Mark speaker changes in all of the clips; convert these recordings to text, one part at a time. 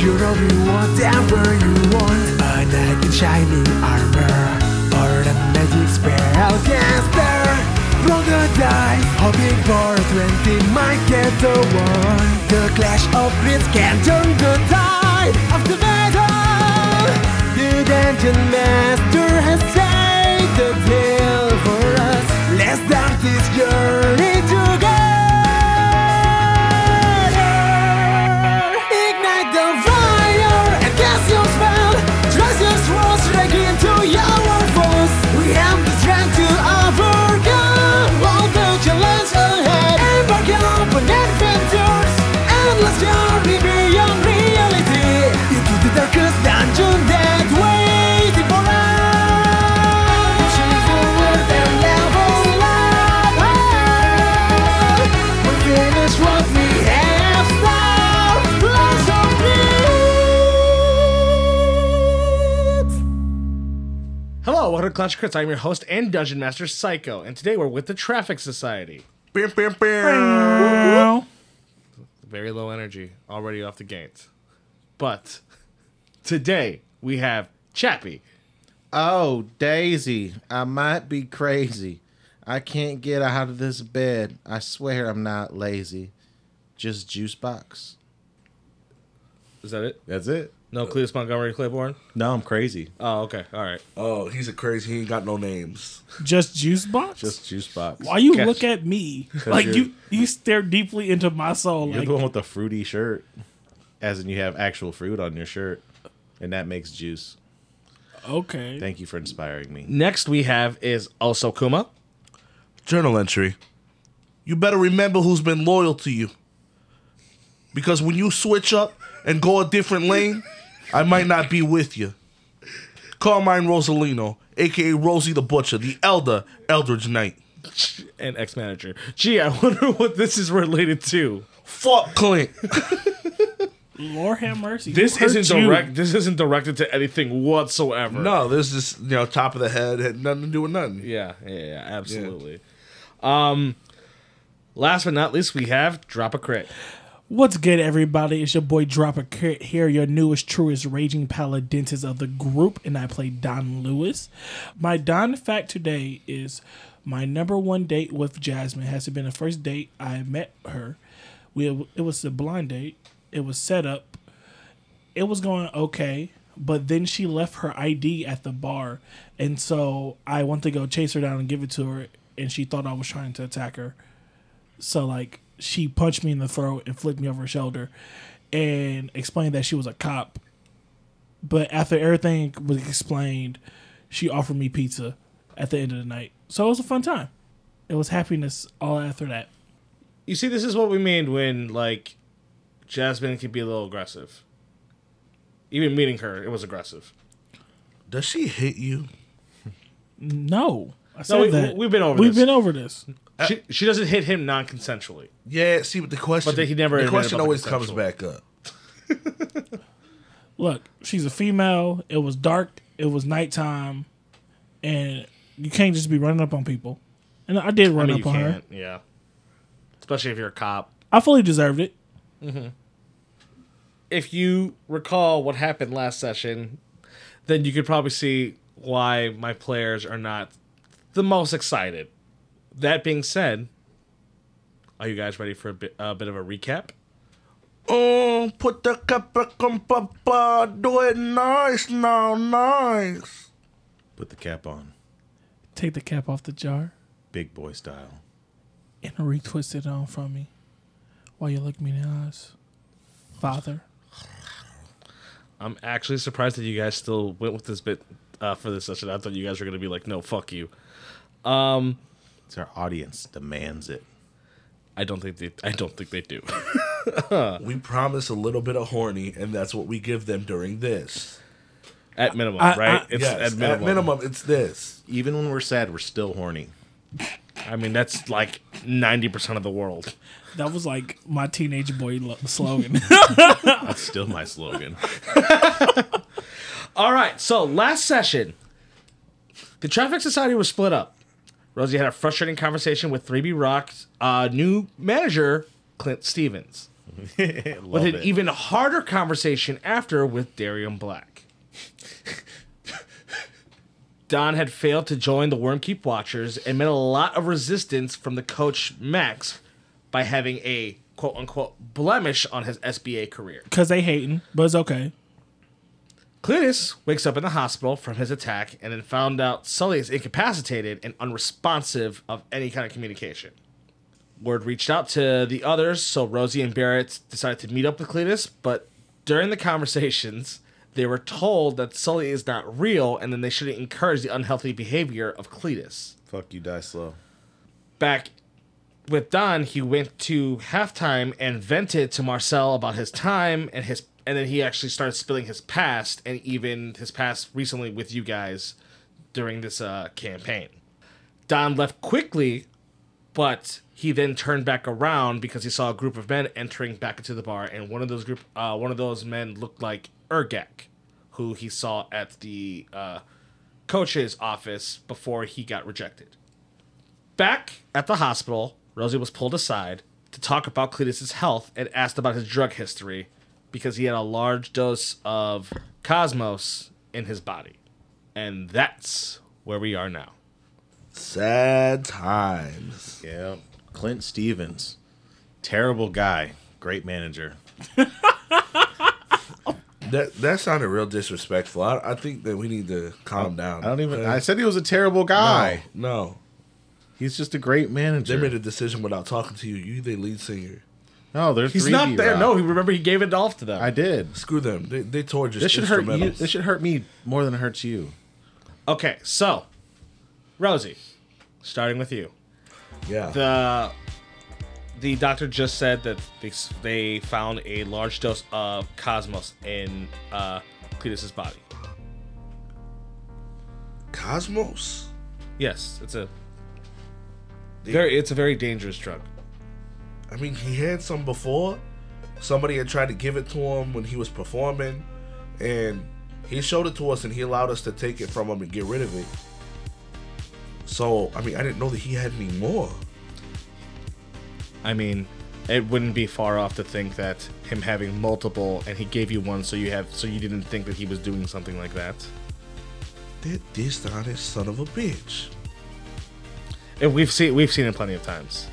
Speaker 1: You're all you whatever you want A knight in shining armor Or a magic spell caster Roll the die, hoping for a 20 Might get the one The clash of grids can turn the tide Of the battle The dungeon master has saved the tale for us Let's start this journey together Ignite the fire and cast your spell. Trust your swords strike into your foes. We have the strength to overcome all the challenges ahead. Embark on adventures, endless journey beyond reality. Into the darkest dungeon that waiting for us. Pushing forward and level up. We finish what we have started. Blast of it.
Speaker 2: Hello, welcome to Clash of Crits. I'm your host and Dungeon Master Psycho, and today we're with the Traffic Society.
Speaker 3: Bam, bam, bam.
Speaker 2: Very low energy, already off the gate. But today we have Chappie.
Speaker 3: Oh, Daisy, I might be crazy. I can't get out of this bed. I swear I'm not lazy. Just juice box.
Speaker 2: Is that it?
Speaker 4: That's it.
Speaker 2: No, Cletus Montgomery Claiborne?
Speaker 4: No, I'm crazy.
Speaker 2: Oh, okay. All right.
Speaker 5: Oh, he's a crazy. He ain't got no names.
Speaker 6: Just juice box?
Speaker 4: Just juice box.
Speaker 6: Why you
Speaker 2: Catch.
Speaker 6: look at me? Like
Speaker 4: you're-
Speaker 6: you you stare deeply into my soul.
Speaker 4: You're
Speaker 6: Like
Speaker 4: the one with the fruity shirt, as in you have actual fruit on your shirt, and that makes juice.
Speaker 6: okay.
Speaker 4: Thank you for inspiring me.
Speaker 2: Next we have is also Kuma.
Speaker 5: Journal entry. You better remember who's been loyal to you. Because when you switch up and go a different lane, I might not be with you. Carmine Rosalino, aka Rosie the Butcher, the Elder Eldridge Knight.
Speaker 2: and ex manager. Gee, I wonder what this is related to.
Speaker 5: Fuck Clint.
Speaker 6: Lord have mercy.
Speaker 2: This
Speaker 6: Who hurt
Speaker 2: isn't
Speaker 6: you?
Speaker 2: direct. This isn't directed to anything whatsoever.
Speaker 5: No, this is you know top of the head had nothing to do with nothing.
Speaker 2: Yeah, yeah, yeah absolutely. Um, last but not least, we have drop a crit.
Speaker 6: What's good, everybody? It's your boy Drop a Crit here, your newest, truest, raging paladentist of the group, and I play Don Lewis. My Don fact today is my number one date with Jasmine has been the first date I met her. We it was a blind date. It was set up. It was going okay, but then she left her ID at the bar, and so I went to go chase her down and give it to her, and she thought I was trying to attack her. So like she punched me in the throat and flipped me over her shoulder and explained that she was a cop. But after everything was explained, she offered me pizza at the end of the night. So it was a fun time. It was happiness all after that.
Speaker 2: You see, this is what we mean when like Jasmine can be a little aggressive. Even meeting her, it was aggressive.
Speaker 5: Does she hit you?
Speaker 6: No. I said
Speaker 2: we-
Speaker 6: that.
Speaker 2: we've been over
Speaker 6: We've
Speaker 2: this.
Speaker 6: been over this.
Speaker 2: she, she doesn't hit him non-consensually.
Speaker 5: Yeah, see but the question
Speaker 2: But then he never
Speaker 5: the
Speaker 2: admitted
Speaker 5: question
Speaker 2: about the
Speaker 5: always comes
Speaker 2: consensual.
Speaker 5: back up.
Speaker 6: Look, she's a female. It was dark. It was nighttime. And you can't just be running up on people. And I did
Speaker 2: I
Speaker 6: run
Speaker 2: mean, you
Speaker 6: up on her.
Speaker 2: can't. Yeah, especially if you're a cop.
Speaker 6: I fully deserved it.
Speaker 2: if you recall what happened last session, then you could probably see why my players are not the most excited. That being said, are you guys ready for a bit, a bit of a recap?
Speaker 5: Oh, put the cup back on papa. Do it nice now, nice.
Speaker 4: Put the cap on,
Speaker 6: Take the cap off the jar.
Speaker 4: big boy style.
Speaker 6: and retwist it on from me while you look me in the eyes. Father,
Speaker 2: I'm actually surprised that you guys still went with this bit uh, for this session. I thought you guys were going to be like, no, fuck you.
Speaker 4: It's our audience demands it.
Speaker 2: I don't think they. I don't think they do.
Speaker 5: We promise a little bit of horny, and that's what we give them during this.
Speaker 2: at minimum,
Speaker 6: I-
Speaker 2: right?
Speaker 6: I-
Speaker 2: it's
Speaker 5: yes,
Speaker 2: at minimum.
Speaker 5: at minimum, it's this.
Speaker 4: Even when we're sad, we're still horny.
Speaker 2: I mean, that's like ninety percent of the world.
Speaker 6: that was like my teenage boy lo- slogan.
Speaker 4: That's still my slogan.
Speaker 2: All right, so last session, the Traffic Society was split up. Rosie had a frustrating conversation with 3B Rock's uh, new manager, Clint Stevens. with
Speaker 4: Love
Speaker 2: an
Speaker 4: it.
Speaker 2: even harder conversation after with Darian Black. Don had failed to join the Wormkeep Watchers and met a lot of resistance from the coach Max by having a quote unquote blemish on his SBA career.
Speaker 6: Cause they hating, but it's okay.
Speaker 2: Cletus wakes up in the hospital from his attack and then found out Sully is incapacitated and unresponsive of any kind of communication. Word reached out to the others, so Rosie and Barrett decided to meet up with Cletus, but during the conversations, they were told that Sully is not real and then they shouldn't encourage the unhealthy behavior of Cletus.
Speaker 4: Fuck you, die slow.
Speaker 2: Back with Don, he went to halftime and vented to Marcel about his time and his and then he actually started spilling his past and even his past recently with you guys during this uh, campaign. Don left quickly, but he then turned back around because he saw a group of men entering back into the bar, and one of those group uh, one of those men looked like Ergak, who he saw at the uh, coach's office before he got rejected. Back at the hospital, Rosie was pulled aside to talk about Cletus's health and asked about his drug history because he had a large dose of Cosmos in his body. And that's where we are now.
Speaker 5: Sad times.
Speaker 4: Yeah. Clint Stevens. Terrible guy. Great manager.
Speaker 5: That that sounded real disrespectful. I, I think that we need to calm down.
Speaker 4: I don't even.
Speaker 5: okay?
Speaker 4: I said he was a terrible guy.
Speaker 5: No, no.
Speaker 4: He's just a great
Speaker 5: they
Speaker 4: manager.
Speaker 5: made a decision without talking to you. You the lead singer.
Speaker 4: no, there's
Speaker 2: He's not there. No, he remember he gave it off to them.
Speaker 4: I did.
Speaker 5: Screw them. They they tore just
Speaker 4: This should hurt you.
Speaker 5: instrumentals.
Speaker 4: This should hurt me more than it hurts you.
Speaker 2: okay, so Rosie, starting with you.
Speaker 5: yeah.
Speaker 2: The the doctor just said that they, s- they found a large dose of Cosmos in uh, Cletus's body.
Speaker 5: Cosmos.
Speaker 2: Yes, it's a very it's a very dangerous drug.
Speaker 5: I mean, he had some before. Somebody had tried to give it to him when he was performing, and he showed it to us, and he allowed us to take it from him and get rid of it. So, I mean, I didn't know that he had any more.
Speaker 2: I mean, it wouldn't be far off to think that him having multiple and he gave you one so you have so you didn't think that he was doing something like that.
Speaker 5: That dishonest son of a bitch.
Speaker 2: And we've seen we've seen it plenty of times.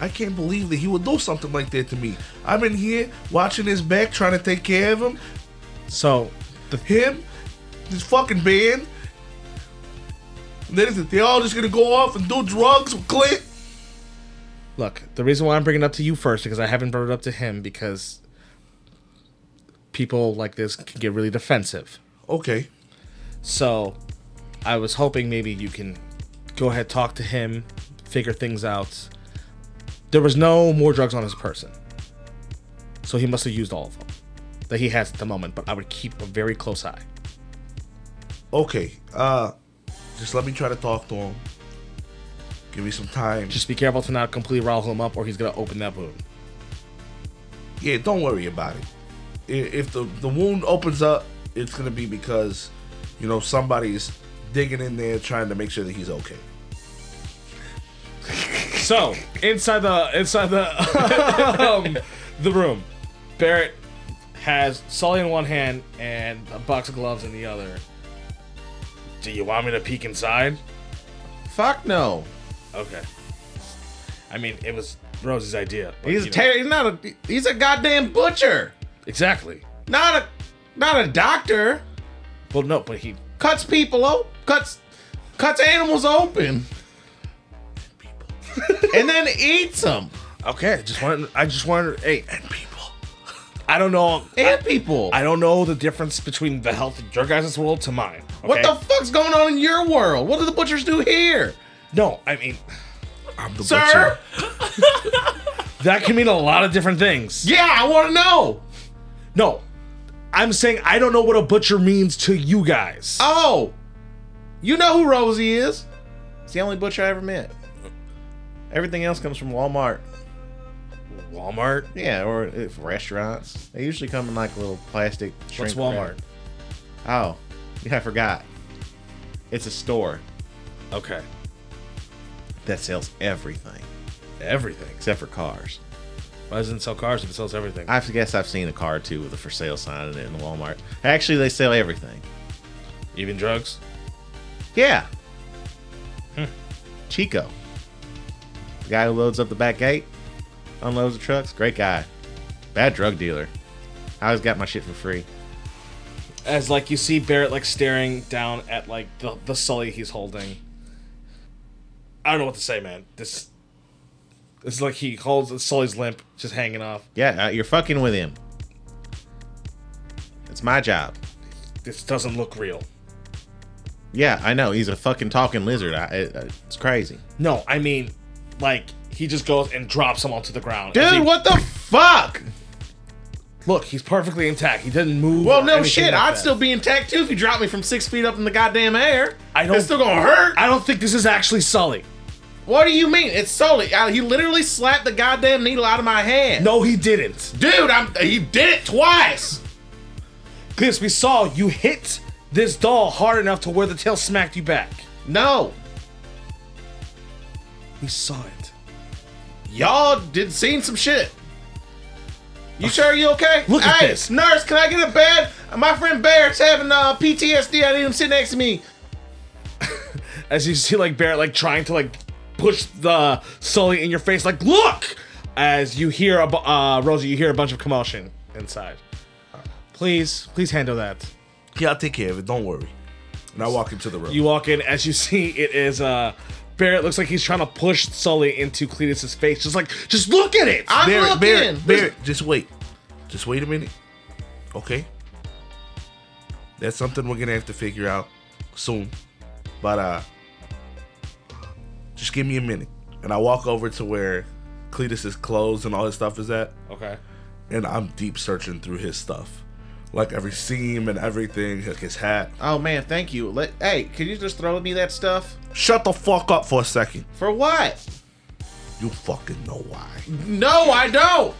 Speaker 5: I can't believe that he would do something like that to me. I've been here watching his back, trying to take care of him.
Speaker 2: So the
Speaker 5: Him, this fucking band. And then it's- they all just gonna go off and do drugs with Clint.
Speaker 2: look, the reason why I'm bringing it up to you first because I haven't brought it up to him because people like this can get really defensive.
Speaker 5: Okay.
Speaker 2: So I was hoping maybe you can go ahead, talk to him, figure things out. There was no more drugs on his person. So he must have used all of them that he has at the moment, but I would keep a very close eye.
Speaker 5: Okay. Uh just let me try to talk to him. Give me some time.
Speaker 2: Just be careful to not completely rile him up or he's going to open that wound.
Speaker 5: yeah, don't worry about it. I- If the the wound opens up, it's gonna be because, you know, somebody's digging in there trying to make sure that he's okay.
Speaker 2: So inside the inside the um, the room, Barrett has Sully in one hand and a box of gloves in the other. Do you want me to peek inside?
Speaker 4: Fuck no.
Speaker 2: Okay. I mean, it was Rose's idea. but,
Speaker 4: He's
Speaker 2: you
Speaker 4: a
Speaker 2: know-
Speaker 4: ter- he's not a. He's a goddamn butcher.
Speaker 2: exactly.
Speaker 4: Not a. Not a doctor.
Speaker 2: Well, no, but he.
Speaker 4: Cuts people open. Cuts. Cuts animals open. and then eats them
Speaker 2: Okay, I just wanted. I just wanted. Hey, and people. I don't know.
Speaker 4: and people.
Speaker 2: I don't know the difference between the health of your guys' world to mine.
Speaker 4: What
Speaker 2: okay?
Speaker 4: the fuck's going on in your world? What do the butchers do here,
Speaker 2: no, I mean
Speaker 5: I'm the
Speaker 4: sir?
Speaker 2: that can mean a lot of different things.
Speaker 4: Yeah, I want to know.
Speaker 2: No, I'm saying I don't know what a butcher means to you guys.
Speaker 4: Oh, you know who Rosie is? It's the only butcher I ever met. Everything else comes from Walmart.
Speaker 2: Walmart.
Speaker 4: Yeah, or if restaurants. They usually come in like little plastic.
Speaker 2: What's
Speaker 4: shrink
Speaker 2: Walmart?
Speaker 4: wrap. Oh, yeah, I forgot. It's a store
Speaker 2: Okay,
Speaker 4: that sells everything
Speaker 2: everything.
Speaker 4: except for cars.
Speaker 2: Why doesn't it sell cars if it sells everything?
Speaker 4: I guess I've seen a car too with a for sale sign in it in Walmart. Actually, they sell everything.
Speaker 2: Even drugs?
Speaker 4: Yeah. Hmm. Chico. The guy who loads up the back gate, unloads the trucks. Great guy. Bad drug dealer. I always got my shit for free.
Speaker 2: As like you see Barrett like staring down at like the the Sully he's holding. I don't know what to say, man. This it's like he holds Sully's limp, just hanging off.
Speaker 4: Yeah, uh, you're fucking with him. It's my job.
Speaker 2: This doesn't look real.
Speaker 4: Yeah, I know. He's a fucking talking lizard. I, it, uh, it's crazy.
Speaker 2: No, I mean, like he just goes and drops him onto the ground. As he-
Speaker 4: Dude, what the fuck?
Speaker 2: Look, he's perfectly intact. He didn't move.
Speaker 4: Well,
Speaker 2: or
Speaker 4: no
Speaker 2: anything
Speaker 4: shit.
Speaker 2: like
Speaker 4: I'd
Speaker 2: that.
Speaker 4: still be intact too if you dropped me from six feet up in the goddamn air.
Speaker 2: I don't-
Speaker 4: It's still gonna hurt.
Speaker 2: I don't think this is actually Sully.
Speaker 4: what do you mean? It's solely. I, he literally slapped the goddamn needle out of my hand.
Speaker 2: No, he didn't.
Speaker 4: Dude, I'm. He did it twice.
Speaker 2: This we saw you hit this doll hard enough to where the tail smacked you back.
Speaker 4: No,
Speaker 2: We saw it.
Speaker 4: y'all did seen some shit. You sure you okay?
Speaker 2: Look at
Speaker 4: hey,
Speaker 2: this.
Speaker 4: nurse. Can I get a bed? My friend Barrett's having uh, PTSD. I need him to sit next to me.
Speaker 2: As you see, like Barrett, like trying to like push the Sully in your face, like look. As you hear, a bu- uh, Rosie, you hear a bunch of commotion inside. Please, please handle that.
Speaker 5: Yeah, I'll take care of it. Don't worry. And I walk into the room.
Speaker 2: You walk in, as you see, it is uh Barrett looks like he's trying to push Sully into Cletus's face. Just like, just look at it.
Speaker 4: I'm
Speaker 5: Barrett,
Speaker 4: looking.
Speaker 5: Barrett, Barrett, just wait. Just wait a minute. Okay. That's something we're gonna have to figure out soon. But uh just give me a minute. And I walk over to where Cletus's clothes and all his stuff is at,
Speaker 2: okay.
Speaker 5: and I'm deep searching through his stuff. Like every seam and everything, like his hat.
Speaker 4: Oh man, thank you. Let, hey, can you just throw me that stuff?
Speaker 5: Shut the fuck up for a second.
Speaker 4: For what?
Speaker 5: You fucking know why.
Speaker 4: No, I don't.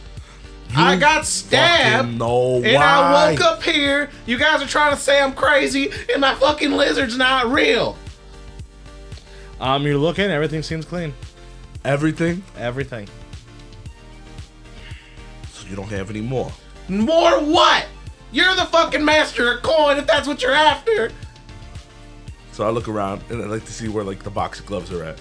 Speaker 4: I got
Speaker 5: Fucking
Speaker 4: stabbed.
Speaker 5: know why.
Speaker 4: And I woke up here. You guys are trying to say I'm crazy, and my fucking lizard's not real.
Speaker 2: Um, you're looking. Everything seems clean.
Speaker 5: Everything,
Speaker 2: Everything.
Speaker 5: so you don't have any more.
Speaker 4: More what? You're the fucking master of coin if that's what you're after.
Speaker 5: So I look around and I like to see where like the box of gloves are at.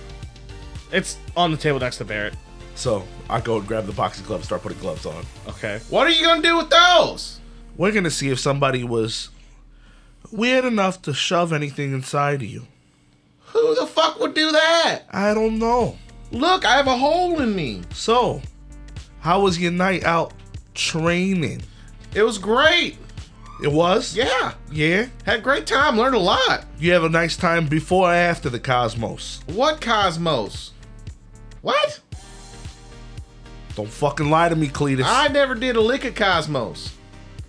Speaker 2: It's on the table next to Barrett.
Speaker 5: So I go and grab the box of gloves, start putting gloves on.
Speaker 2: Okay.
Speaker 4: What are you gonna do with those?
Speaker 5: We're gonna see if somebody was weird enough to shove anything inside of you.
Speaker 4: Who the fuck would do that?
Speaker 5: I don't know.
Speaker 4: Look, I have a hole in me.
Speaker 5: So, how was your night out training?
Speaker 4: It was great.
Speaker 5: It was?
Speaker 4: Yeah,
Speaker 5: Yeah?
Speaker 4: had a great time. Learned a lot.
Speaker 5: You have a nice time before or after the cosmos.
Speaker 4: What cosmos? What?
Speaker 5: Don't fucking lie to me, Cletus.
Speaker 4: I never did a lick of Cosmos.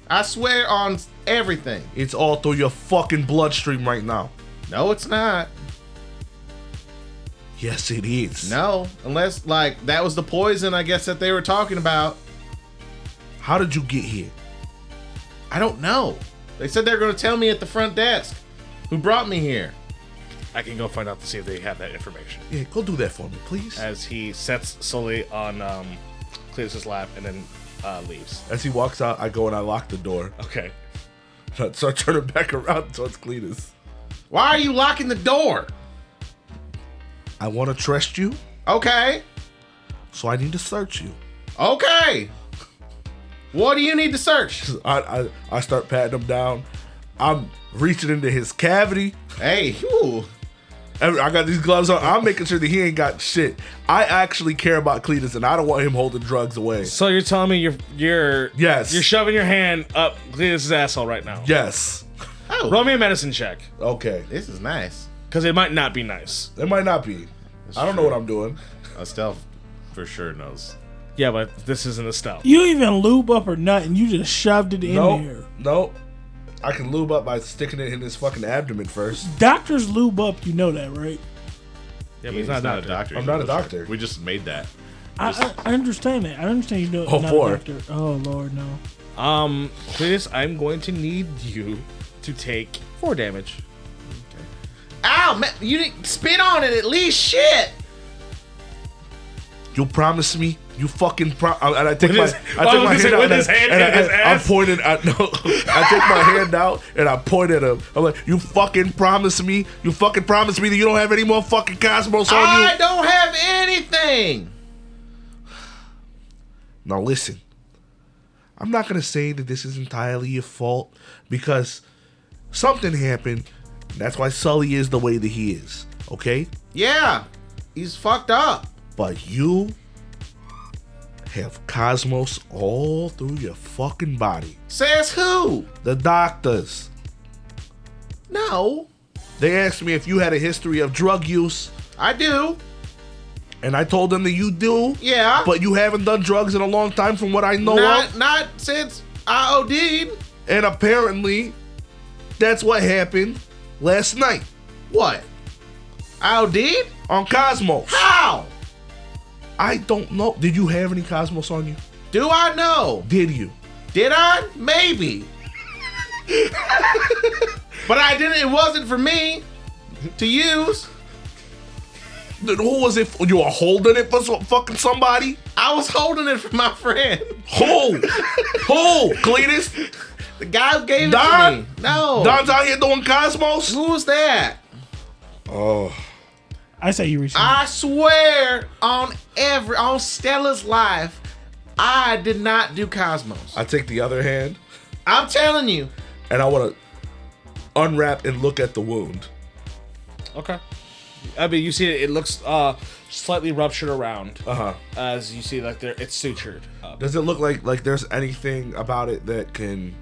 Speaker 4: I swear on everything.
Speaker 5: It's all through your fucking bloodstream right now.
Speaker 4: No, it's not.
Speaker 5: Yes, it is.
Speaker 4: No, unless like that was the poison I guess that they were talking about.
Speaker 5: How did you get here?
Speaker 4: I don't know. They said they're going to tell me at the front desk who brought me here.
Speaker 2: I can go find out to see if they have that information.
Speaker 5: Yeah, go do that for me, please.
Speaker 2: As he sets Sully on um, Cletus's lap and then uh, leaves.
Speaker 5: As he walks out, I go and I lock the door.
Speaker 2: Okay.
Speaker 5: So I turn it back around towards Cletus.
Speaker 4: Why are you locking the door?
Speaker 5: I want to trust you,
Speaker 4: Okay.
Speaker 5: so I need to search you.
Speaker 4: Okay. What do you need to search?
Speaker 5: I, I, I start patting him down. I'm reaching into his cavity.
Speaker 4: Hey, whew.
Speaker 5: Every- I got these gloves on. I'm making sure that he ain't got shit. I actually care about Cletus, and I don't want him holding drugs away.
Speaker 2: So you're telling me you're you're
Speaker 5: Yes.
Speaker 2: you're shoving your hand up Cletus's asshole right now.
Speaker 5: Yes.
Speaker 4: Oh,
Speaker 2: Roll me a medicine check
Speaker 5: Okay.
Speaker 4: this is nice.
Speaker 2: because it might not be nice.
Speaker 5: It might not be. I don't know what I'm doing.
Speaker 4: Estelle for sure knows.
Speaker 2: Yeah, but this isn't a stout.
Speaker 6: You even lube up or nothing. You just shoved it in
Speaker 5: Nope.
Speaker 6: there.
Speaker 5: Nope. I can lube up by sticking it in his fucking abdomen first.
Speaker 6: Doctors lube up. You know that, right?
Speaker 2: Yeah, but he's not, a doctor.
Speaker 5: I'm not a doctor.
Speaker 4: We just made that.
Speaker 6: I, I, I understand that. I understand you know
Speaker 5: Oh,
Speaker 6: not
Speaker 5: four.
Speaker 6: a doctor. Oh lord, no.
Speaker 2: Um, Cletus, I'm going to need you to take four damage.
Speaker 4: Ow, man, you didn't spit on it at least. Shit.
Speaker 5: You promise me. You fucking pro. I- And I take
Speaker 2: With
Speaker 5: my,
Speaker 2: his-
Speaker 5: I
Speaker 2: I was
Speaker 5: take my
Speaker 2: gonna
Speaker 5: hand
Speaker 2: say,
Speaker 5: out
Speaker 2: with
Speaker 5: and, I,
Speaker 2: his hand
Speaker 5: and
Speaker 2: in
Speaker 5: I,
Speaker 2: his
Speaker 5: am
Speaker 2: ass.
Speaker 5: pointing. I, no, I take my hand out and I point at him. I'm like, you fucking promise me. You fucking promise me that you don't have any more fucking Cosmos on you.
Speaker 4: I don't have anything.
Speaker 5: Now listen, I'm not gonna say that this is entirely your fault because something happened. That's why Sully is the way that he is. Okay,
Speaker 4: Yeah, he's fucked up.
Speaker 5: but you have Cosmos all through your fucking body.
Speaker 4: Says who?
Speaker 5: The doctors.
Speaker 4: No,
Speaker 5: They asked me if you had a history of drug use,
Speaker 4: I do.
Speaker 5: and I told them that you do.
Speaker 4: Yeah.
Speaker 5: But you haven't done drugs in a long time, from what I know
Speaker 4: not,
Speaker 5: of.
Speaker 4: not since I OD'd.
Speaker 5: And apparently, that's what happened last night
Speaker 4: What? I OD'd?
Speaker 5: on Cosmos.
Speaker 4: How?
Speaker 5: I don't know. Did you have any Cosmos on you?
Speaker 4: Do I know?
Speaker 5: Did you?
Speaker 4: Did I? Maybe. but I didn't. It wasn't for me to use.
Speaker 5: Then Who was it? For? You were holding it for so, fucking somebody?
Speaker 4: I was holding it for my friend.
Speaker 5: Who? Who? Cletus?
Speaker 4: The guy who gave
Speaker 5: Don?
Speaker 4: it to me. No.
Speaker 5: Don's out here doing Cosmos?
Speaker 4: Who was that?
Speaker 6: I say you reached.
Speaker 4: I swear on every on Stella's life, I did not do Cosmos.
Speaker 5: I take the other hand
Speaker 4: I'm telling you,
Speaker 5: and I want to unwrap and look at the wound.
Speaker 2: Okay. I mean, you see it. It looks uh, slightly ruptured around,
Speaker 5: Uh huh.
Speaker 2: as you see, like there, it's sutured. Up.
Speaker 5: Does it look like like there's anything about it that can?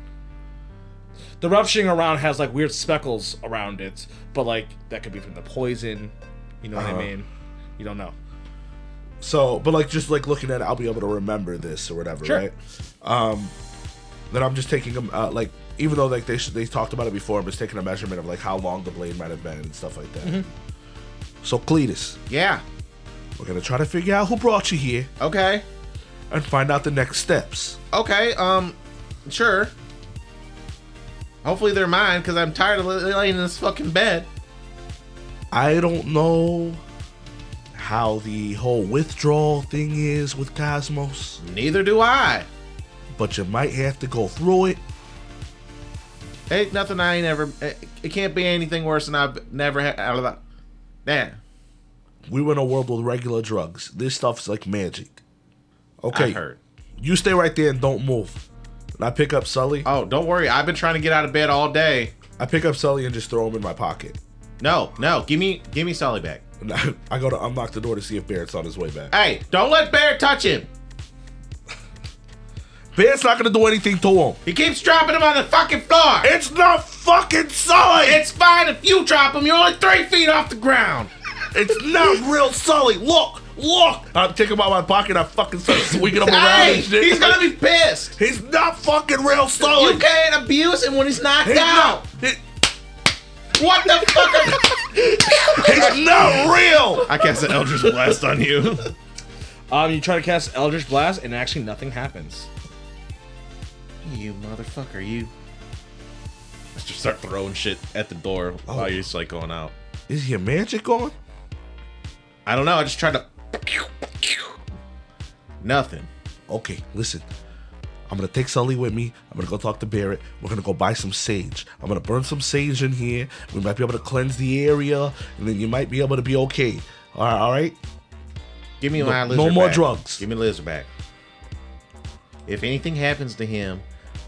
Speaker 2: The rupturing around has like weird speckles around it, but like that could be from the poison. You know what I mean? You don't know.
Speaker 5: So, but like just like looking at it, I'll be able to remember this or whatever,
Speaker 2: Sure.
Speaker 5: right? Um, then I'm just taking them uh, like even though like they sh- they talked about it before, I'm just taking a measurement of like how long the blade might have been and stuff like that. So Cletus,
Speaker 4: yeah,
Speaker 5: we're gonna try to figure out who brought you here
Speaker 4: okay,
Speaker 5: and find out the next steps.
Speaker 4: okay, um, sure. Hopefully they're mine because I'm tired of li- laying in this fucking bed.
Speaker 5: I don't know how the whole withdrawal thing is with Cosmos,
Speaker 4: Neither do I.
Speaker 5: but you might have to go through it.
Speaker 4: Ain't nothing I ain't ever. It, it can't be anything worse than I've never had. Out of that. Damn.
Speaker 5: We were in a world with regular drugs. This stuff's like magic. Okay.
Speaker 4: I heard.
Speaker 5: You stay right there and don't move. And I pick up Sully.
Speaker 4: Oh, don't worry. I've been trying to get out of bed all day.
Speaker 5: I pick up Sully and just throw him in my pocket.
Speaker 4: No, no. Give me, give me Sully back.
Speaker 5: And I, I go to unlock the door to see if Barrett's on his way back.
Speaker 4: Hey, don't let Bear touch him.
Speaker 5: Barrett's not gonna do anything to him.
Speaker 4: He keeps dropping him on the fucking floor.
Speaker 5: It's not fucking Sully.
Speaker 4: It's fine if you drop him. You're only three feet off the ground.
Speaker 5: it's not real Sully. Look, look. I take him out of my pocket. I fucking start swinging him around
Speaker 4: Hey,
Speaker 5: and shit.
Speaker 4: he's gonna be pissed.
Speaker 5: He's not fucking real Sully.
Speaker 4: You can't abuse him when he's knocked
Speaker 5: he's
Speaker 4: out.
Speaker 5: not. he-
Speaker 4: What the fuck? Are-
Speaker 5: he's not real.
Speaker 7: I cast an Eldritch Blast on you.
Speaker 2: Um, you try to cast Eldritch Blast, and actually nothing happens.
Speaker 4: you motherfucker, you.
Speaker 7: Just start throwing shit at the door
Speaker 5: Oh.
Speaker 7: while you're just like going out.
Speaker 5: Is your magic on?
Speaker 4: I don't know. I just tried to.
Speaker 7: Nothing.
Speaker 5: okay, listen. I'm gonna take Sully with me. I'm gonna go talk to Barrett. We're gonna go buy some sage. I'm gonna burn some sage in here. We might be able to cleanse the area, and then you might be able to be okay. All right, all right.
Speaker 4: Give me my
Speaker 5: no
Speaker 4: lizard.
Speaker 5: more
Speaker 4: back.
Speaker 5: drugs.
Speaker 4: Give me lizard back. If anything happens to him,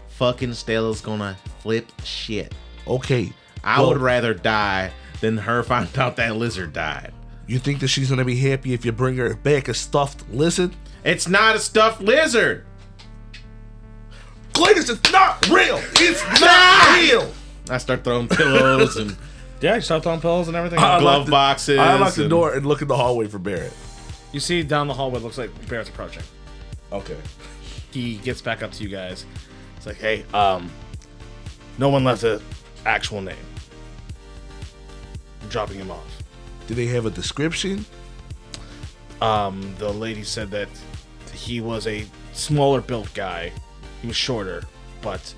Speaker 4: fucking Stella's gonna flip shit.
Speaker 5: Okay.
Speaker 4: I
Speaker 5: Well,
Speaker 4: would rather die than her find out that lizard died.
Speaker 5: You think that she's gonna be happy if you bring her back a stuffed lizard?
Speaker 4: It's not a stuffed lizard.
Speaker 5: Cletus, it's not real. It's not real.
Speaker 4: I start throwing pillows and
Speaker 2: Yeah, you start throwing pills and everything.
Speaker 5: I
Speaker 4: glove
Speaker 5: locked the-
Speaker 4: boxes.
Speaker 5: I unlock the
Speaker 4: and-
Speaker 5: door and look in the hallway for Barrett.
Speaker 2: You see down the hallway, looks like Barrett's approaching.
Speaker 5: Okay.
Speaker 2: He gets back up to you guys. It's like, hey, um, no one left an actual name. I'm dropping him off.
Speaker 5: Do they have a description?
Speaker 2: Um, the lady said that he was a smaller built guy. He was shorter, but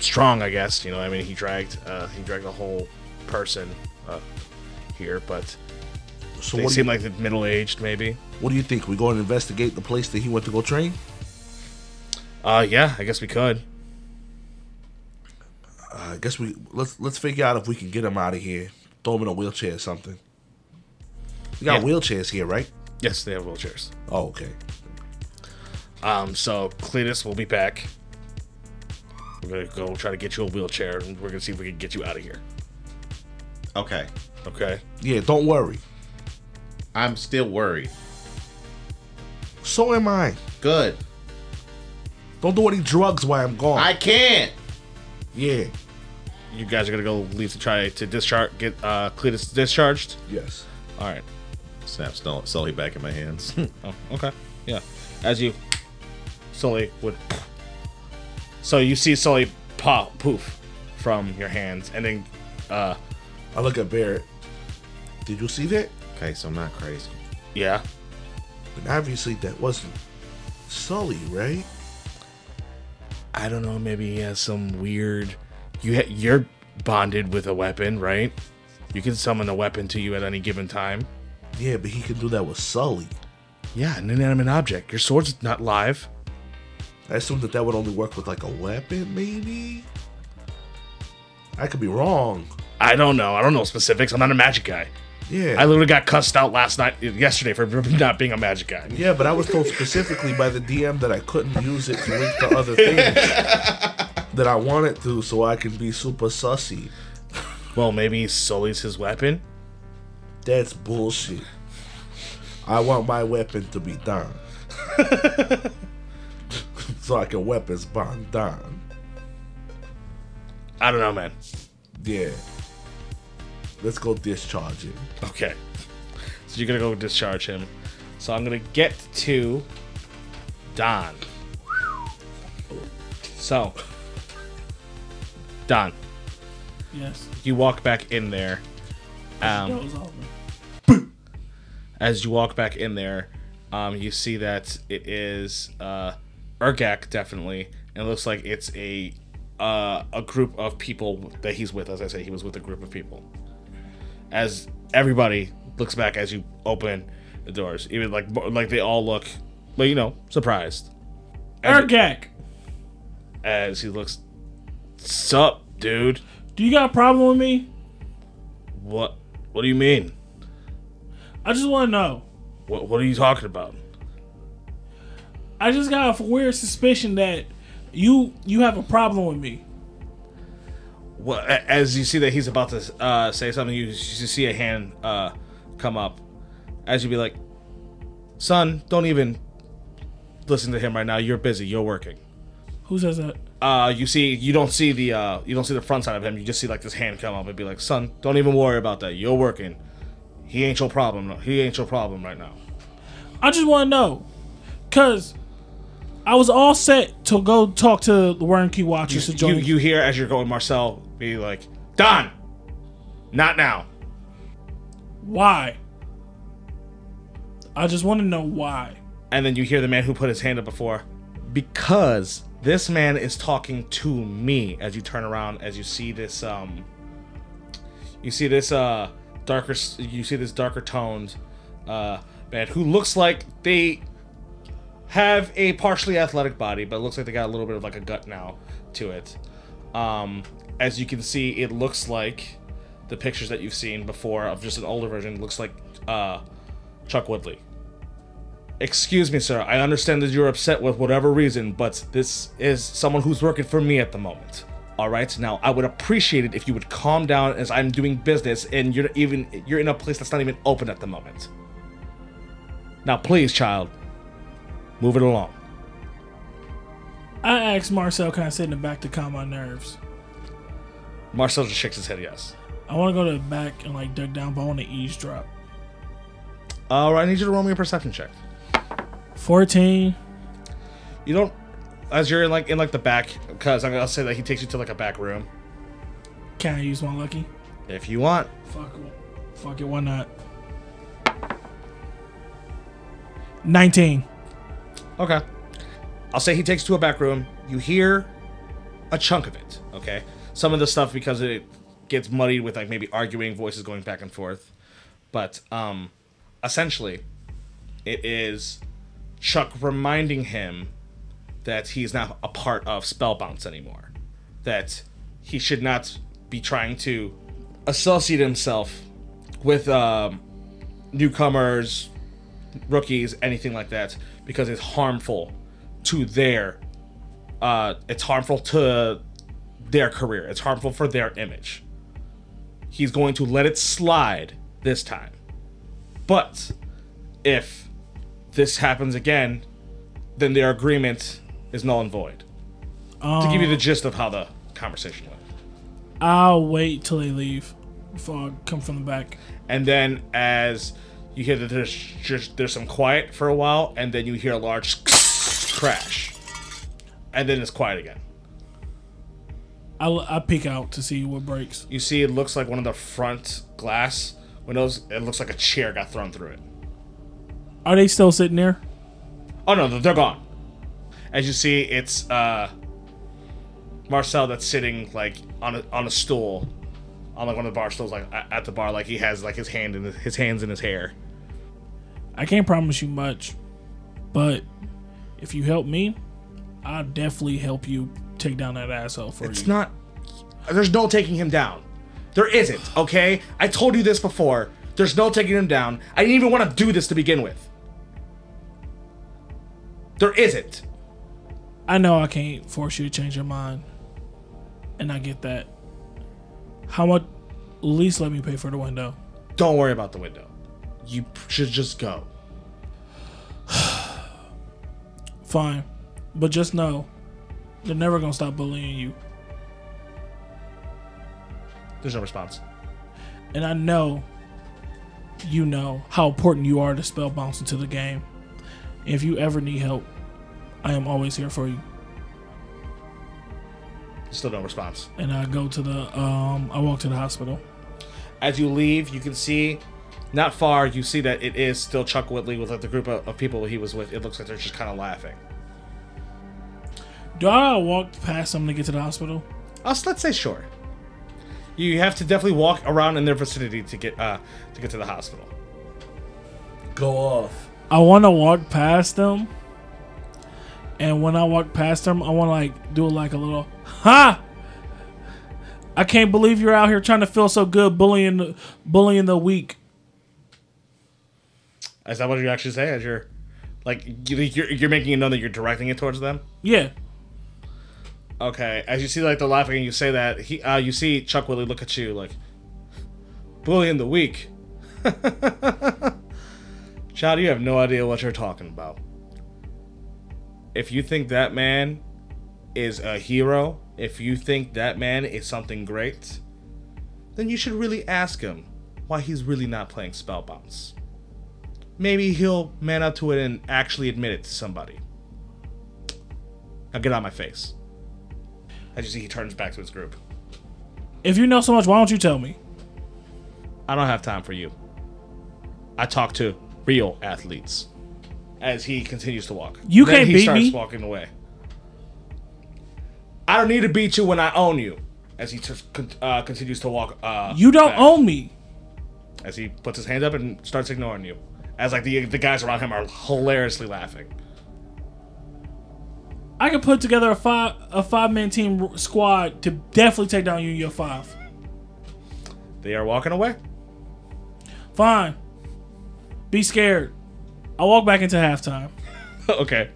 Speaker 2: strong, I guess. You know, I mean, he dragged, uh, he dragged a whole person uh, here, but
Speaker 5: So
Speaker 2: They
Speaker 5: what do,
Speaker 2: seem
Speaker 5: you,
Speaker 2: like the middle aged, maybe.
Speaker 5: what do you think? We go and investigate the place that he went to go train?
Speaker 2: Uh, yeah, I guess we could.
Speaker 5: I guess we let's let's figure out if we can get him out of here. Throw him in a wheelchair or something. You got
Speaker 2: Yeah.
Speaker 5: wheelchairs here, right?
Speaker 2: Yes, they have wheelchairs.
Speaker 5: Oh, okay.
Speaker 2: Um, so Cletus will be back. We're gonna go try to get you a wheelchair, and we're gonna see if we can get you out of here.
Speaker 4: Okay.
Speaker 2: Okay.
Speaker 5: Yeah, don't worry.
Speaker 4: I'm still worried.
Speaker 5: So am I.
Speaker 4: Good.
Speaker 5: Don't do any drugs while I'm gone.
Speaker 4: I can't.
Speaker 5: yeah.
Speaker 2: You guys are gonna go leave to try to discharge, get uh, Cletus discharged.
Speaker 5: Yes.
Speaker 2: All right.
Speaker 4: Snap Snell- Sully back in my hands.
Speaker 2: Oh, okay. Yeah. As you, Sully would. So you see Sully pop poof from your hands, and then uh,
Speaker 5: I look at Barrett. Did you see that?
Speaker 4: okay, so I'm not crazy.
Speaker 2: yeah,
Speaker 5: And obviously that wasn't Sully, right?
Speaker 2: I don't know. Maybe he has some weird. You ha- you're bonded with a weapon, right? You can summon a weapon to you at any given time.
Speaker 5: Yeah, but he can do that with Sully.
Speaker 2: Yeah, an inanimate object. Your sword's not live.
Speaker 5: I assume that that would only work with like a weapon, maybe. I could be wrong.
Speaker 2: I don't know. I don't know specifics. I'm not a magic guy.
Speaker 5: Yeah.
Speaker 2: I literally got cussed out last night, yesterday, for not being a magic guy.
Speaker 5: Yeah, but I was told specifically by the DM that I couldn't use it to link to other things that I wanted to, so I can be super sussy.
Speaker 2: Well, maybe Sully's his weapon.
Speaker 5: That's bullshit. I want my weapon to be Don, so I can weapons bond Don.
Speaker 2: I don't know, man.
Speaker 5: Yeah. Let's go discharge it.
Speaker 2: Okay. So you're gonna go discharge him. So I'm gonna get to Don. So Don,
Speaker 6: Yes.
Speaker 2: you walk back in there. Um,
Speaker 6: That was all.
Speaker 2: as you walk back in there, um, you see that it is uh, Ergak definitely, and it looks like it's a uh, a group of people that he's with. As I said, he was with a group of people. As everybody looks back as you open the doors, even like like they all look, like you know, surprised
Speaker 6: Ergak,
Speaker 2: as he looks. Sup, dude?
Speaker 6: do you got a problem with me?
Speaker 2: What? What do you mean?
Speaker 6: I just want to know.
Speaker 2: What? What are you talking about?
Speaker 6: I just got a weird suspicion that you you have a problem with me.
Speaker 2: Well, a- as you see that he's about to uh, say something, you, you see a hand uh, come up. As you be like, "Son, don't even listen to him right now. You're busy. You're working."
Speaker 6: Who says that?
Speaker 2: Uh, you see, you don't see the uh, you don't see the front side of him. You just see like this hand come up and be like, "Son, don't even worry about that. You're working. He ain't your problem. He ain't your problem right now."
Speaker 6: I just want to know, cause I was all set to go talk to the Warren Key Watchers to
Speaker 2: You
Speaker 6: join.
Speaker 2: you hear as you're going, Marcel be like, "Don, not now."
Speaker 6: Why? I just want to know why.
Speaker 2: And then you hear the man who put his hand up before, because this man is talking to me. As you turn around, as you see this, um, you see this uh darker, s- you see this darker toned uh man who looks like they have a partially athletic body, but it looks like they got a little bit of like a gut now to it. Um, as you can see, it looks like the pictures that you've seen before of just an older version looks like uh Chuck Woodley. Excuse me, sir. I understand that you're upset with whatever reason, but this is someone who's working for me at the moment. All right. Now, I would appreciate it if you would calm down as I'm doing business and you're even you're in a place that's not even open at the moment. Now, please, child, move it along.
Speaker 6: I asked Marcel, can I sit in the back to calm my nerves?
Speaker 2: Marcel just shakes his head yes.
Speaker 6: I want to go to the back and like duck down, but I want to eavesdrop.
Speaker 2: All right, I need you to roll me a perception check.
Speaker 6: 14.
Speaker 2: You don't as you're in like in like the back cuz I'll say that he takes you to like a back room
Speaker 6: Can I use my lucky?
Speaker 2: if you want.
Speaker 6: Fuck it. Fuck it, why not? 19.
Speaker 2: Okay. I'll say he takes to a back room. You hear a chunk of it. Okay. Some of the stuff because it gets muddied with like maybe arguing voices going back and forth. But um essentially, it is Chuck reminding him that he's not a part of Spell Bounce anymore. That he should not be trying to associate himself with um, newcomers, rookies, anything like that, because it's harmful to their. Uh, it's harmful to their career. It's harmful for their image. He's going to let it slide this time. But if this happens again, then their agreement is null and void. to give you the gist of how the conversation went.
Speaker 6: I'll wait till they leave before I come from the back.
Speaker 2: And then as you hear that there's just there's some quiet for a while, and then you hear a large crash, and then it's quiet again.
Speaker 6: I, I peek out to see what breaks.
Speaker 2: You see, it looks like one of the front glass windows. It looks like a chair got thrown through it.
Speaker 6: Are they still sitting there?
Speaker 2: Oh no, they're gone. As you see, it's uh, Marcel that's sitting like on a, on a stool, on like one of the bar stools, like a- at the bar, like he has like his hand in his, his hands in his hair.
Speaker 6: I can't promise you much, but if you help me, I'll definitely help you take down that asshole for
Speaker 2: It's
Speaker 6: you.
Speaker 2: not. There's no taking him down. There isn't. Okay, I told you this before. There's no taking him down. I didn't even want to do this to begin with. There isn't.
Speaker 6: I know I can't force you to change your mind, and I get that. How much? At least let me pay for the window.
Speaker 2: Don't worry about the window. You should just go.
Speaker 6: Fine, but just know they're never gonna stop bullying you,
Speaker 2: There's no response.
Speaker 6: and I know you know how important you are to spell bounce into the game. If you ever need help, I am always here for you.
Speaker 2: Still no response.
Speaker 6: And I go to the um, I walk to the hospital.
Speaker 2: As you leave, you can see not far, you see that it is still Chuck Whitley with like the group of, of people he was with. It looks like they're just kind of laughing.
Speaker 6: Do I walk past them to get to the hospital?
Speaker 2: Uh, so let's say sure. You have to definitely walk around in their vicinity to get uh, to get to the hospital.
Speaker 5: Go off.
Speaker 6: I want to walk past them, and when I walk past them, I want to like do like a little ha. I can't believe you're out here trying to feel so good, bullying, the- bullying the weak.
Speaker 2: Is that what you actually say? As you're like you- you're, you're making it known that you're directing it towards them.
Speaker 6: Yeah,
Speaker 2: Okay. As you see like the laughing, and you say that he uh, you see Chuck Whitley look at you like bullying the weak. Child, you have no idea what you're talking about. If you think that man is a hero, if you think that man is something great, then you should really ask him why he's really not playing spell bounce. Maybe he'll man up to it and actually admit it to somebody. Now get out of my face. As you see, he turns back to his group.
Speaker 6: if you know so much, why don't you tell me?
Speaker 2: I don't have time for you. I talk to real athletes. As he continues to walk,
Speaker 6: You
Speaker 2: Then
Speaker 6: can't
Speaker 2: he
Speaker 6: beat
Speaker 2: starts
Speaker 6: me.
Speaker 2: walking away. I don't need to beat you when I own you. As he t- con- uh, continues to walk, uh,
Speaker 6: You don't
Speaker 2: back.
Speaker 6: own me.
Speaker 2: As he puts his hand up and starts ignoring you, as like the the guys around him are hilariously laughing.
Speaker 6: I can put together a five a five man team r- squad to definitely take down you and your five.
Speaker 2: They are walking away.
Speaker 6: Fine. Be scared. I walk back into halftime.
Speaker 2: okay.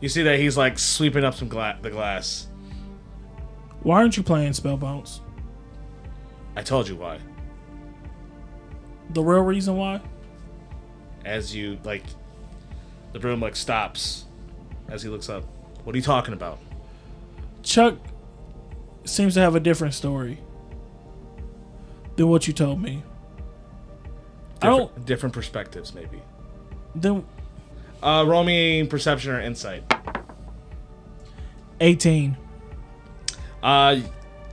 Speaker 2: You see that he's like sweeping up some gla- the glass.
Speaker 6: Why aren't you playing spell bounce?
Speaker 2: I told you why.
Speaker 6: The real reason why?
Speaker 2: as you like the room like stops as he looks up what are you talking about
Speaker 6: Chuck seems to have a different story than what you told me. I
Speaker 2: different,
Speaker 6: don't.
Speaker 2: different perspectives maybe
Speaker 6: Then
Speaker 2: uh roll me perception or insight
Speaker 6: 18.
Speaker 2: uh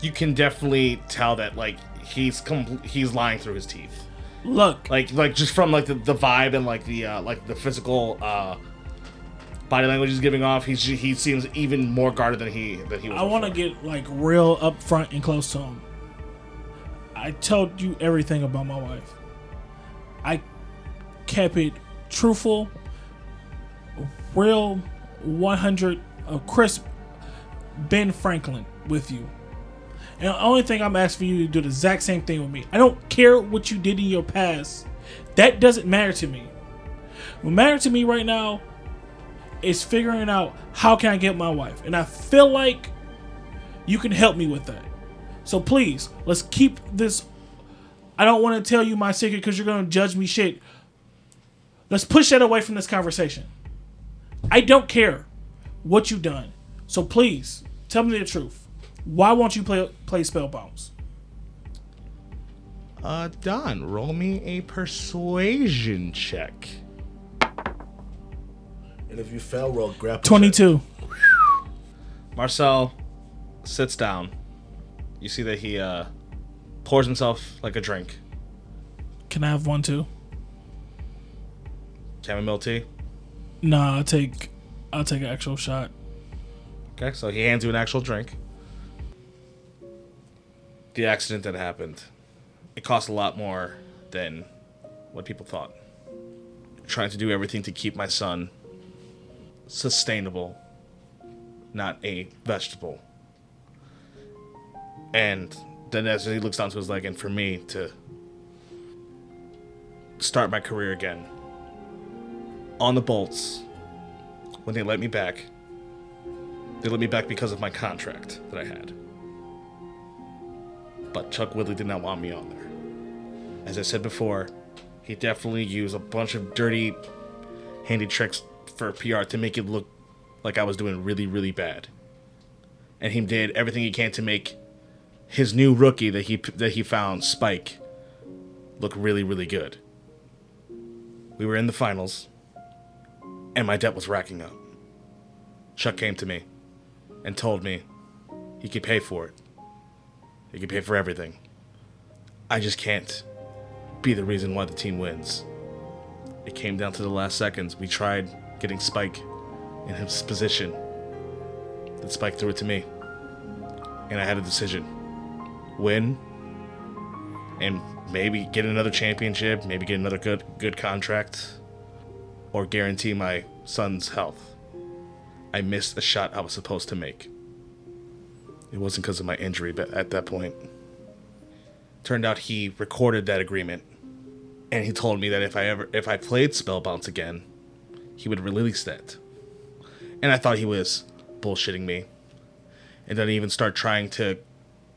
Speaker 2: you can definitely tell that like he's com- he's lying through his teeth
Speaker 6: Look,
Speaker 2: like like just from like the, the vibe and like the uh like the physical uh body language he's giving off he's he seems even more guarded than he than he was
Speaker 6: I want to
Speaker 2: before.
Speaker 6: get like real up front and close to him. I told you everything about my wife. I kept it truthful, real, 100, uh, crisp Ben Franklin with you. And the only thing I'm asking for you to do the exact same thing with me. I don't care what you did in your past. That doesn't matter to me. What matters to me right now is figuring out how can I get my wife. And I feel like you can help me with that. So please, let's keep this. I don't want to tell you my secret because you're going to judge me shit. Let's push that away from this conversation. I don't care what you've done. So please, tell me the truth. Why won't you play play Spellbones?
Speaker 2: Uh, Don, roll me a persuasion check.
Speaker 8: And if you fail, roll grapple. check.
Speaker 6: 22.
Speaker 2: Marcel sits down. You see that he uh, pours himself like a drink.
Speaker 6: Can I have one too?
Speaker 2: Chamomile tea.
Speaker 6: Nah, I'll take I'll take an actual shot.
Speaker 2: Okay, so he hands you an actual drink. The accident that happened, it cost a lot more than what people thought. Trying to do everything to keep my son sustainable, not a vegetable. And then as he looks down to his leg, and for me to start my career again on the bolts when they let me back they let me back because of my contract that I had. But Chuck Woodley did not want me on there. As I said before, he definitely used a bunch of dirty, handy tricks for PR to make it look like I was doing really, really bad. And he did everything he can to make his new rookie that he that he found, Spike, look really, really good. We were in the finals, and my debt was racking up. Chuck came to me and told me he could pay for it. He could pay for everything. I just can't be the reason why the team wins. It came down to the last seconds. We tried getting Spike in his position. Then Spike threw it to me. And I had a decision win and maybe get another championship, maybe get another good good contract, or guarantee my son's health. I missed a shot I was supposed to make. It wasn't because of my injury, but at that point, turned out he recorded that agreement, and he told me that if I ever if I played Spell Bounce again, he would release that. And I thought he was bullshitting me, and didn't even start trying to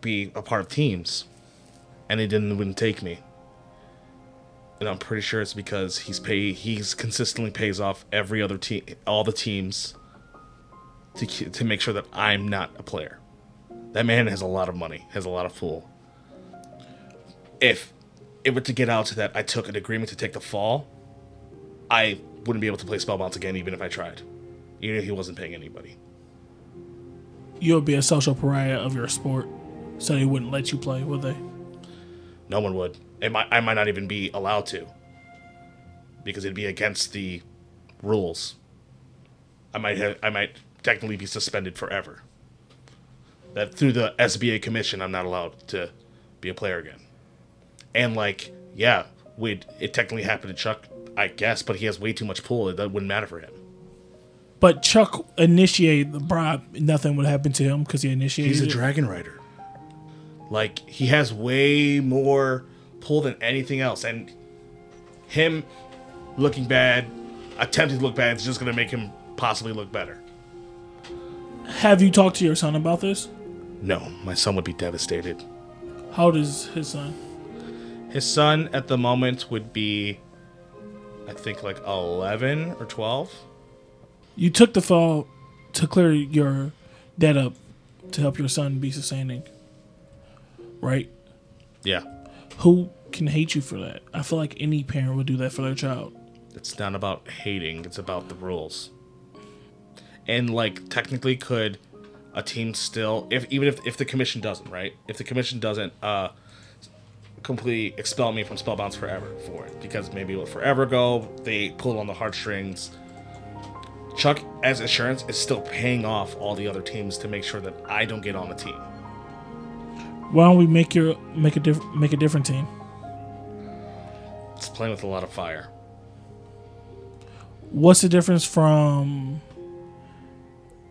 Speaker 2: be a part of teams, and he didn't wouldn't take me. And I'm pretty sure it's because he's pay he's consistently pays off every other team all the teams to ke- to make sure that I'm not a player. That man has a lot of money, has a lot of fool. If it were to get out that I took an agreement to take the fall, I wouldn't be able to play Spellbounce again, even if I tried. Even if he wasn't paying anybody.
Speaker 6: You'll be a social pariah of your sport, so they wouldn't let you play, would they?
Speaker 2: No one would. It might, I might not even be allowed to. Because it'd be against the rules. I might have, I might technically be suspended forever. That through the SBA commission, I'm not allowed to be a player again. And like, yeah, would it technically happen to Chuck? I guess, but he has way too much pull. It that wouldn't matter for him.
Speaker 6: But Chuck initiated the bribe. Nothing would happen to him because he initiated. it.
Speaker 2: dragon rider. Like he has way more pull than anything else, and him looking bad, attempting to look bad, is just gonna make him possibly look better.
Speaker 6: Have you talked to your son about this?
Speaker 2: No, my son would be devastated.
Speaker 6: How old is his son?
Speaker 2: His son at the moment would be, I think, like 11 or 12.
Speaker 6: You took the fall to clear your debt up to help your son be sustaining, right?
Speaker 2: Yeah.
Speaker 6: Who can hate you for that? I feel like any parent would do that for their child.
Speaker 2: It's not about hating, it's about the rules. And like technically could a team still if even if if the commission doesn't, right? If the commission doesn't uh completely expel me from Spellbounds forever for it because maybe it will forever go, they pull on the heartstrings. Chuck as insurance is still paying off all the other teams to make sure that I don't get on the team.
Speaker 6: Why don't we make your make a diff- make a different team?
Speaker 2: It's playing with a lot of fire.
Speaker 6: What's the difference from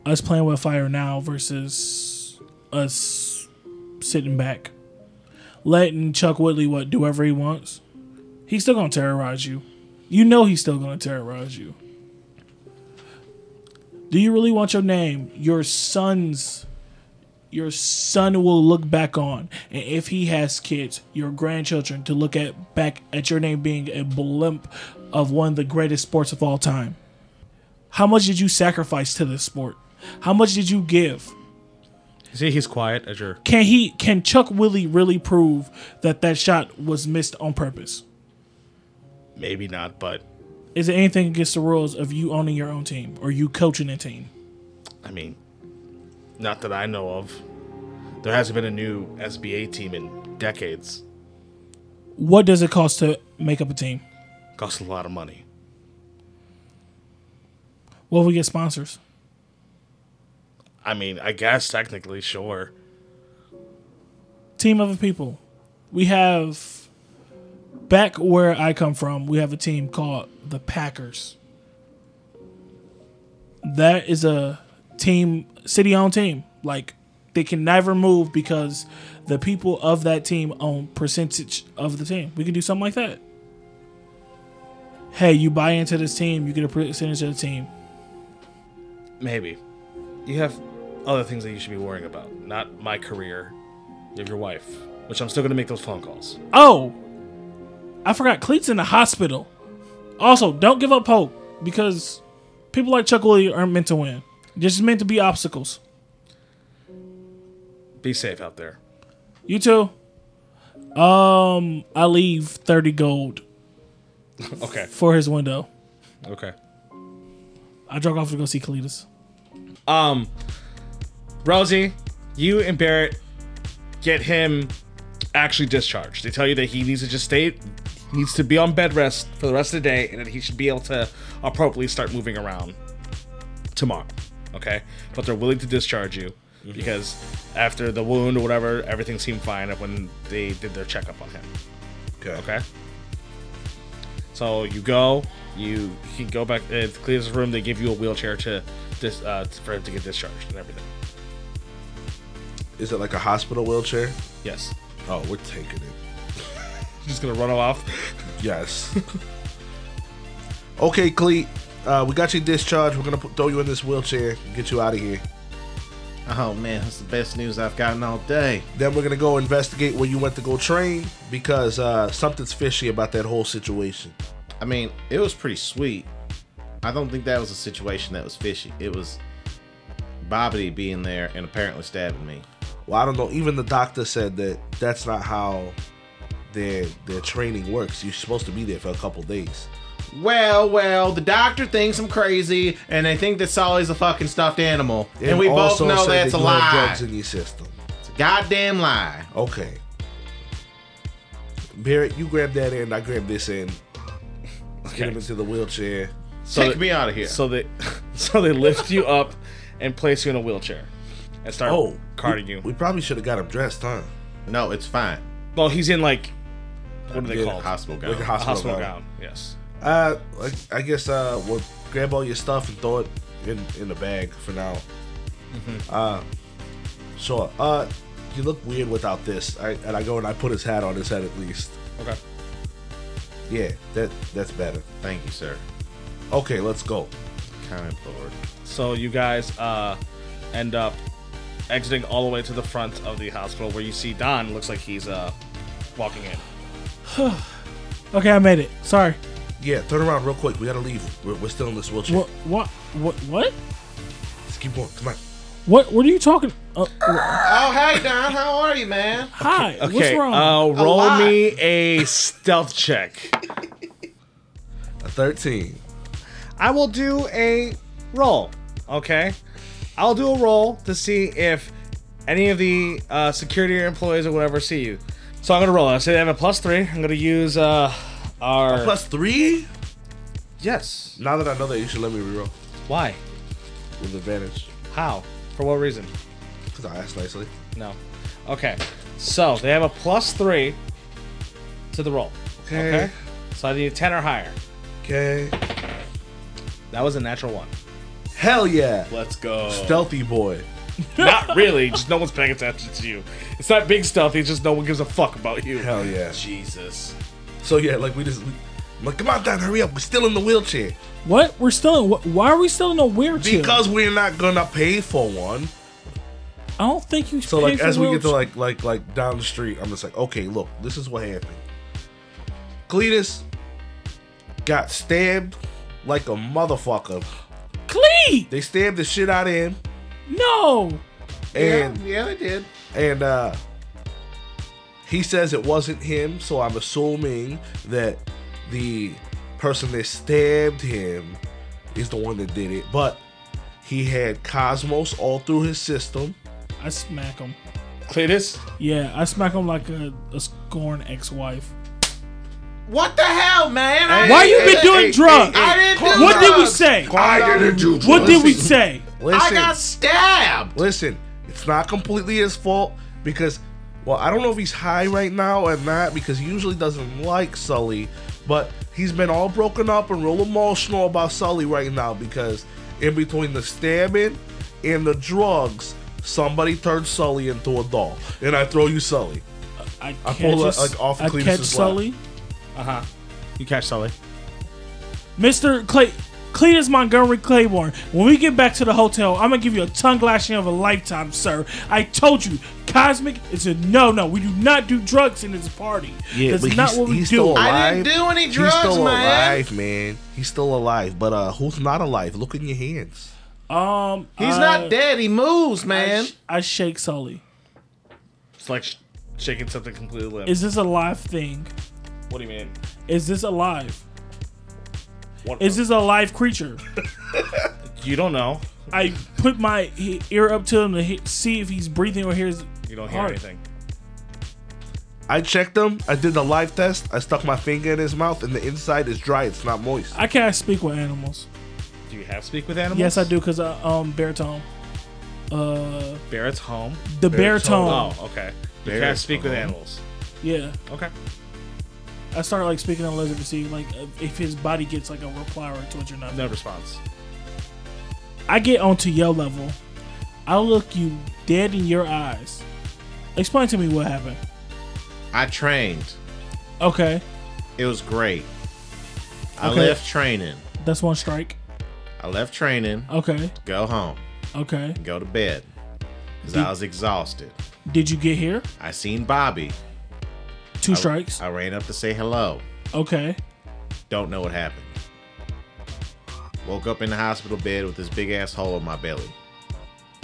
Speaker 6: us playing with fire now versus us sitting back, letting Chuck Woodley what do whatever he wants? He's still gonna terrorize you. You know he's still gonna terrorize you. Do you really want your name, your son's, your son will look back on, and if he has kids, your grandchildren to look at back at your name being a blimp of one of the greatest sports of all time? How much did you sacrifice to this sport? How much did you give?
Speaker 2: See, he's quiet as you're.
Speaker 6: Can he? Can Chuck Willie really prove that that shot was missed on purpose?
Speaker 2: Maybe not, but
Speaker 6: Is it anything against the rules of you owning your own team or you coaching a team?
Speaker 2: I mean, not that I know of. There hasn't been a new SBA team in decades.
Speaker 6: What does it cost to make up a team?
Speaker 2: Costs a lot of money.
Speaker 6: What if we get sponsors?
Speaker 2: I mean, I guess technically, sure.
Speaker 6: Team of the people. We have back where I come from, we have a team called the Packers. That is a team city owned team. Like they can never move because the people of that team own percentage of the team. We can do something like that. Hey, you buy into this team, you get a percentage of the team.
Speaker 2: Maybe. You have other things that you should be worrying about. Not my career. You have your wife, which I'm still going to make those phone calls.
Speaker 6: Oh, I forgot Cleet's in the hospital. Also, don't give up hope because people like Chuck Woolley aren't meant to win. They're just meant to be obstacles.
Speaker 2: Be safe out there.
Speaker 6: You too. Um, I leave thirty gold
Speaker 2: Okay.
Speaker 6: for his window.
Speaker 2: Okay.
Speaker 6: I drove off to go see Cletus.
Speaker 2: Um, Rosie, you and Barrett get him actually discharged. They tell you that he needs to just stay, needs to be on bed rest for the rest of the day, and that he should be able to appropriately start moving around tomorrow. Okay, but they're willing to discharge you because after the wound or whatever, everything seemed fine when they did their checkup on him.
Speaker 5: Okay.
Speaker 2: Okay. So you go, you can go back uh, to Cletus' room. They give you a wheelchair to dis, uh, for him to get discharged and everything.
Speaker 5: Is it like a hospital wheelchair?
Speaker 2: Yes.
Speaker 5: Oh, we're taking it.
Speaker 2: Just gonna run him off.
Speaker 5: Yes. okay, Cleet. Uh, we got you discharged. We're gonna put, throw you in this wheelchair and get you out of here.
Speaker 3: Oh man, that's the best news I've gotten all day.
Speaker 5: Then we're gonna go investigate where you went to go train because uh, something's fishy about that whole situation.
Speaker 3: I mean, it was pretty sweet. I don't think that was a situation that was fishy. It was Bobbity being there and apparently stabbing me.
Speaker 5: Well, I don't know. Even the doctor said that that's not how their their training works. You're supposed to be there for a couple days.
Speaker 3: Well, well, the doctor thinks I'm crazy, and they think that Solly's a fucking stuffed animal, and,
Speaker 5: It
Speaker 3: we both
Speaker 5: also
Speaker 3: know
Speaker 5: said
Speaker 3: that's
Speaker 5: that
Speaker 3: a
Speaker 5: you have
Speaker 3: lie.
Speaker 5: Drugs in your system.
Speaker 3: It's a goddamn lie.
Speaker 5: Okay. Barrett, you grab that end. I grab this end. Get him into the wheelchair.
Speaker 2: So
Speaker 3: Take me out of here.
Speaker 2: So they, so they lift you up and place you in a wheelchair and start
Speaker 5: Oh,
Speaker 2: carting
Speaker 5: we,
Speaker 2: you.
Speaker 5: We probably should have got him dressed, huh?
Speaker 3: no, it's fine.
Speaker 2: well, he's in like what are they
Speaker 5: Yeah,
Speaker 2: called?
Speaker 3: Hospital gown.
Speaker 5: Like a hospital,
Speaker 2: hospital
Speaker 5: gown.
Speaker 2: gown. Yes.
Speaker 5: Uh, like, I guess uh, we'll grab all your stuff and throw it in in the bag for now. Uh, sure. Uh, you look weird without this. I, and I go and I put his hat on his head at least.
Speaker 2: Okay.
Speaker 5: Yeah, that that's better.
Speaker 3: Thank you, sir.
Speaker 5: Okay, let's go.
Speaker 3: Kind lord.
Speaker 2: So you guys uh, end up exiting all the way to the front of the hospital where you see Don. Looks like he's uh, walking in.
Speaker 6: Okay, I made it. Sorry.
Speaker 5: Yeah, turn around real quick. We gotta leave. We're, we're still in this wheelchair.
Speaker 6: What? What? What? What?
Speaker 5: Let's keep going. Come on.
Speaker 6: What? What are you talking? Uh, wh-
Speaker 3: Oh, hey, Don, how are you, man?
Speaker 6: hi. What's
Speaker 2: Okay,
Speaker 6: wrong?
Speaker 5: um,
Speaker 2: Uh, roll
Speaker 3: lot.
Speaker 2: me a stealth check.
Speaker 5: A thirteen.
Speaker 2: I will do a roll. Okay, I'll do a roll to see if any of the uh, security or employees or whatever see you. So I'm gonna roll. I say they have a plus three. I'm gonna use uh, our
Speaker 5: Plus three.
Speaker 2: yes.
Speaker 5: Now that I know that, you should let me reroll
Speaker 2: Why?
Speaker 5: with advantage.
Speaker 2: How? For what reason?
Speaker 5: Cause I asked nicely.
Speaker 2: No. Okay. So they have a plus three to the roll. Okay. So I need a 10 or higher.
Speaker 5: Okay.
Speaker 2: That was a natural one.
Speaker 5: Hell yeah.
Speaker 2: Let's go.
Speaker 5: Stealthy boy.
Speaker 2: not really. Just no one's paying attention to you. It's not big stuff. It's just no one gives a fuck about you.
Speaker 5: Hell yeah.
Speaker 2: Jesus.
Speaker 5: So yeah, like we just, we, I'm like, come on, Don, hurry up. We're still in the wheelchair
Speaker 6: What? We're still in. What, why are we still in a wheelchair?
Speaker 5: because we're not gonna pay for one.
Speaker 6: I don't think you.
Speaker 5: So like, as we get to like, like, like down the street, I'm just like, okay, look, this is what happened. Cletus got stabbed like a motherfucker.
Speaker 6: Clee,
Speaker 5: They stabbed the shit out of him,
Speaker 6: no.
Speaker 5: and
Speaker 4: yeah, I did.
Speaker 5: and uh he says it wasn't him so i'm assuming that the person that stabbed him is the one that did it but he had cosmos all through his system
Speaker 6: I smack him.
Speaker 2: Cletus?
Speaker 6: Yeah, I smack him like a, a scorn ex-wife.
Speaker 4: What the hell, man? I
Speaker 6: Why you
Speaker 4: didn't-
Speaker 6: been doing drugs?
Speaker 4: I didn't do
Speaker 6: what did we
Speaker 4: drugs.
Speaker 6: say?
Speaker 5: i didn't do
Speaker 6: What did we say?
Speaker 5: listen,
Speaker 4: I got stabbed.
Speaker 5: listen it's not completely his fault because well i don't know if he's high right now or not because he usually doesn't like sully but he's been all broken up and real emotional about sully right now because in between the stabbing and the drugs somebody turned sully into a doll and i throw you sully
Speaker 6: I catch,
Speaker 5: pull
Speaker 6: us-
Speaker 5: that, like, off
Speaker 6: I
Speaker 5: Cletus's
Speaker 6: catch
Speaker 5: lap.
Speaker 6: Sully,
Speaker 2: You catch Sully.
Speaker 6: Mister Clay, Cletus Montgomery Claiborne. When we get back to the hotel, I'm gonna give you a tongue lashing of a lifetime, sir. I told you, Cosmic is a no, no. We do not do drugs in this party.
Speaker 5: Yeah,
Speaker 6: That's
Speaker 5: but
Speaker 6: not
Speaker 5: he's-
Speaker 6: what we
Speaker 5: he's
Speaker 6: do.
Speaker 5: still alive.
Speaker 4: I didn't do any drugs,
Speaker 5: he's still
Speaker 4: man.
Speaker 5: alive man he's still alive but uh who's not alive look in your hands
Speaker 6: Um,
Speaker 4: He's
Speaker 6: I-
Speaker 4: not dead. He moves, man.
Speaker 6: I, sh- I shake Sully.
Speaker 2: It's like sh- shaking something completely limp.
Speaker 6: Is this a live thing?
Speaker 2: what do you mean?
Speaker 6: Is this alive?
Speaker 2: What,
Speaker 6: Is this a live creature?
Speaker 2: you don't know.
Speaker 6: I put my he- ear up to him to he- see if he's breathing or hears.
Speaker 2: You don't hear
Speaker 6: heart.
Speaker 2: anything.
Speaker 5: I checked him. I did the live test. I stuck my finger in his mouth, and the inside is dry. It's not moist.
Speaker 6: I can't speak with animals.
Speaker 2: Do you have speak with animals?
Speaker 6: Yes, I do, cause I um baritone. Uh,
Speaker 2: Barrett's home.
Speaker 6: the baritone.
Speaker 2: Oh, okay. You
Speaker 9: Barrett's
Speaker 2: can't speak with
Speaker 9: home.
Speaker 2: animals.
Speaker 6: Yeah,
Speaker 2: Okay.
Speaker 6: I started like speaking in lizard to see like if his body gets like a reply or a twitch or nothing.
Speaker 2: No response.
Speaker 6: I get onto your level. I look you dead in your eyes. Explain to me what happened.
Speaker 4: I trained.
Speaker 6: Okay,
Speaker 4: It was great. I
Speaker 6: Okay.
Speaker 4: left training.
Speaker 6: that's one strike.
Speaker 4: I left training.
Speaker 6: Okay,
Speaker 4: Go home.
Speaker 6: okay.
Speaker 4: Go to bed. Cause I was exhausted.
Speaker 6: Did you get here?
Speaker 4: I seen Bobby.
Speaker 6: Two strikes.
Speaker 4: I ran up to say hello.
Speaker 6: Okay.
Speaker 4: Don't know what happened. Woke up in the hospital bed with this big ass hole in my belly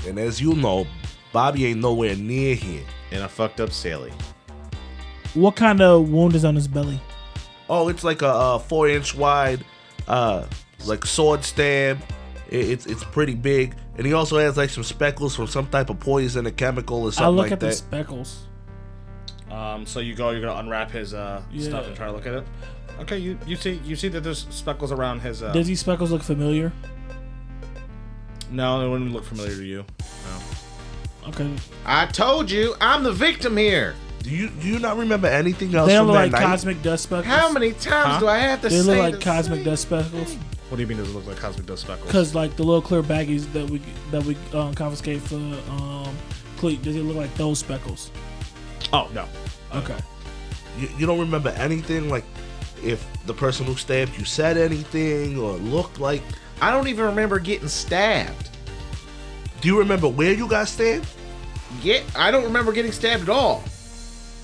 Speaker 5: And as you know, Bobby ain't nowhere near here.
Speaker 4: and a fucked up Sally.
Speaker 6: What kind of wound is on his belly?
Speaker 5: Oh, it's like a, uh four-inch wide, uh, like sword stab. It, it's it's pretty big, and he also has like some speckles from some type of poison or chemical or
Speaker 6: I
Speaker 5: something
Speaker 6: look
Speaker 5: like
Speaker 6: at the
Speaker 5: that.
Speaker 6: speckles.
Speaker 2: Um, so you go. You're gonna unwrap his uh,
Speaker 6: Yeah.
Speaker 2: stuff and try to look at it. Okay. You you see you see that there's speckles around his.
Speaker 5: Oh.
Speaker 2: Uh,
Speaker 6: Does these speckles look familiar?
Speaker 2: no, it wouldn't look familiar to you.
Speaker 6: Okay.
Speaker 4: I told you, I'm the victim here.
Speaker 5: do you do you not remember anything else
Speaker 6: They
Speaker 5: from
Speaker 6: look
Speaker 5: that
Speaker 6: like
Speaker 5: night?
Speaker 6: cosmic dust speckles.
Speaker 4: How many times do I have to
Speaker 6: They
Speaker 4: say
Speaker 6: look like
Speaker 4: the
Speaker 6: cosmic
Speaker 4: same
Speaker 6: dust speckles.
Speaker 2: What do you mean? Does it look like cosmic dust speckles?
Speaker 6: Cause like the little clear baggies that we that we um, confiscate for um, Cleet, does it look like those speckles?
Speaker 2: oh no.
Speaker 6: Okay.
Speaker 5: You, you don't remember anything like if the person who stabbed you said anything or looked like.
Speaker 4: I don't even remember getting stabbed.
Speaker 5: Do you remember where you got stabbed?
Speaker 4: Get I don't remember getting stabbed at all.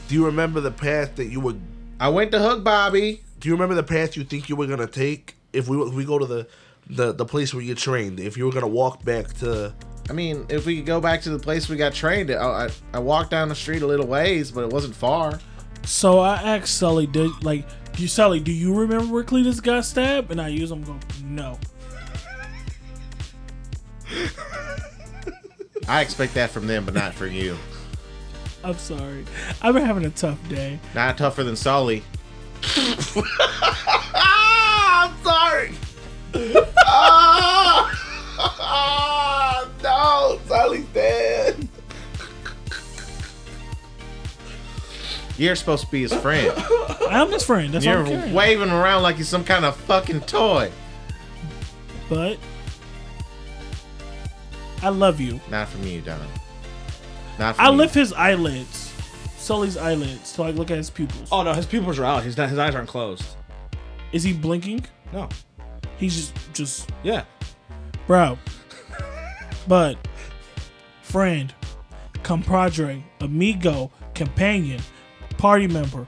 Speaker 5: Do you remember the path that you were?
Speaker 4: I went to hug Bobby.
Speaker 5: Do you remember the path you think you were gonna take if we if we go to the the the place where you trained? If you were gonna walk back to
Speaker 4: I mean, if we could go back to the place we got trained at, I, I, I walked down the street a little ways, but it wasn't far.
Speaker 6: So I asked Sully, did like you Sully, do you remember where Cletus got stabbed? And I use him go, no.
Speaker 4: I expect that from them, but not from you.
Speaker 6: I'm sorry. I've been having a tough day.
Speaker 4: Not tougher than Sully.
Speaker 5: ah, I'm sorry. ah, no, Sally's dead.
Speaker 4: You're supposed to be his friend.
Speaker 6: I'm his friend. That's all
Speaker 4: You're
Speaker 6: I'm caring.
Speaker 4: waving around like he's some kind of fucking toy.
Speaker 6: but I love you.
Speaker 4: Not from you, Don. Not from
Speaker 6: I
Speaker 4: you.
Speaker 6: lift his eyelids, Sully's eyelids, to like look at his pupils.
Speaker 2: Oh no, his pupils are out. He's not. His eyes aren't closed.
Speaker 6: Is he blinking?
Speaker 2: No.
Speaker 6: He's just, just,
Speaker 2: Yeah.
Speaker 6: bro. but friend, compadre, amigo, companion, party member,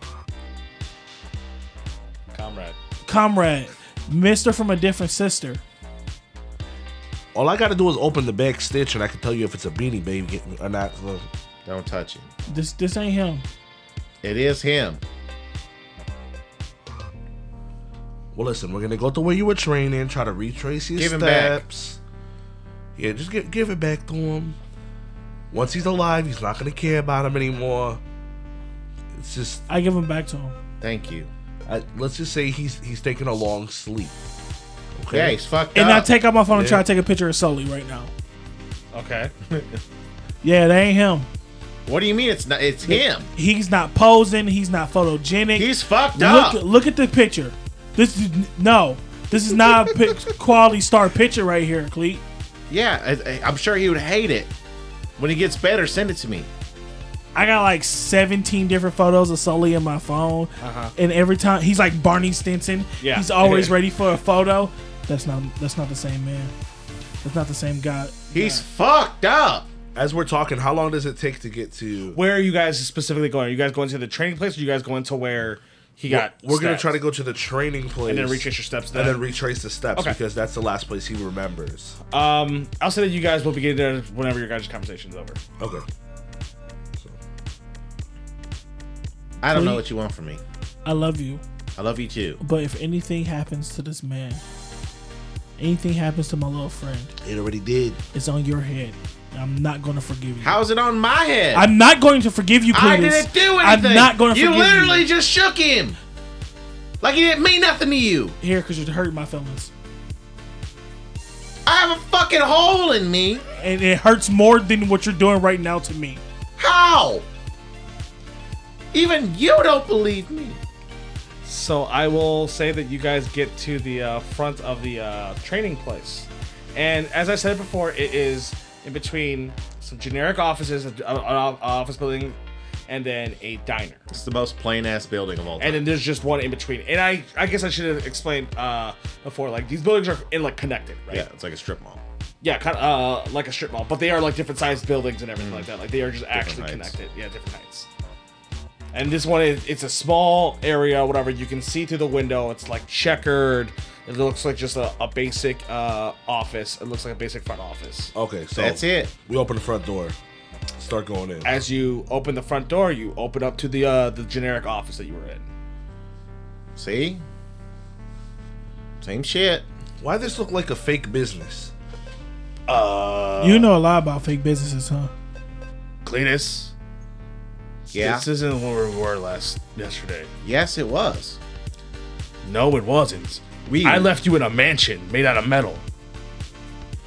Speaker 2: Comrade.
Speaker 6: comrade, Mister from a different sister.
Speaker 5: All I gotta do is open the back stitch, and I can tell you if it's a beanie baby or not. So
Speaker 4: Don't touch it.
Speaker 6: This, this ain't him.
Speaker 4: It is him.
Speaker 5: Well, listen, we're gonna go to where you were training, try to retrace your
Speaker 4: Give him back.
Speaker 5: steps. Yeah, just give, give it back to him. Once he's alive, he's not gonna care about him anymore. It's just,
Speaker 6: I give him back to him.
Speaker 4: Thank you.
Speaker 5: I, let's just say he's he's taking a long sleep. Okay.
Speaker 4: Yeah, he's fucked
Speaker 6: And I
Speaker 4: up.
Speaker 6: take out my phone and
Speaker 5: Yeah.
Speaker 6: try to take a picture of Sully right now.
Speaker 2: Okay.
Speaker 6: Yeah, that ain't him.
Speaker 4: what do you mean it's not? It's him.
Speaker 6: He's not posing. He's not photogenic.
Speaker 4: He's fucked up.
Speaker 6: look, look at the picture. This is no. This is not a pic- quality star picture right here, Cleet.
Speaker 4: yeah, I, I- I'm sure he would hate it. When he gets better, send it to me.
Speaker 6: I got like 17 different photos of Sully in my phone,
Speaker 4: Uh-huh.
Speaker 6: and every time he's like Barney Stinson.
Speaker 2: Yeah.
Speaker 6: He's always ready for a photo. That's not. That's not the same man. That's not the same guy.
Speaker 4: He's fucked up.
Speaker 5: As we're talking, how long does it take to get to?
Speaker 2: Where are you guys specifically going? Are you guys going to the training place? Or are you guys going to where he
Speaker 5: We're-
Speaker 2: got?
Speaker 5: we're gonna
Speaker 2: stabbed?
Speaker 5: try to go to the training place
Speaker 2: and then retrace your steps. Then.
Speaker 5: and then retrace the steps
Speaker 2: Okay.
Speaker 5: because that's the last place he remembers.
Speaker 2: um, I'll say that you guys will be getting there whenever your guys' conversation is over.
Speaker 5: Okay. So,
Speaker 4: I don't know what you want from me.
Speaker 6: I love you,
Speaker 4: I love you too.
Speaker 6: but if anything happens to this man, anything happens to my little friend,
Speaker 5: it already did.
Speaker 6: it's on your head. I'm not gonna forgive you.
Speaker 4: How's it on my head?
Speaker 6: I'm not going to forgive you, Cletus.
Speaker 4: I didn't do anything.
Speaker 6: I'm not going to
Speaker 4: You
Speaker 6: forgive
Speaker 4: literally
Speaker 6: you.
Speaker 4: just shook him. Like he didn't mean nothing to you.
Speaker 6: Here, because you're hurting my feelings.
Speaker 4: I have a fucking hole in me.
Speaker 6: And it hurts more than what you're doing right now to me.
Speaker 4: How? Even you don't believe me.
Speaker 2: So I will say that you guys get to the uh, front of the uh, training place, and as I said before, it is in between some generic offices, an office building, and then a diner.
Speaker 4: It's the most plain ass building of all
Speaker 2: and then there's just one in between. And I, I guess I should have explained uh, before, like these buildings are in like connected, right?
Speaker 4: it's like a strip mall.
Speaker 2: yeah, kind of uh, like a strip mall, but they are like different sized buildings and everything like that. Like they are just actually
Speaker 4: heights.
Speaker 2: connected. Yeah, different heights. And this one is it's a small area, whatever you can see through the window. It's like checkered. It looks like just a, a basic uh, office. It looks like a basic front office.
Speaker 5: Okay, so
Speaker 4: That's it.
Speaker 5: We open the front door, start going in.
Speaker 2: As you open the front door, you open up to the uh, the generic office that you were in.
Speaker 4: See? Same shit.
Speaker 5: Why this look like a fake business?
Speaker 6: you know a lot about fake businesses, huh?
Speaker 2: Cletus,
Speaker 4: Yeah.
Speaker 2: this isn't where we were last yesterday.
Speaker 4: yes, it was.
Speaker 2: No, it wasn't.
Speaker 4: We
Speaker 2: I left you in a mansion made out of metal.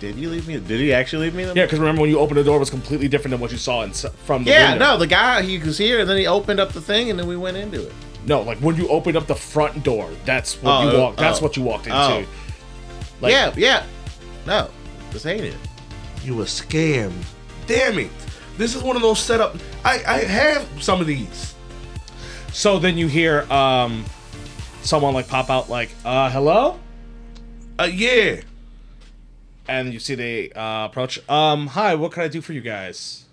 Speaker 4: Did you leave me? Did he actually leave me? The-
Speaker 2: Yeah, because remember when you opened the door, it was completely different than what you saw in, from the
Speaker 4: Yeah,
Speaker 2: window.
Speaker 4: no, the guy he was here, and then he opened up the thing, and then we went into it.
Speaker 2: no, like when you opened up the front door, that's what
Speaker 4: Oh,
Speaker 2: you walked. That's
Speaker 4: oh,
Speaker 2: what you walked into.
Speaker 4: oh.
Speaker 2: Like,
Speaker 4: yeah, yeah. No, this ain't it.
Speaker 5: You were scammed. Damn it! This is one of those setup. I I have some of these.
Speaker 2: So then you hear um, someone like pop out like, uh, "Hello,"
Speaker 5: Uh, yeah.
Speaker 2: and you see they uh, approach. Um, hi, what can I do for you guys?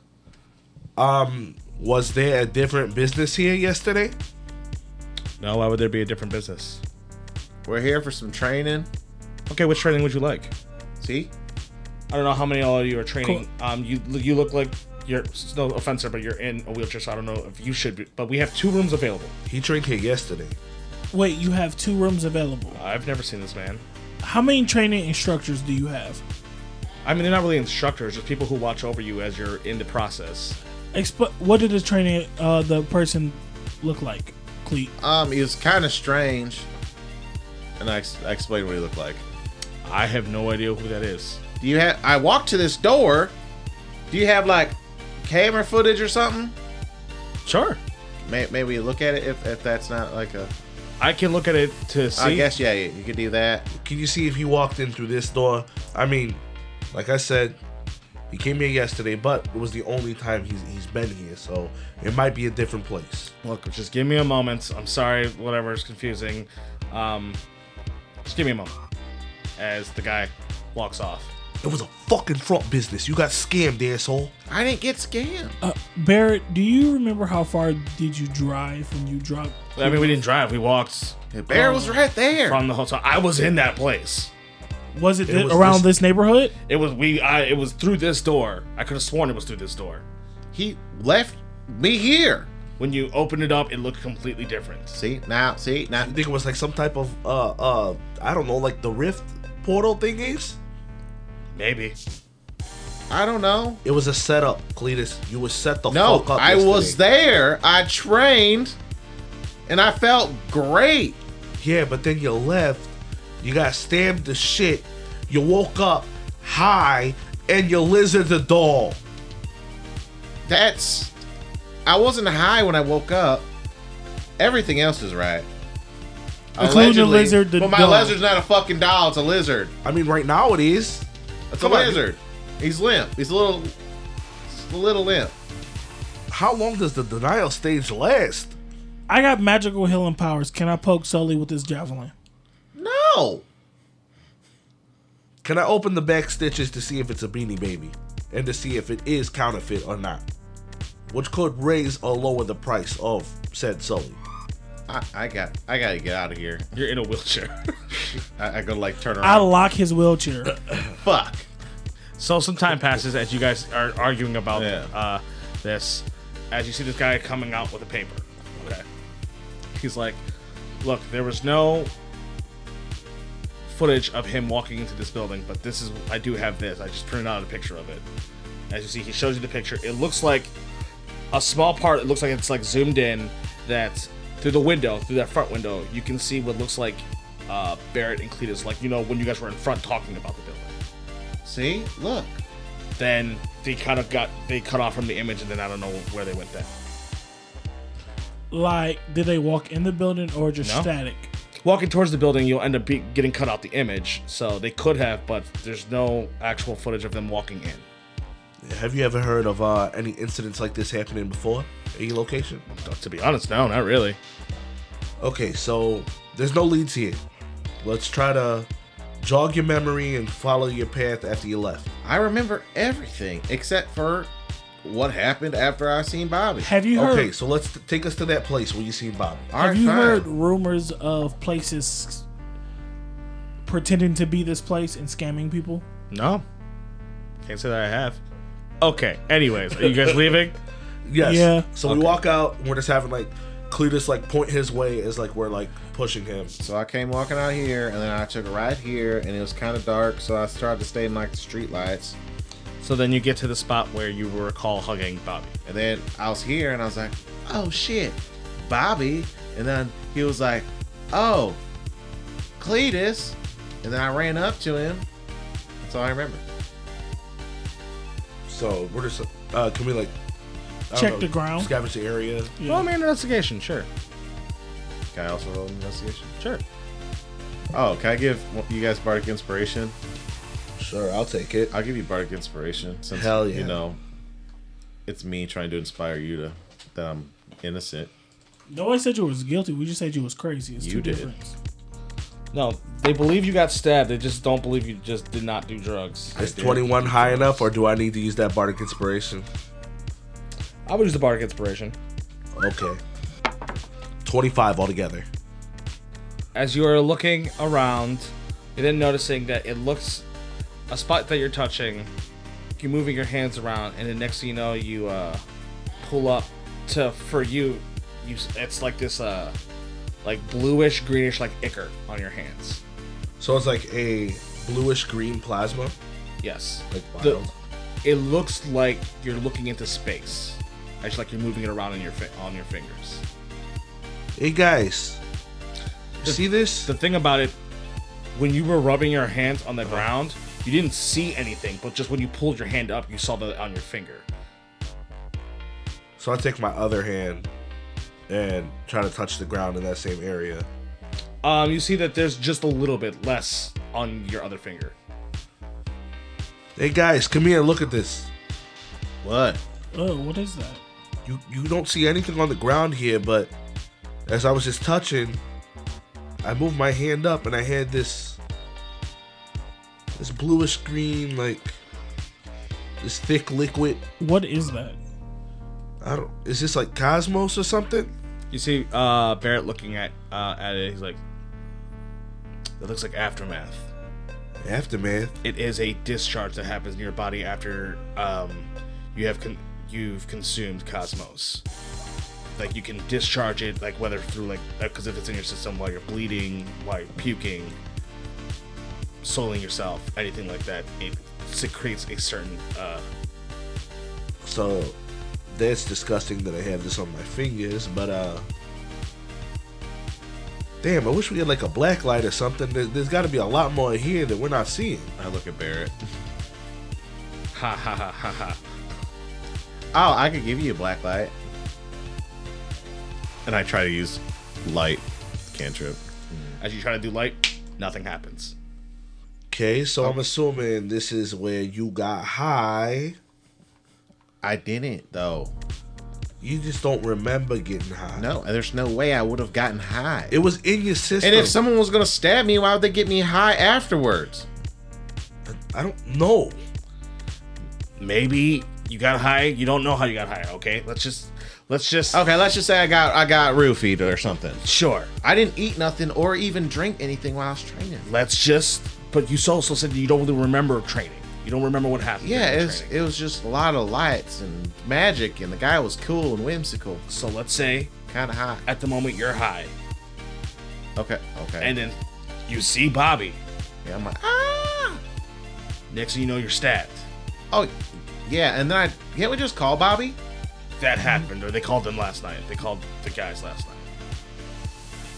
Speaker 5: Um, was there a different business here yesterday?
Speaker 2: No, why would there be a different business?
Speaker 4: We're here for some training.
Speaker 2: Okay, which training would you like?
Speaker 4: See?
Speaker 2: I don't know how many all of you are training. Um, you you look like you're it's no offense, sir, but you're in a wheelchair, so I don't know if you should be. But we have two rooms available.
Speaker 5: He drank here yesterday.
Speaker 6: Wait, you have two rooms available.
Speaker 2: I've never seen this man.
Speaker 6: How many training instructors do you have?
Speaker 2: I mean, they're not really instructors; just people who watch over you as you're in the process.
Speaker 6: Expl- what did the training, uh, the person look like, Cleet?
Speaker 4: Um, he was kind of strange. And I, ex- I explained what he looked like.
Speaker 2: I have no idea who that is.
Speaker 4: Do you have? I walked to this door. Do you have like camera footage or something?
Speaker 2: Sure.
Speaker 4: May, may we look at it if, if that's not like a.
Speaker 2: I can look at it to see.
Speaker 4: I guess yeah, you, you could do that.
Speaker 5: Can you see if he walked in through this door? I mean, like I said, he came here yesterday, but it was the only time he's he's been here, so it might be a different place.
Speaker 2: Look, just give me a moment. I'm sorry, whatever is confusing. Um, just give me a moment. As the guy walks off.
Speaker 5: It was a fucking front business. You got scammed, asshole.
Speaker 4: I didn't get scammed.
Speaker 6: Oh. Barrett, do you remember how far did you drive when you dropped?
Speaker 2: I mean, we didn't drive. We walked
Speaker 4: The bear
Speaker 6: Oh.
Speaker 4: was right there.
Speaker 2: from the hotel. I was in that place.
Speaker 6: Was it,
Speaker 5: was
Speaker 6: around
Speaker 5: this-
Speaker 6: this neighborhood?
Speaker 2: It was we. I. It was through this door. I could have sworn it was through this door.
Speaker 4: He left me here.
Speaker 2: When you opened it up, it looked completely different.
Speaker 4: See now, see now.
Speaker 5: I think it was like some type of uh uh I don't know, like the rift portal thingies.
Speaker 2: Maybe.
Speaker 4: I don't know.
Speaker 5: It was a setup, Cletus. You were set the
Speaker 4: No,
Speaker 5: fuck up.
Speaker 4: I
Speaker 5: yesterday.
Speaker 4: was there. I trained, and I felt great.
Speaker 5: Yeah, but then you left. You got stabbed to shit. You woke up high, and you lizard the doll.
Speaker 4: That's. I wasn't high when I woke up. Everything else is right.
Speaker 6: Including the
Speaker 4: Allegedly.
Speaker 6: lizard, the
Speaker 4: but my
Speaker 6: dog.
Speaker 4: lizard's not a fucking doll. It's a lizard.
Speaker 5: I mean, right now it is.
Speaker 4: It's
Speaker 5: Come
Speaker 4: a
Speaker 5: on.
Speaker 4: lizard. He's limp. He's a little. He's a little limp.
Speaker 5: How long does the denial stage last?
Speaker 6: I got magical healing powers. Can I poke Sully with this javelin?
Speaker 4: No.
Speaker 5: Can I open the back stitches to see if it's a beanie baby and to see if it is counterfeit or not? Which could raise or lower the price of said Sully.
Speaker 4: I, I got. I gotta get out of here.
Speaker 2: You're in a wheelchair.
Speaker 4: I, I gotta like turn
Speaker 6: I
Speaker 4: around.
Speaker 6: lock his wheelchair.
Speaker 4: Fuck.
Speaker 2: So some time passes as you guys are arguing about
Speaker 4: Yeah.
Speaker 2: uh, this, as you see this guy coming out with a paper. Okay. He's like, "Look, there was no footage of him walking into this building, but this is I do have this. I just printed out a picture of it. As you see, he shows you the picture. It looks like a small part. It looks like it's like zoomed in. That through the window, through that front window, you can see what looks like uh, Barrett and Cletus, like you know when you guys were in front talking about the building."
Speaker 4: See, look.
Speaker 2: then they kind of got they cut off from the image and then i don't know where they went then
Speaker 6: like, did they walk in the building or just
Speaker 2: No.
Speaker 6: static?
Speaker 2: walking towards the building you'll end up be- getting cut out the image so they could have but there's no actual footage of them walking in
Speaker 5: Have you ever heard of uh, any incidents like this happening before? Any location?
Speaker 2: to be honest no not really
Speaker 5: Okay, so there's no leads here. Let's try to jog your memory and follow your path after you left.
Speaker 4: I remember everything except for what happened after I seen Bobby.
Speaker 6: Have you heard?
Speaker 5: Okay, so let's t- take us to that place where you see Bobby.
Speaker 4: All
Speaker 6: have
Speaker 4: right,
Speaker 6: you
Speaker 4: fine.
Speaker 6: heard rumors of places pretending to be this place and scamming people?
Speaker 2: no can't say that i have okay anyways are you guys leaving
Speaker 5: Yes.
Speaker 6: Yeah.
Speaker 5: So we walk out. We're just having like Cletus like point his way as like we're like pushing him.
Speaker 4: So I came walking out here, and then I took a right here, and it was kind of dark, so I tried to stay in like the street lights.
Speaker 2: so then you get to the spot where you recall hugging bobby
Speaker 4: And then I was here, and I was like, "Oh shit, Bobby!" And then he was like, "Oh, Cletus!" And then I ran up to him. That's all I remember.
Speaker 5: So we're just uh, can we like I don't
Speaker 6: Check the ground.
Speaker 5: scavenge the area.
Speaker 6: Yeah.
Speaker 2: roll me an investigation sure
Speaker 4: Can I also roll an investigation?
Speaker 2: sure
Speaker 4: Oh, can I give you guys bardic inspiration?
Speaker 5: Sure, I'll take it.
Speaker 4: I'll give you bardic inspiration since
Speaker 5: Hell yeah.
Speaker 4: you know it's me trying to inspire you to that I'm innocent.
Speaker 6: No one said you was guilty. We just said you was crazy. It's
Speaker 4: You
Speaker 6: two
Speaker 4: did.
Speaker 6: different.
Speaker 2: no they believe you got stabbed they just don't believe you just did not do drugs
Speaker 5: Is 21 high enough, or do I need to use that bardic inspiration?
Speaker 2: i would use the bardic inspiration
Speaker 5: Okay. 25 altogether.
Speaker 2: as you are looking around and then noticing that it looks a spot that you're touching you're moving your hands around and then next thing you know you uh, pull up to for you you s- it's like this uh like bluish greenish like ichor on your hands
Speaker 5: So it's like a bluish green plasma.
Speaker 2: yes
Speaker 5: Like
Speaker 2: The-
Speaker 5: wild.
Speaker 2: it looks like you're looking into space it's like you're moving it around on your fi- on your fingers
Speaker 5: hey guys,
Speaker 2: The-
Speaker 5: see this?
Speaker 2: the thing about it when you were rubbing your hands on the ground you didn't see anything but just when you pulled your hand up you saw that on your finger
Speaker 5: so I take my other hand and try to touch the ground in that same area.
Speaker 2: Um, you see that there's just a little bit less on your other finger.
Speaker 5: Hey guys, come here and look at this.
Speaker 4: What?
Speaker 6: Oh, what is that?
Speaker 5: You you don't see anything on the ground here, but as I was just touching, I moved my hand up and I had this this bluish green like this thick liquid.
Speaker 6: What is that?
Speaker 5: I don't is this like cosmos or something?
Speaker 2: You see uh, Barrett looking at uh, at it. He's like, "It looks like aftermath.
Speaker 5: Aftermath.
Speaker 2: It is a discharge that happens in your body after um, you have con- you've consumed cosmos. Like you can discharge it, like whether through like because if it's in your system while you're bleeding, while you're puking, soiling yourself, anything like that, it secretes a certain uh,
Speaker 5: So that's disgusting that I have this on my fingers, but uh Damn, I wish we had like a black light or something. There, there's got to be a lot more here that we're not seeing.
Speaker 4: I look at Barrett.
Speaker 2: ha ha ha ha ha,
Speaker 4: Oh, I could give you a black light. And I try to use light cantrip.
Speaker 2: As you try to do light, nothing happens.
Speaker 5: Okay, so I'm assuming this is where you got high.
Speaker 4: I didn't though.
Speaker 5: You just don't remember getting high.
Speaker 4: No, there's no way I would have gotten high.
Speaker 5: It was in your system.
Speaker 4: and if someone was gonna stab me, why would they get me high afterwards?
Speaker 5: I don't know.
Speaker 2: Maybe you got high. You don't know how you got high. Okay, let's just let's just
Speaker 4: Okay, let's just say I got I got roofied or something.
Speaker 2: sure.
Speaker 4: I didn't eat nothing or even drink anything while I was training.
Speaker 2: Let's just. But you also said you don't really remember training. You don't remember what happened.
Speaker 4: Yeah,
Speaker 2: during
Speaker 4: it was,
Speaker 2: training.
Speaker 4: it was just a lot of lights and magic, and the guy was cool and whimsical,
Speaker 2: so let's say
Speaker 4: kind of high.
Speaker 2: at the moment you're high,
Speaker 4: Okay, okay.
Speaker 2: and then you see Bobby.
Speaker 4: yeah, I'm like, ah,
Speaker 2: Next thing you know, you're stabbed.
Speaker 4: oh, yeah. And then I can't we just call Bobby?
Speaker 2: That happened, or they called them last night. They called the guys last night.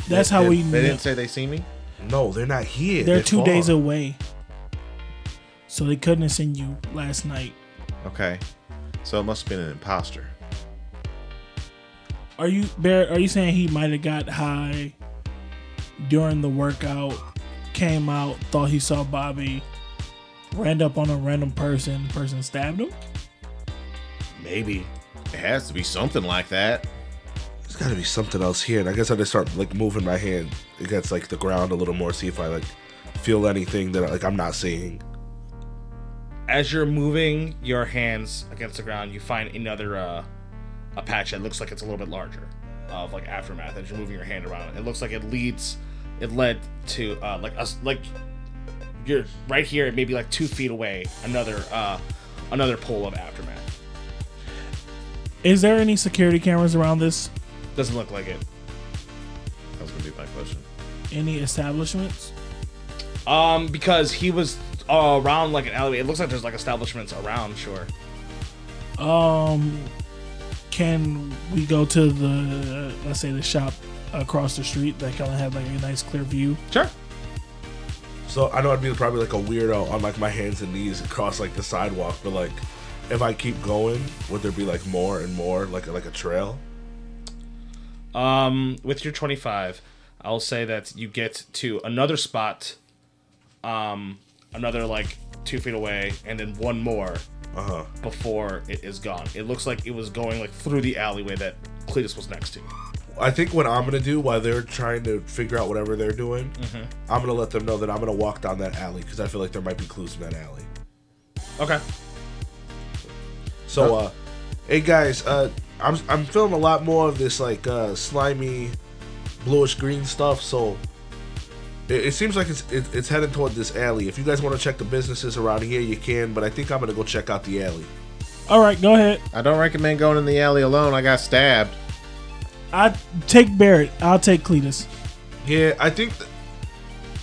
Speaker 6: That's how
Speaker 4: They-
Speaker 6: we
Speaker 4: They
Speaker 6: know.
Speaker 4: didn't say they see me.
Speaker 5: No, they're not here.
Speaker 6: They're two
Speaker 5: far.
Speaker 6: days away. So they couldn't have seen you last night.
Speaker 4: Okay, so it must have been an imposter.
Speaker 6: Are you Barrett? Are you saying he might have got high during the workout, came out, thought he saw Bobby, ran up on a random person, the person stabbed him?
Speaker 2: Maybe.
Speaker 4: It has to be something like that.
Speaker 5: There's got to be something else here. And I guess I just start like moving my hand against like the ground a little more, see if I like feel anything that like I'm not seeing.
Speaker 2: As you're moving your hands against the ground, you find another uh, a patch that looks like it's a little bit larger of like aftermath. As you're moving your hand around, it looks like it leads. It led to uh, like us like you're right here, maybe like two feet away. Another uh, another pole of aftermath.
Speaker 6: Is there any security cameras around this?
Speaker 2: Doesn't look like it.
Speaker 4: That was gonna be my question.
Speaker 6: Any establishments?
Speaker 2: Um, because he was uh, around like an alleyway. It looks like there's like establishments around. Sure.
Speaker 6: Um, can we go to the let's say the shop across the street that kind of had like a nice clear view?
Speaker 2: Sure.
Speaker 5: So I know I'd be probably like a weirdo on like my hands and knees across like the sidewalk, but like if I keep going, would there be like more and more like like a trail?
Speaker 2: Um, with your 25, I'll say that you get to another spot, um, another like two feet away, and then one more
Speaker 5: Uh huh.
Speaker 2: before it is gone. It looks like it was going like through the alleyway that Cletus was next to.
Speaker 5: I think what I'm gonna do while they're trying to figure out whatever they're doing, I'm gonna let them know that I'm gonna walk down that alley because I feel like there might be clues in that alley.
Speaker 2: Okay.
Speaker 5: So, uh, hey guys, uh, I'm I'm feeling a lot more of this like uh, slimy, bluish green stuff. So, it, it seems like it's it, it's heading toward this alley. If you guys want to check the businesses around here, you can. But I think I'm gonna go check out the alley.
Speaker 6: All right, go ahead.
Speaker 4: I don't recommend going in the alley alone. I got stabbed.
Speaker 6: I take Barrett. I'll take Cletus.
Speaker 5: Yeah, I think th-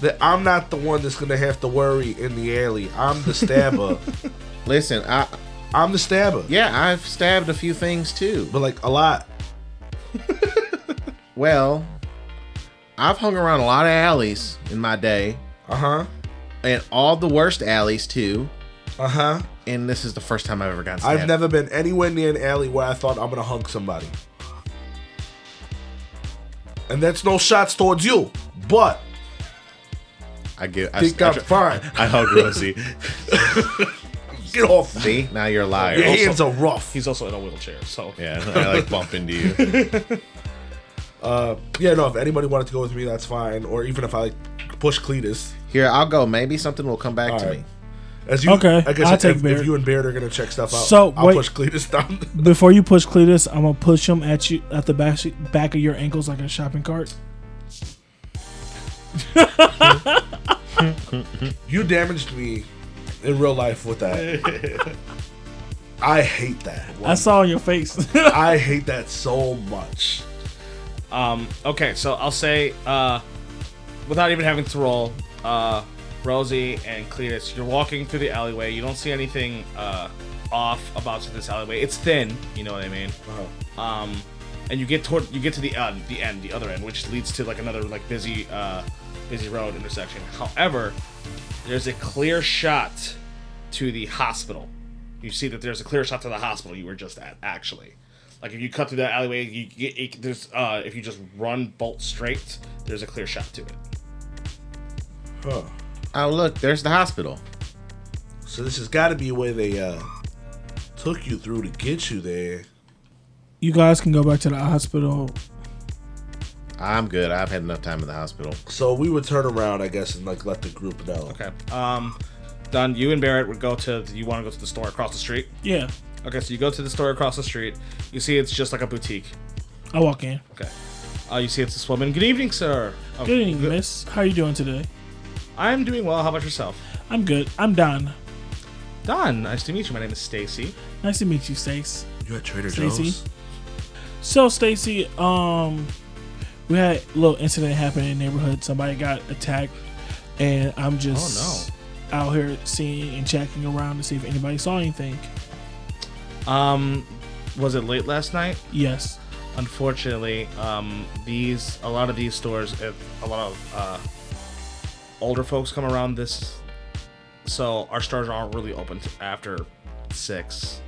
Speaker 5: that I'm not the one that's gonna have to worry in the alley. I'm the stabber.
Speaker 4: Listen, I
Speaker 5: I'm the stabber.
Speaker 4: yeah, I've stabbed a few things too.
Speaker 5: But like a lot.
Speaker 4: Well, I've hung around a lot of alleys in my day,
Speaker 5: Uh huh.
Speaker 4: and all the worst alleys too.
Speaker 5: Uh
Speaker 6: Uh-huh.
Speaker 5: huh.
Speaker 4: And this is the first time I've ever gotten stabbed.
Speaker 5: I've never been anywhere near an alley where I thought I'm gonna hug somebody. and that's no shots towards you. But
Speaker 4: I give. I,
Speaker 5: think
Speaker 4: I,
Speaker 5: I'm fine.
Speaker 4: I hug Rosie.
Speaker 5: Get off.
Speaker 4: See, now you're a liar.
Speaker 5: Your hands are rough.
Speaker 2: He's also in a wheelchair, so
Speaker 4: yeah, I like bump into you.
Speaker 5: Yeah, no. If anybody wanted to go with me, that's fine. Or even if I like, push Cletus.
Speaker 4: Here, I'll go. Maybe something will come back to
Speaker 5: Alright.
Speaker 4: me.
Speaker 5: As you,
Speaker 6: Okay,
Speaker 5: I guess
Speaker 6: I'll
Speaker 5: if,
Speaker 6: take
Speaker 5: if
Speaker 6: Baird.
Speaker 5: you and Baird are gonna check stuff out,
Speaker 6: So,
Speaker 5: I'll
Speaker 6: wait.
Speaker 5: push Cletus down.
Speaker 6: Before you push Cletus, I'm gonna push him at you at the back back of your ankles like a shopping cart.
Speaker 5: you damaged me in real life with that. I hate that.
Speaker 6: I saw on your face.
Speaker 5: I hate that so much.
Speaker 2: Um, okay, so I'll say, uh, without even having to roll, uh, Rosie and Cletus, you're walking through the alleyway. You don't see anything uh, off about this alleyway. It's thin, you know what I mean. Um, and you get toward you get to the end, the end, the other end, which leads to like another like busy, uh, busy road intersection. However, there's a clear shot to the hospital. You see that there's a clear shot to the hospital you were just at, actually. Like if you cut through that alleyway, you get it, there's uh if you just run bolt straight, there's a clear shot to it.
Speaker 4: Oh, look, there's the hospital.
Speaker 5: So this has got to be where they uh, took you through to get you there.
Speaker 6: you guys can go back to the hospital.
Speaker 4: I'm good. I've had enough time in the hospital.
Speaker 5: So we would turn around, I guess, and like let the group know.
Speaker 2: Okay. Um, Don, you and Barrett would go to you want to go to the store across the street.
Speaker 6: Yeah,
Speaker 2: Okay, so you go to the store across the street. You see it's just like a boutique.
Speaker 6: I walk in.
Speaker 2: Okay. Uh, you see it's this woman. Good evening, sir. Oh,
Speaker 6: Good evening, Miss. How you doing today?
Speaker 2: I'm doing well. How about yourself?
Speaker 6: I'm good. I'm Don.
Speaker 2: Don, nice to meet you. My name is Stacy.
Speaker 6: Nice to meet you, Stace.
Speaker 5: You at Trader
Speaker 6: Stacy?
Speaker 5: Joe's?
Speaker 6: So, Stacy, um, we had a little incident happen in the neighborhood. Somebody got attacked, and
Speaker 2: Oh,
Speaker 6: I'm just out here seeing and checking around to see if anybody saw anything.
Speaker 2: Um, was it late last night?
Speaker 6: Yes.
Speaker 2: unfortunately, um, these a lot of these stores, if a lot of uh, older folks come around this, so our stores aren't really open t after six.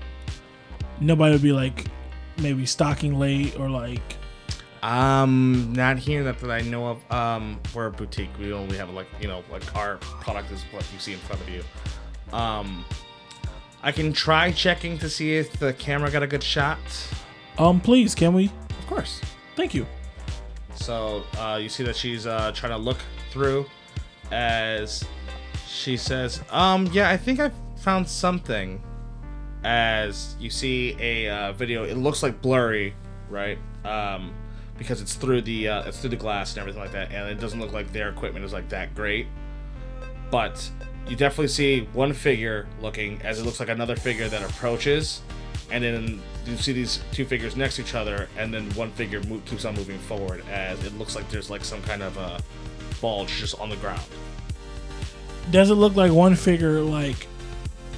Speaker 6: Nobody would be like maybe stocking late or like
Speaker 2: Um, not here that, that I know of. Um, we're a boutique. We only have like you know like our product is what you see in front of you. Um, I can try checking to see if the camera got a good shot.
Speaker 6: um please can we?
Speaker 2: Of course.
Speaker 6: Thank you.
Speaker 2: So uh, you see that she's uh, trying to look through as she says, um, yeah, I think I found something. As you see a uh, video, it looks like blurry, right? Um, because it's through the uh, it's through the glass and everything like that, and it doesn't look like their equipment is like that great. But you definitely see one figure looking as it looks like another figure that approaches, and then you see these two figures next to each other, and then one figure mo- keeps on moving forward as it looks like there's like some kind of a bulge just on the ground.
Speaker 6: Does it look like one figure like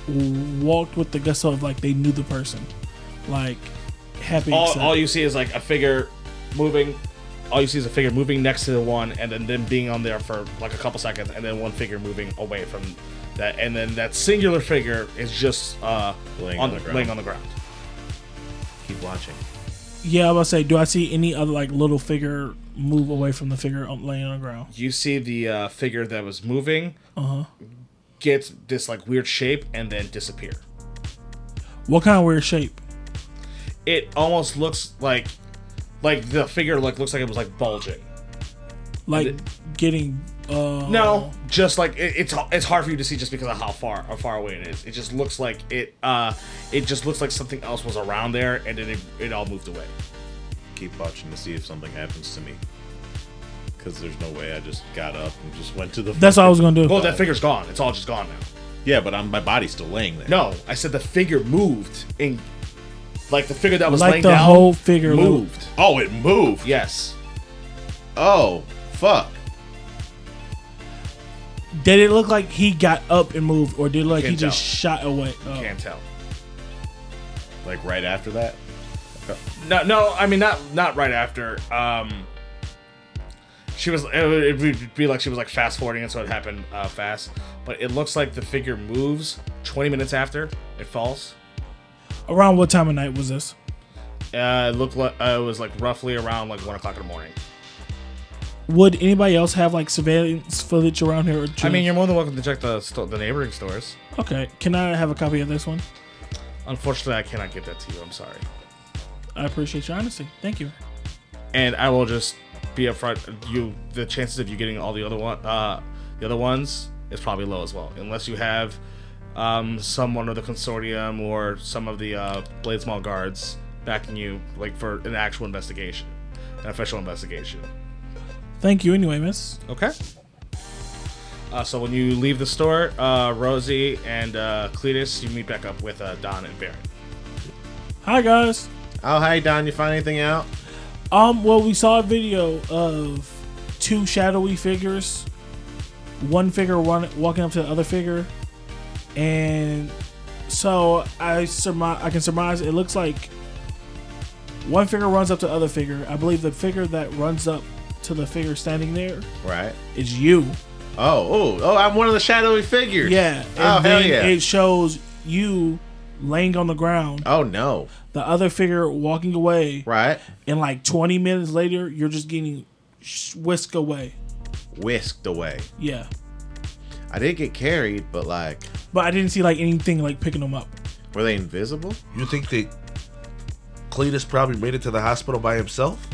Speaker 6: w- walked with the gusto of like they knew the person, like happy?
Speaker 2: all,
Speaker 6: excited?
Speaker 2: all you see is like a figure moving. All you see is a figure moving next to the one, and then them being on there for like a couple seconds, and then one figure moving away from that, and then that singular figure is just uh,
Speaker 4: Laying
Speaker 2: on,
Speaker 4: on the ground.
Speaker 2: laying on the ground.
Speaker 4: Keep watching.
Speaker 6: Yeah, I was about to say, do I see any other like little figure move away from the figure um, laying on the ground?
Speaker 2: You see the uh, figure that was moving
Speaker 6: Uh huh.
Speaker 2: get this like weird shape and then disappear.
Speaker 6: What kind of weird shape?
Speaker 2: It almost looks like like the figure like looks like it was like bulging.
Speaker 6: Like
Speaker 2: Th-
Speaker 6: getting uh
Speaker 2: No, just like it, it's it's hard for you to see just because of how far how far away it is. It just looks like it uh it just looks like something else was around there and then it, it all moved away.
Speaker 4: Keep watching to see if something happens to me. Because there's no way I just got up and just went to the.
Speaker 6: That's what I was gonna do.
Speaker 2: Well, that figure's gone. It's all just gone now.
Speaker 4: Yeah, but I'm, my body's still laying there.
Speaker 2: No, I said the figure moved and like the figure that was
Speaker 6: Like
Speaker 2: laying
Speaker 6: the
Speaker 2: down
Speaker 6: whole figure
Speaker 2: moved.
Speaker 4: Oh, it moved.
Speaker 2: Yes.
Speaker 4: Oh, fuck.
Speaker 6: Did it look like he got up and moved, or did it look like he
Speaker 2: Can't
Speaker 6: just shot away? Oh.
Speaker 2: Can't tell.
Speaker 4: Like right after that.
Speaker 2: No, no. I mean, not not right after. Um, she was. It would, it would be like she was like fast forwarding it, so it happened uh, fast. But it looks like the figure moves 20 minutes after it falls.
Speaker 6: Around what time of night was this?
Speaker 2: Uh, it looked like uh, it was like roughly around like one o'clock in the morning.
Speaker 6: Would anybody else have like surveillance footage around here? Or
Speaker 2: I mean, you're more than welcome to check the sto- the neighboring stores.
Speaker 6: okay. Can I have a copy of this one?
Speaker 2: Unfortunately, I cannot get that to you. I'm sorry.
Speaker 6: I appreciate your honesty. Thank you.
Speaker 2: and I will just be upfront. You, the chances of you getting all the other one, uh, the other ones is probably low as well, unless you have um, someone of the consortium or some of the uh, Blade Small guards backing you, like for an actual investigation, an official investigation.
Speaker 6: Thank you anyway, miss.
Speaker 2: Okay. Uh, so when you leave the store, uh, Rosie and uh, Cletus, you meet back up with uh, Don and Baron.
Speaker 6: Hi guys.
Speaker 4: Oh, hey, Don, you find anything out?
Speaker 6: Um, well, we saw a video of two shadowy figures, one figure run, walking up to the other figure, and so I surmise I can surmise it looks like one figure runs up to the other figure. I believe the figure that runs up to the figure standing there
Speaker 4: Right.
Speaker 6: is you.
Speaker 4: Oh, oh, oh, I'm one of the shadowy figures.
Speaker 6: Yeah. And
Speaker 4: Oh, hell
Speaker 6: then
Speaker 4: yeah.
Speaker 6: it shows you laying on the ground,
Speaker 4: Oh, no.
Speaker 6: the other figure walking away,
Speaker 4: Right.
Speaker 6: and like 20 minutes later, you're just getting sh- whisked away.
Speaker 4: Whisked away.
Speaker 6: Yeah.
Speaker 4: I did get carried, but like,
Speaker 6: But I didn't see like anything like picking them up.
Speaker 4: were they invisible?
Speaker 5: You think that Cletus probably made it to the hospital by himself?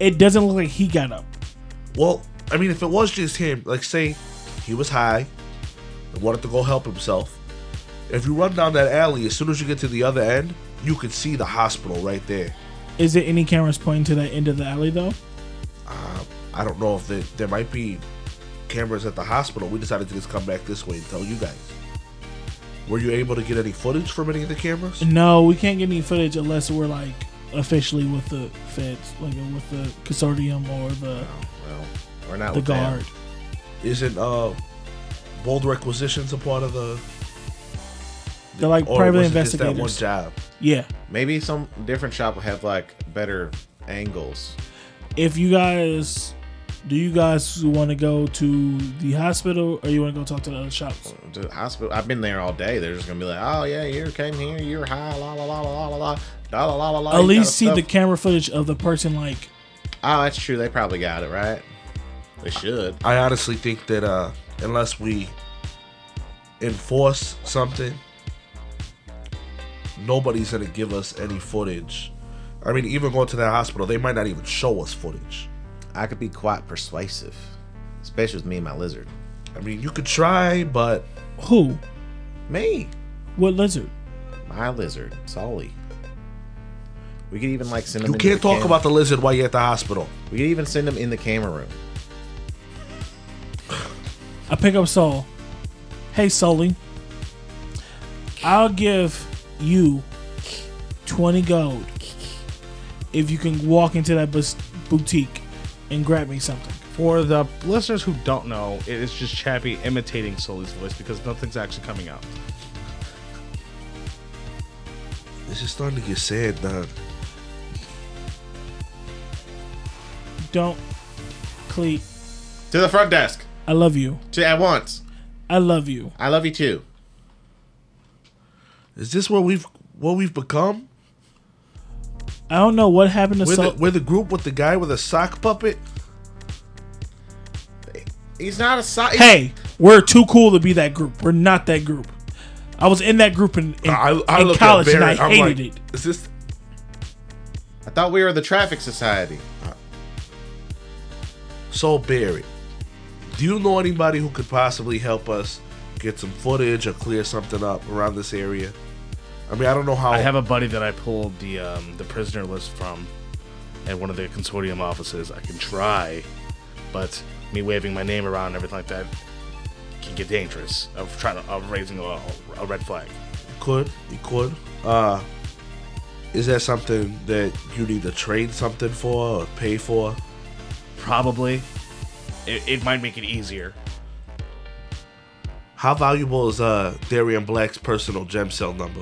Speaker 6: It doesn't look like he got up.
Speaker 5: Well, I mean, if it was just him, like say he was high and wanted to go help himself, if you run down that alley, as soon as you get to the other end, you could see the hospital right there.
Speaker 6: Is there any cameras pointing to that end of the alley though?
Speaker 5: I don't know if there, there might be cameras at the hospital. We decided to just come back this way and tell you guys. Were you able to get any footage from any of the cameras?
Speaker 6: No, we can't get any footage unless we're like officially with the feds, like uh, with the consortium or the
Speaker 4: Well, we're not
Speaker 5: Oh,
Speaker 6: the
Speaker 4: with them.
Speaker 6: guard.
Speaker 5: Isn't uh bold requisitions a part of the
Speaker 6: They're like
Speaker 5: or
Speaker 6: private
Speaker 5: was it just that one
Speaker 6: investigators.
Speaker 5: job?
Speaker 6: Yeah.
Speaker 4: Maybe some different shop will have like better angles.
Speaker 6: If you guys, do you guys want to go to the hospital or you want to go talk to the other
Speaker 5: Oh,
Speaker 6: shops?
Speaker 4: The hospital. I've been there all day. They're just gonna be like, oh yeah, you came here, you're high, la la la la la la la la la la la.
Speaker 6: At
Speaker 4: you got
Speaker 6: least see the
Speaker 4: stuff."
Speaker 6: camera footage of the person like
Speaker 4: Oh, that's true. They probably got it right. They should.
Speaker 5: I honestly think that uh, unless we enforce something, nobody's gonna give us any footage. I mean, even going to that hospital, they might not even show us footage.
Speaker 4: I could be quite persuasive, especially with me and my lizard.
Speaker 5: I mean, you could try, but
Speaker 6: who?
Speaker 4: Me,
Speaker 6: What lizard?
Speaker 4: my lizard, Solly. We could even like send him.
Speaker 5: you can't talk about the lizard while you're at the hospital.
Speaker 4: We could even send him in the camera room.
Speaker 6: I pick up Saul. Hey, Sully. I'll give you 20 gold if you can walk into that bus- boutique and grab me something.
Speaker 2: For the listeners who don't know, it is just Chappie imitating Sully's voice because nothing's actually coming out.
Speaker 5: This is starting to get sad, Don.
Speaker 6: Don't, Cleet.
Speaker 4: To the front desk.
Speaker 6: I love you.
Speaker 4: To at once.
Speaker 6: I love you.
Speaker 4: I love you too.
Speaker 5: Is this what we've what we've become?
Speaker 6: I don't know what happened to
Speaker 5: We're,
Speaker 6: Sully.
Speaker 5: the, we're the group with the guy with a sock puppet.
Speaker 4: He's not a side.
Speaker 6: hey, we're too cool to be that group. We're not that group. I was in that group in, in,
Speaker 5: I, I
Speaker 6: in
Speaker 5: looked
Speaker 6: college
Speaker 5: at
Speaker 6: and I
Speaker 5: Barrett, I'm
Speaker 6: hated
Speaker 5: like,
Speaker 6: it.
Speaker 5: Is this?
Speaker 4: I thought we were the traffic society.
Speaker 5: So Barry, do you know anybody who could possibly help us get some footage or clear something up around this area? I mean, I don't know how.
Speaker 2: I have a buddy that I pulled the um, the prisoner list from at one of the consortium offices. I can try, but me waving my name around and everything like that can get dangerous. Of trying to of raising a, a red flag.
Speaker 5: could you could. Uh, is that something that you need to trade something for or pay for?
Speaker 2: Probably, it, it might make it easier.
Speaker 5: How valuable is uh Darian Black's personal gem cell number?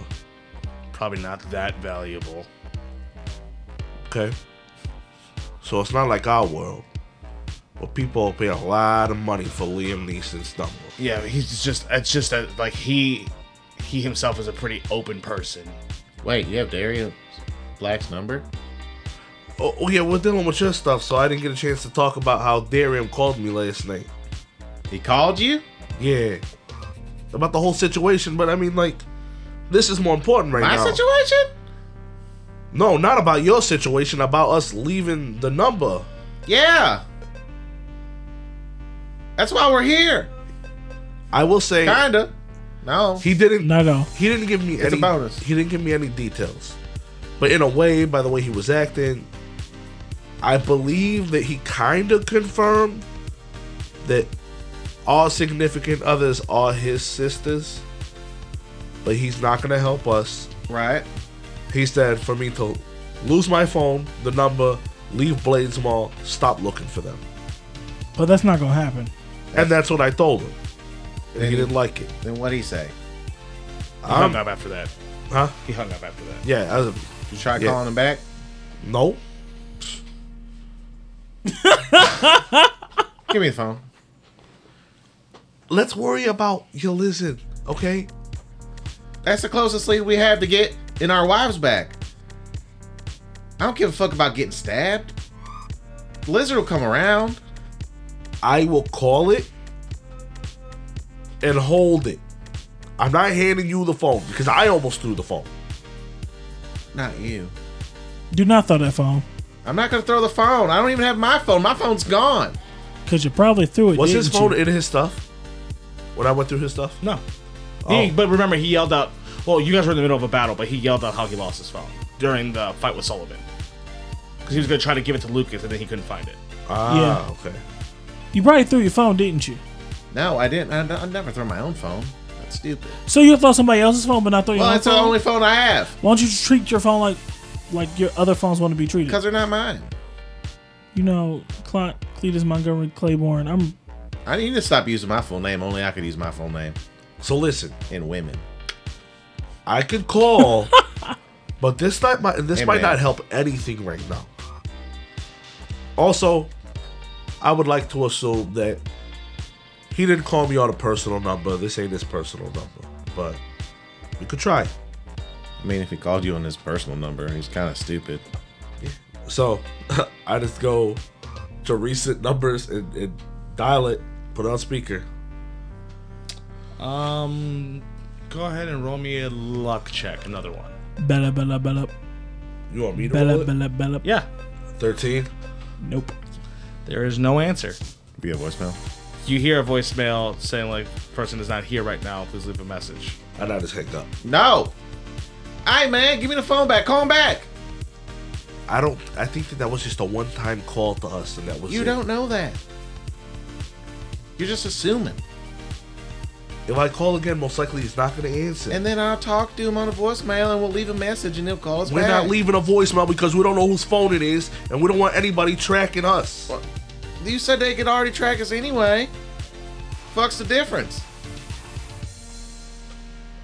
Speaker 2: Probably not that valuable.
Speaker 5: Okay. So it's not like our world, where people pay a lot of money for Liam Neeson's number.
Speaker 2: Yeah, he's just it's just that like he he himself is a pretty open person.
Speaker 4: Wait, you have Darius Black's number?
Speaker 5: Oh, oh, yeah, we're dealing with your stuff, so I didn't get a chance to talk about how Darium called me last night.
Speaker 4: He called you?
Speaker 5: Yeah, about the whole situation. But I mean, like, this is more important right
Speaker 4: My
Speaker 5: now.
Speaker 4: situation?
Speaker 5: No, not about your situation. About us leaving the number.
Speaker 4: Yeah. That's why we're here.
Speaker 5: I will say
Speaker 4: Kinda. No.
Speaker 5: he didn't.
Speaker 6: Not at all.
Speaker 5: He didn't give me
Speaker 4: It's
Speaker 5: any
Speaker 4: a bonus.
Speaker 5: He didn't give me any details. But in a way, by the way he was acting, I believe that he kind of confirmed that all significant others are his sisters. But he's not gonna help us.
Speaker 4: Right.
Speaker 5: He said for me to lose my phone, the number, leave Blades Mall, stop looking for them.
Speaker 6: But that's not gonna happen.
Speaker 5: And that's what I told him. And he didn't like it. Um,
Speaker 4: Then what'd he say?
Speaker 2: He hung up after that.
Speaker 5: Huh?
Speaker 2: He hung up after that.
Speaker 5: Yeah. I was,
Speaker 4: You try
Speaker 5: Yeah.
Speaker 4: calling him back?
Speaker 5: no.
Speaker 4: Give me the phone.
Speaker 5: Let's worry about your lizard, okay?
Speaker 4: That's the closest lead we have to get in our wives back. I don't give a fuck about getting stabbed. Lizard will come around.
Speaker 5: I will call it and hold it. I'm not handing you the phone because I almost threw the phone.
Speaker 4: Not you.
Speaker 6: Do not throw that phone,
Speaker 4: I'm not gonna throw the phone. I don't even have my phone. My phone's gone.
Speaker 6: cause you probably threw it.
Speaker 5: Was his
Speaker 6: didn't
Speaker 5: phone
Speaker 6: you?
Speaker 5: in his stuff when I went through his stuff?
Speaker 2: No.
Speaker 5: Oh.
Speaker 2: He, but remember, he yelled out. Well, you guys were in the middle of a battle, but he yelled out how he lost his phone during the fight with Sullivan because he was going to try to give it to Lucas, and then he couldn't find it.
Speaker 5: Ah, okay.
Speaker 6: You probably threw your phone, didn't you?
Speaker 4: No, I didn't. I, I never throw my own phone. That's stupid.
Speaker 6: So you throw somebody else's phone, but not throw your
Speaker 4: Well,
Speaker 6: own
Speaker 4: that's the
Speaker 6: phone.
Speaker 4: only phone I have
Speaker 6: Why don't you just treat your phone like, like your other phones want to be treated?
Speaker 4: because they're not mine.
Speaker 6: You know, Cl- Cletus Montgomery Claiborne. I'm
Speaker 4: I need to stop using my full name. Only I could use my full name
Speaker 5: So listen,
Speaker 4: in women.
Speaker 5: I could call, but this not might this
Speaker 4: Hey,
Speaker 5: might
Speaker 4: man.
Speaker 5: not help anything right now. Also, I would like to assume that he didn't call me on a personal number. This ain't his personal number, but we could try.
Speaker 4: I mean, if he called you on his personal number, he's kind of stupid.
Speaker 5: So I just go to recent numbers and, and dial it, put it on speaker.
Speaker 2: Um, go ahead and roll me a luck check. Another one.
Speaker 6: bella bella bella
Speaker 5: You want me to roll
Speaker 6: bella
Speaker 5: it?
Speaker 6: bella bella.
Speaker 2: Yeah.
Speaker 5: Thirteen.
Speaker 6: Nope.
Speaker 2: There is no answer.
Speaker 4: You have voicemail.
Speaker 2: You hear a voicemail saying like, "Person is not here right now. Please leave a message."
Speaker 5: And I just hang up.
Speaker 4: No. Hey man, give me the phone back. Call him back.
Speaker 5: I don't. I think that that was just a one-time call to us, and that was
Speaker 4: You
Speaker 5: it.
Speaker 4: don't know that. You're just assuming.
Speaker 5: If I call again, most likely he's not going to answer.
Speaker 4: And then I'll talk to him on a voicemail and we'll leave a message and he'll call us
Speaker 5: We're
Speaker 4: back.
Speaker 5: not leaving a voicemail because we don't know whose phone it is, and we don't want anybody tracking us.
Speaker 4: You said they could already track us anyway. Fuck's the difference?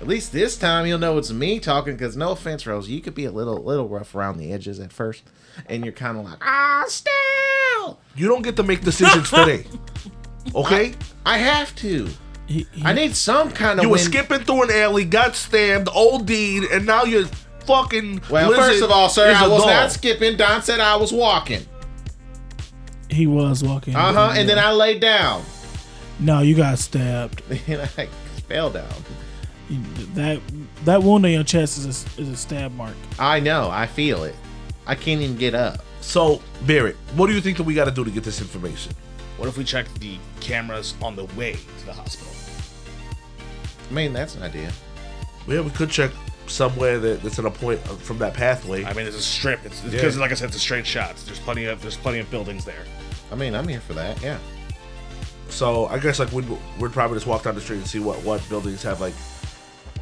Speaker 4: At least this time you'll know it's me talking. Because no offense, Rose, you could be a little little rough around the edges at first, and you're kind of like, ah, still.
Speaker 5: You don't get to make decisions today, okay?
Speaker 4: I have to.
Speaker 6: He, he,
Speaker 4: I need some kind of.
Speaker 5: You were
Speaker 4: win-
Speaker 5: skipping through an alley, got stabbed, old deed, and now you're fucking.
Speaker 4: Well,
Speaker 5: lizard
Speaker 4: first of all, sir,
Speaker 5: is
Speaker 4: I
Speaker 5: a
Speaker 4: was
Speaker 5: dog.
Speaker 4: not skipping. Don said I was walking.
Speaker 6: he was walking.
Speaker 4: Uh huh. And then I laid down
Speaker 6: No, you got stabbed.
Speaker 4: and I fell down.
Speaker 6: That that wound on your chest is a, is a stab mark.
Speaker 4: I know. I feel it. I can't even get up.
Speaker 5: So, Barrett, what do you think that we got to do to get this information?
Speaker 2: What if we check the cameras on the way to the hospital?
Speaker 4: I mean, that's an idea.
Speaker 5: Yeah, we could check somewhere that, that's in a point of- from that pathway.
Speaker 2: I mean, it's a strip. It's
Speaker 5: Yeah.
Speaker 2: because, like I said, it's a straight shot. There's plenty of there's plenty of buildings there.
Speaker 4: I mean, I'm here for that. Yeah.
Speaker 5: So I guess like we'd, we'd probably just walk down the street and see what what buildings have like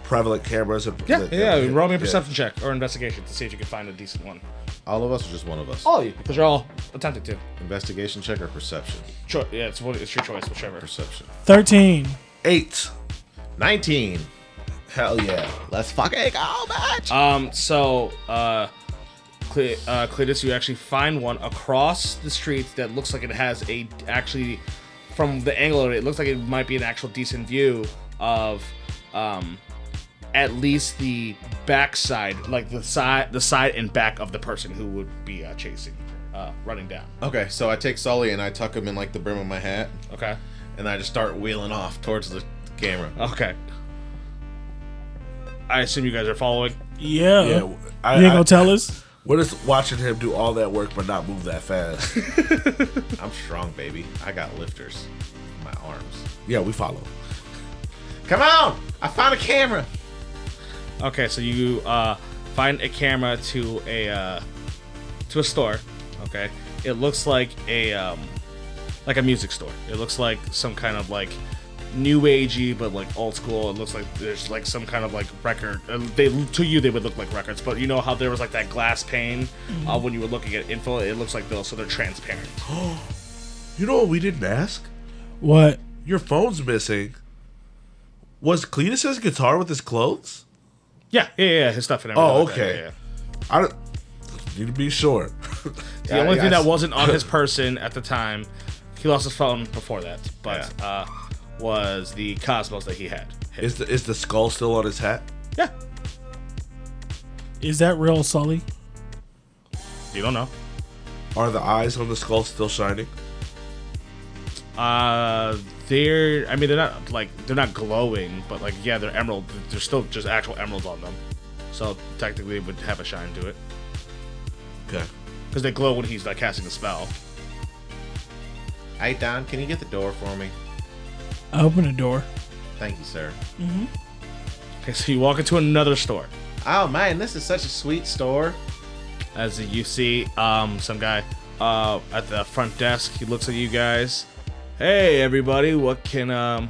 Speaker 5: prevalent cameras. And,
Speaker 2: Yeah,
Speaker 5: that-
Speaker 2: yeah.
Speaker 5: that-
Speaker 2: roll me a
Speaker 5: yeah.
Speaker 2: perception check or investigation to see if you can find a decent one.
Speaker 4: All of us or just one of us?
Speaker 2: All of you, because you're all attempting to.
Speaker 4: Investigation check or perception?
Speaker 2: Cho- yeah, it's what it's your choice, whichever.
Speaker 4: Perception.
Speaker 6: Thirteen.
Speaker 5: Eight.
Speaker 4: 19.
Speaker 5: Hell yeah.
Speaker 4: Let's fucking go, bitch.
Speaker 2: Um, so uh, Cle- uh, Cletus, you actually find one across the street that looks like it has a actually from the angle of it, it looks like it might be an actual decent view of um, at least the backside, like the side, the side and back of the person who would be uh, chasing, uh, running down.
Speaker 4: Okay, so I take Sully and I tuck him in like the brim of my hat,
Speaker 2: Okay.
Speaker 4: and I just start wheeling off towards the camera.
Speaker 2: Okay. I assume you guys are following.
Speaker 6: Yeah.
Speaker 5: Yeah,
Speaker 6: you
Speaker 5: I,
Speaker 6: ain't
Speaker 5: I-
Speaker 6: gonna tell us?
Speaker 5: We're just watching him do all that work but not move that fast.
Speaker 4: I'm strong, baby. I got lifters in my arms.
Speaker 5: yeah, we follow.
Speaker 4: Come on! I found a camera.
Speaker 2: Okay, so you uh, find a camera to a uh, to a store. Okay, it looks like a um, like a music store. It looks like some kind of like new agey, but like old school. It looks like there's like some kind of like record. uh, They to you they would look like records, but you know how there was like that glass pane
Speaker 5: Mm-hmm.
Speaker 2: uh, when you were looking at info. It looks like those, so they're transparent.
Speaker 5: You know what we didn't ask?
Speaker 6: What?
Speaker 5: Your phone's missing. Was Cletus's guitar with his clothes?
Speaker 2: Yeah, yeah, yeah. His stuff and everything.
Speaker 5: Oh,
Speaker 2: like that,
Speaker 5: okay.
Speaker 2: yeah, yeah.
Speaker 5: I don't need to be sure.
Speaker 2: The only thing that wasn't on his person at the time, he lost his phone before that, but uh, was the Cosmos that he had.
Speaker 5: Is the is the skull still on his hat?
Speaker 2: Yeah,
Speaker 6: Is that real, Sully?
Speaker 2: you don't know.
Speaker 5: Are the eyes on the skull still shining?
Speaker 2: Uh, they're, I mean, they're not like they're not glowing, but like yeah, they're emerald. They're still just actual emeralds on them, so technically it would have a shine to it
Speaker 5: Okay.
Speaker 2: because they glow when he's like casting a spell.
Speaker 4: Hey, Don, can you get the door for me?
Speaker 6: I open the door.
Speaker 4: Thank you, sir.
Speaker 2: Okay, so you walk into another store.
Speaker 4: Oh man, this is such a sweet store.
Speaker 2: as you see um, some guy uh, at the front desk. He looks at you guys. Hey, everybody, what can um,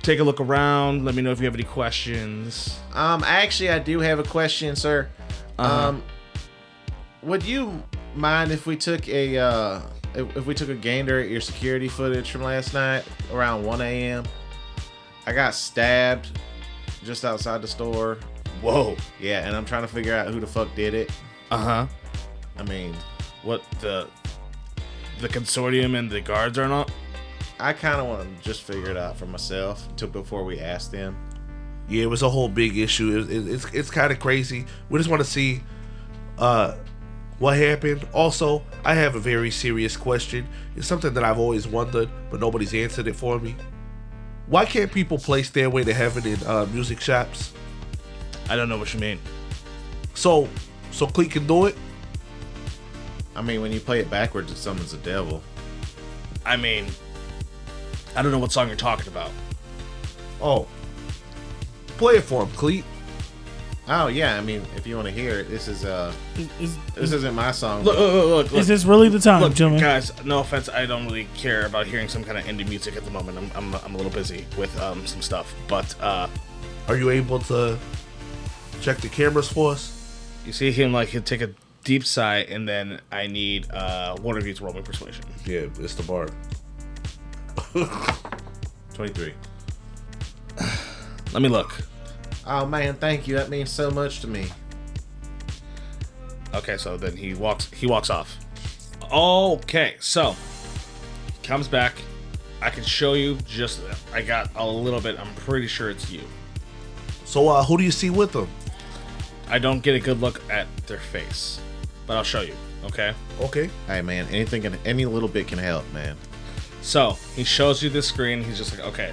Speaker 2: take a look around? Let me know if you have any questions.
Speaker 4: Um, actually, I do have a question, sir. Um, would you mind if we took a uh, if if we took a gander at your security footage from last night around 1 a.m.? I got stabbed just outside the store.
Speaker 2: Whoa.
Speaker 4: Yeah, and I'm trying to figure out who the fuck did it.
Speaker 2: Uh huh.
Speaker 6: Uh-huh.
Speaker 4: I mean,
Speaker 2: What the the consortium and the guards are not.
Speaker 4: I kind of want to just figure it out for myself to before we ask them.
Speaker 5: Yeah, it was a whole big issue. It, it, it's it's kind of crazy. We just want to see uh, what happened. Also, I have a very serious question. It's something that I've always wondered, but nobody's answered it for me. Why can't people play Stairway to Heaven in uh, music shops?
Speaker 2: I don't know what you mean.
Speaker 5: So, so Cleek can do it.
Speaker 4: I mean, when you play it backwards, it summons the devil.
Speaker 2: I mean, I don't know what song you're talking about.
Speaker 5: Oh, play it for him, Cleek.
Speaker 4: Oh yeah, I mean, if you want to hear it, this is uh,
Speaker 6: Is, is,
Speaker 4: this isn't my song.
Speaker 2: Mm. Look, look, look, look.
Speaker 6: is this really the time,
Speaker 2: Look,
Speaker 6: gentlemen?
Speaker 2: guys, no offense, I don't really care about hearing some kind of indie music at the moment. I'm, I'm, I'm a little busy with um, some stuff, but uh,
Speaker 5: Are you able to check the cameras for us?
Speaker 2: you see him like he'll take a deep sigh, and then I need uh, one of you to roll my persuasion.
Speaker 5: Yeah, it's the bar.
Speaker 4: 23.
Speaker 2: Let me look.
Speaker 4: Oh man, thank you. That means so much to me.
Speaker 2: Okay, so then he walks he walks off. Okay, so he comes back. I can show you just I got a little bit. I'm pretty sure it's you.
Speaker 5: So, uh, who do you see with him?
Speaker 2: I don't get a good look at their face, but I'll show you. Okay.
Speaker 5: Okay.
Speaker 4: Hey man, anything can, any little bit can help, man.
Speaker 2: So he shows you this screen. He's just like, okay,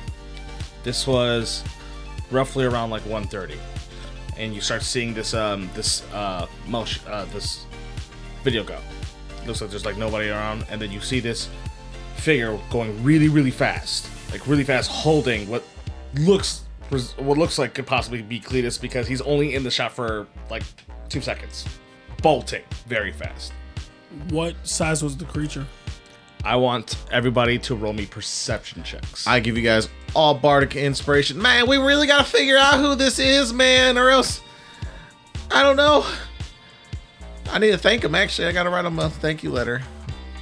Speaker 2: this was roughly around like 1:30, and you start seeing this um this uh motion uh this video go. Looks like there's like nobody around, and then you see this figure going really really fast, like really fast, holding what looks pres- what looks like could possibly be Cletus because he's only in the shot for like two seconds, bolting very fast.
Speaker 6: What size was the creature?
Speaker 2: I want everybody to roll me perception checks.
Speaker 4: I give you guys all bardic inspiration. Man, we really gotta figure out who this is, man, or else I don't know. I need to thank him. Actually, I gotta write him a thank you letter.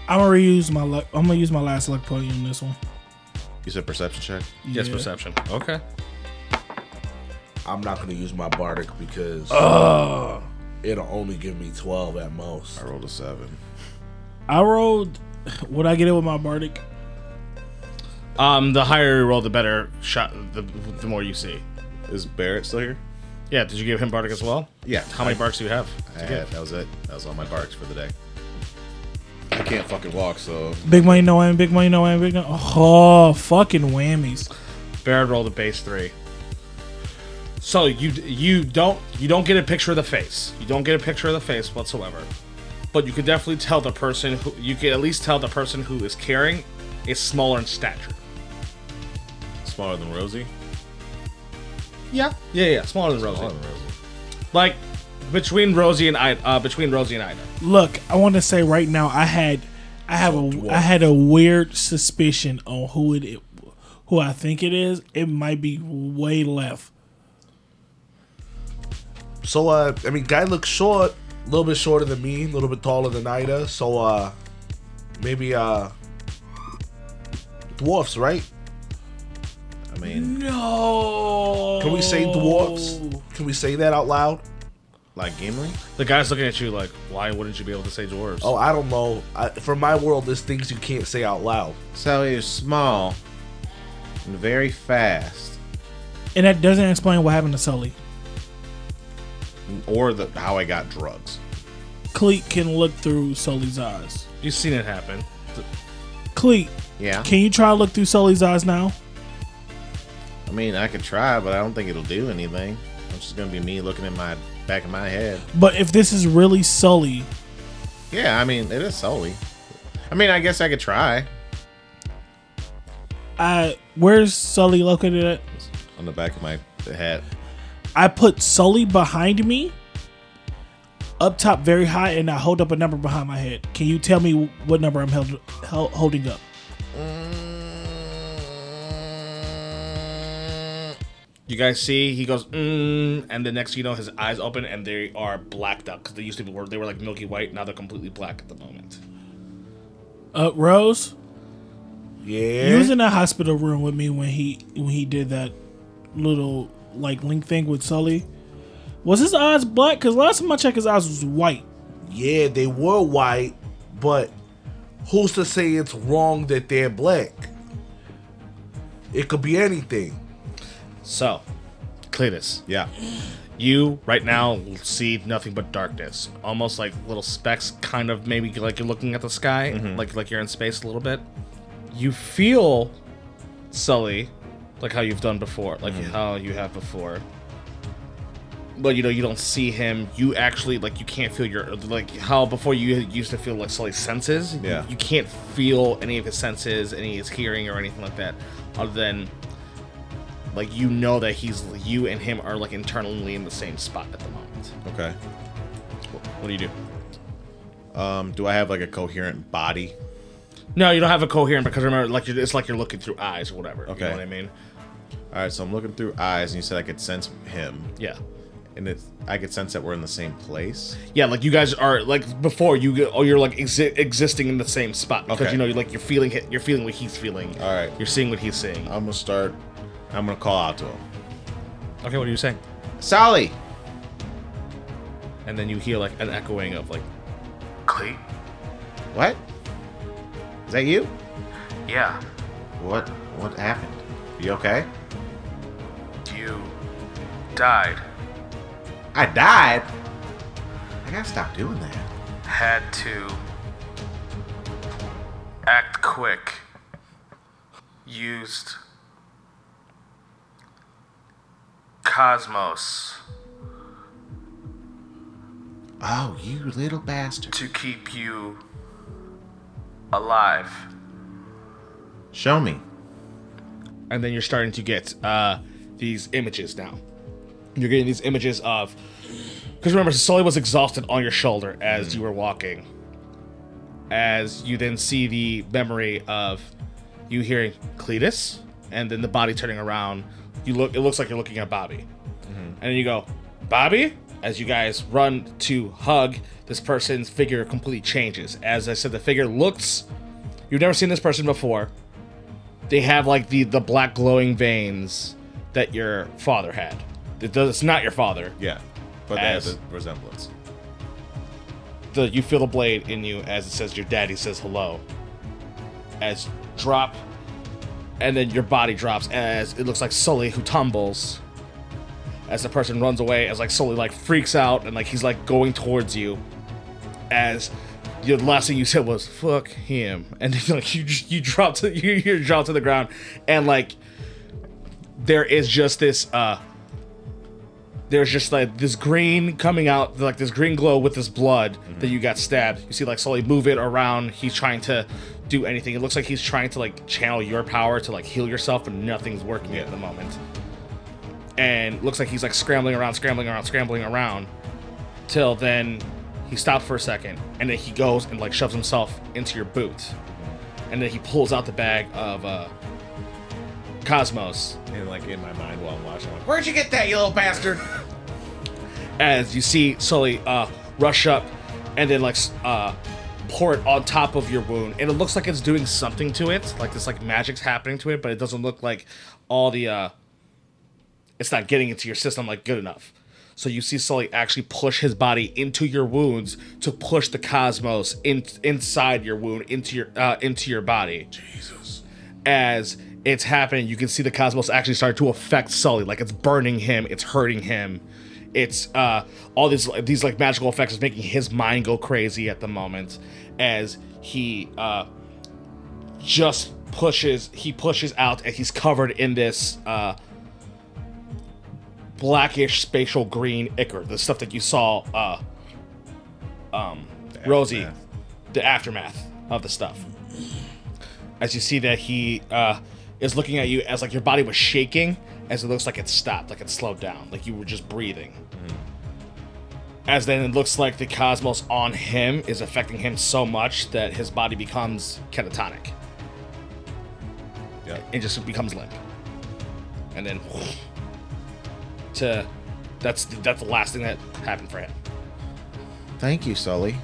Speaker 6: I'm gonna reuse my luck. I'm gonna use my last luck point in this one.
Speaker 4: You said perception check.
Speaker 2: Yes,
Speaker 6: Yeah.
Speaker 2: perception. Okay.
Speaker 5: I'm not gonna use my bardic because it'll only give me twelve at most.
Speaker 4: I rolled a seven.
Speaker 6: I rolled. Would I get it with my bardic?
Speaker 2: Um, the higher you roll, the better shot. The, the more you see.
Speaker 4: Is Barrett still here?
Speaker 2: Yeah, did you give him Bardic as well?
Speaker 4: Yeah.
Speaker 2: How many barks do you have?
Speaker 4: I had, that was it. That was all my barks for the day. I can't fucking walk, so
Speaker 6: Big money, no whammy. Big money, no whammy. Big no. Oh, fucking whammies.
Speaker 2: Barrett rolled a base three. So you you don't you don't get a picture of the face. You don't get a picture of the face whatsoever. But you can definitely tell the person who you can at least tell the person who is carrying is smaller in stature.
Speaker 4: smaller than Rosie.
Speaker 2: Yeah. Yeah, yeah. Smaller than Rosie. Like between Rosie and I, uh, between Rosie and Ida.
Speaker 6: Look, I want to say right now, I had, I have a, I had a weird suspicion on who it, who I think it is. It might be way left.
Speaker 5: So uh, I mean, guy looks short, a little bit shorter than me, a little bit taller than Ida. So uh, maybe uh, dwarfs, right?
Speaker 4: I mean,
Speaker 6: No.
Speaker 5: Can we say dwarfs? Can we say that out loud?
Speaker 4: like Gimli.
Speaker 2: The guy's looking at you like, why wouldn't you be able to say dwarves?
Speaker 5: Oh, I don't know. I, for my world, there's things you can't say out loud.
Speaker 4: So he was small and very fast,
Speaker 6: And that doesn't explain what happened to Sully.
Speaker 4: or the how I got drugs.
Speaker 6: Cleek can look through Sully's eyes.
Speaker 2: You've seen it happen.
Speaker 6: Cleek,
Speaker 4: Yeah.
Speaker 6: can you try to look through Sully's eyes now?
Speaker 4: I mean, I could try, but I don't think it'll do anything. It's just gonna be me looking in my back of my head.
Speaker 6: But if this is really Sully,
Speaker 4: Yeah, I mean, it is solely. I mean, I guess I could try
Speaker 6: I where's Sully located at?
Speaker 4: on the back of my head.
Speaker 6: I put Sully behind me, up top very high, and I hold up a number behind my head. Can you tell me what number I'm held, held holding up?
Speaker 2: You guys see, he goes, mm, and the next you know, his eyes open and they are blacked out because they used to be were they were like milky white. Now they're completely black at the moment.
Speaker 6: Uh, Rose,
Speaker 5: Yeah.
Speaker 6: you was in a hospital room with me when he when he did that little like link thing with Sully. Was his eyes black? Cause last time I checked, his eyes was white.
Speaker 5: yeah, they were white, but who's to say it's wrong that they're black? It could be anything.
Speaker 2: So, Cletus,
Speaker 4: Yeah.
Speaker 2: you right now see nothing but darkness, almost like little specks, kind of maybe like you're looking at the sky, like like you're in space a little bit. You feel Sully, like how you've done before, like how you have before. But you know you don't see him. You actually like you can't feel your like how before you used to feel like Sully's senses.
Speaker 4: Yeah.
Speaker 2: you, you can't feel any of his senses, any of his hearing or anything like that, other than like you know that he's you and him are like internally in the same spot at the moment.
Speaker 4: Okay.
Speaker 2: What do you do?
Speaker 4: Um, do I have like a coherent body?
Speaker 2: No, you don't have a coherent because remember, like you're, it's like you're looking through eyes or whatever. You
Speaker 4: Okay.
Speaker 2: know what I mean?
Speaker 4: All right, so I'm looking through eyes, and you said I could sense him,
Speaker 2: Yeah,
Speaker 4: and it, I could sense that we're in the same place.
Speaker 2: yeah. Like you guys are like before you go, oh, you're like exi- existing in the same spot because
Speaker 4: Okay.
Speaker 2: you know you're like you're feeling it, you're feeling what he's feeling.
Speaker 4: All right.
Speaker 2: you're seeing what he's seeing.
Speaker 4: I'm gonna start. I'm gonna call out to him.
Speaker 2: Okay, what are you saying?
Speaker 4: Sally.
Speaker 2: And then you hear like an echoing of like, Cleet.
Speaker 4: What? Is that you?
Speaker 2: Yeah,
Speaker 4: What? What happened? You okay?
Speaker 2: you died.
Speaker 4: I died. I gotta stop doing that.
Speaker 2: Had to act quick. Used Cosmos.
Speaker 4: Oh, you little bastard.
Speaker 2: to keep you alive.
Speaker 4: Show me.
Speaker 2: And then you're starting to get uh, these images now. You're getting these images of. Because remember, Sully was exhausted on your shoulder as you were walking. As you then see the memory of you hearing Cletus, and then the body turning around. You look. It looks like you're looking at Bobby. and then you go, Bobby. As you guys run to hug, this person's figure completely changes. As I said, the figure looks. You've never seen this person before. They have like the the black glowing veins that your father had. It does, it's not your father.
Speaker 4: Yeah, but they have
Speaker 2: Ass.
Speaker 4: the resemblance.
Speaker 2: The, you feel the blade in you as it says your daddy says hello. As drop, and then your body drops as it looks like Sully who tumbles, as the person runs away, as like slowly like freaks out and like he's like going towards you, as the last thing you said was "fuck him," and then, like you you drop to you you drop to the ground, and like there is just this uh there's just like this green coming out like this green glow with this blood that you got stabbed you see like slowly move it around he's trying to do anything it looks like he's trying to like channel your power to like heal yourself but nothing's working at the moment and looks like he's like scrambling around scrambling around scrambling around till then he stops for a second and then he goes and like shoves himself into your boot and then he pulls out the bag of uh cosmos
Speaker 10: And like in my mind while I'm watching, I'm like,
Speaker 2: Where'd you get that, you little bastard? As you see Sully uh, rush up and then like s- uh, pour it on top of your wound, and it looks like it's doing something to it, like this like magic's happening to it, but it doesn't look like all the uh, it's not getting into your system like good enough. So you see Sully actually push his body into your wounds to push the cosmos in, inside your wound into your uh, into your body as it's happening, you can see the cosmos actually start to affect Sully. Like it's burning him, it's hurting him. It's uh all these these like magical effects is making his mind go crazy at the moment as he uh just pushes he pushes out and he's covered in this uh blackish spatial green ichor, the stuff that you saw uh um Rosie the aftermath of the stuff as you see that he uh, is looking at you as like your body was shaking as it looks like it stopped like it slowed down like you were just breathing as then it looks like the cosmos on him is affecting him so much that his body becomes catatonic
Speaker 10: Yep.
Speaker 2: it just becomes limp and then to that's that's the last thing that happened for him
Speaker 4: Thank you, Sully.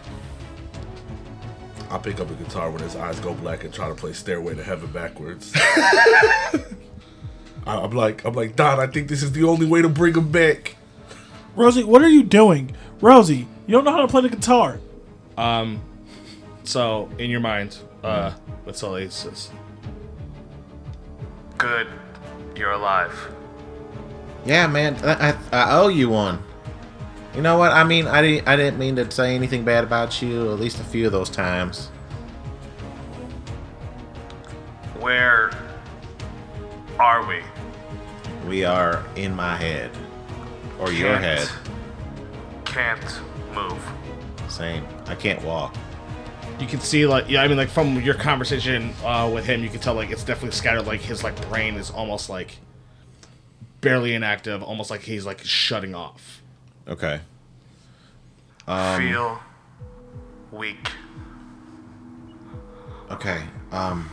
Speaker 5: I pick up a guitar when his eyes go black and try to play Stairway to Heaven backwards. I- I'm like, I'm like, Don, I think this is the only way to bring him back.
Speaker 6: Rosie, what are you doing? Rosie, you don't know how to play the guitar.
Speaker 2: so in your mind uh with sully it's just
Speaker 11: Good. You're alive.
Speaker 4: Yeah, man, I, I, I owe you one. You know what? I mean, I didn't I didn't mean to say anything bad about you. At least a few of those times.
Speaker 11: Where are we?
Speaker 4: We are in my head, or your
Speaker 11: Can't-
Speaker 4: head.
Speaker 11: Can't move.
Speaker 4: Same. I can't walk.
Speaker 2: you can see like yeah i mean like from your conversation uh, with him you can tell like it's definitely scattered like his like brain is almost like barely inactive almost like he's like shutting off
Speaker 4: Okay.
Speaker 11: Feel weak.
Speaker 4: Okay. Um,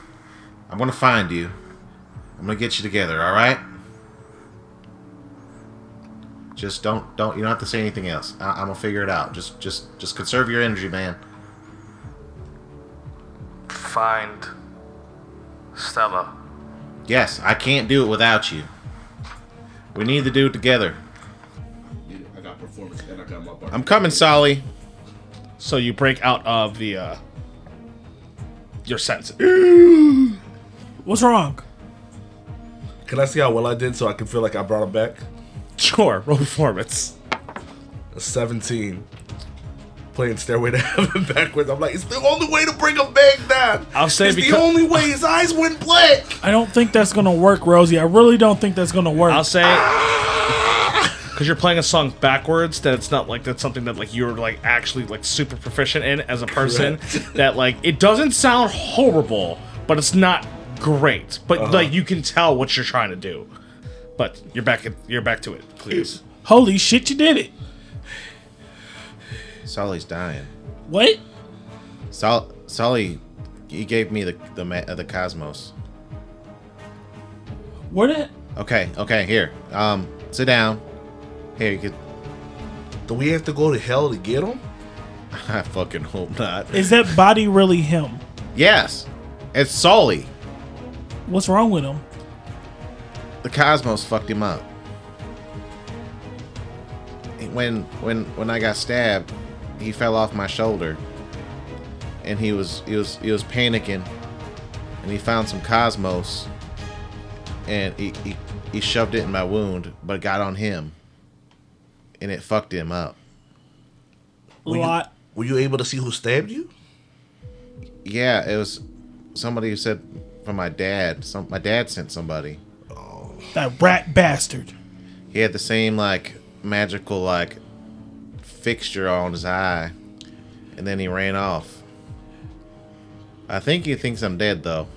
Speaker 4: I'm gonna find you. I'm gonna get you together. All right. Just don't don't. You don't have to say anything else. I, I'm gonna figure it out. Just just just conserve your energy, man.
Speaker 11: Find Stella.
Speaker 4: Yes, I can't do it without you. We need to do it together.
Speaker 5: Yeah, I got performance and I got my bar.
Speaker 4: I'm coming, Solly.
Speaker 2: so you break out of the uh your senses
Speaker 6: What's wrong?
Speaker 5: Can I see how well I did so I can feel like I brought him back?
Speaker 2: sure roll performance
Speaker 5: A 17. Playing Stairway to Heaven backwards. I'm like, it's the only way to bring him back, Don.
Speaker 2: I'll say
Speaker 5: it's the
Speaker 2: because-
Speaker 5: only way. His eyes went black.
Speaker 6: I don't think that's gonna work, Rosie. I really don't think that's gonna work.
Speaker 2: i'll say because you're playing a song backwards that it's not like that's something that like you're like actually like super proficient in as a person that like it doesn't sound horrible but it's not great but like you can tell what you're trying to do but you're back you're back to it please
Speaker 6: Holy shit, you did it.
Speaker 4: Solly's dying.
Speaker 6: What?
Speaker 4: Sol Solly, he gave me the the ma- uh, the cosmos.
Speaker 6: Where the
Speaker 4: Okay, okay, here. Um, sit down. Here, you could.
Speaker 5: Do we have to go to hell to get him?
Speaker 4: I fucking hope not.
Speaker 6: is that body really him?
Speaker 4: Yes, it's Solly.
Speaker 6: What's wrong with him?
Speaker 4: the cosmos fucked him up. When when when I got stabbed, he fell off my shoulder, and he was he was he was panicking, and he found some cosmos, and he he, he shoved it in my wound, but it got on him, and it fucked him up.
Speaker 5: you-
Speaker 6: lot.
Speaker 5: Were you able to see who stabbed you?
Speaker 4: Yeah, it was somebody who said from my dad. Some my dad sent somebody.
Speaker 6: That rat bastard.
Speaker 4: He had the same like magical like fixture on his eye, and then he ran off. I think he thinks I'm dead though.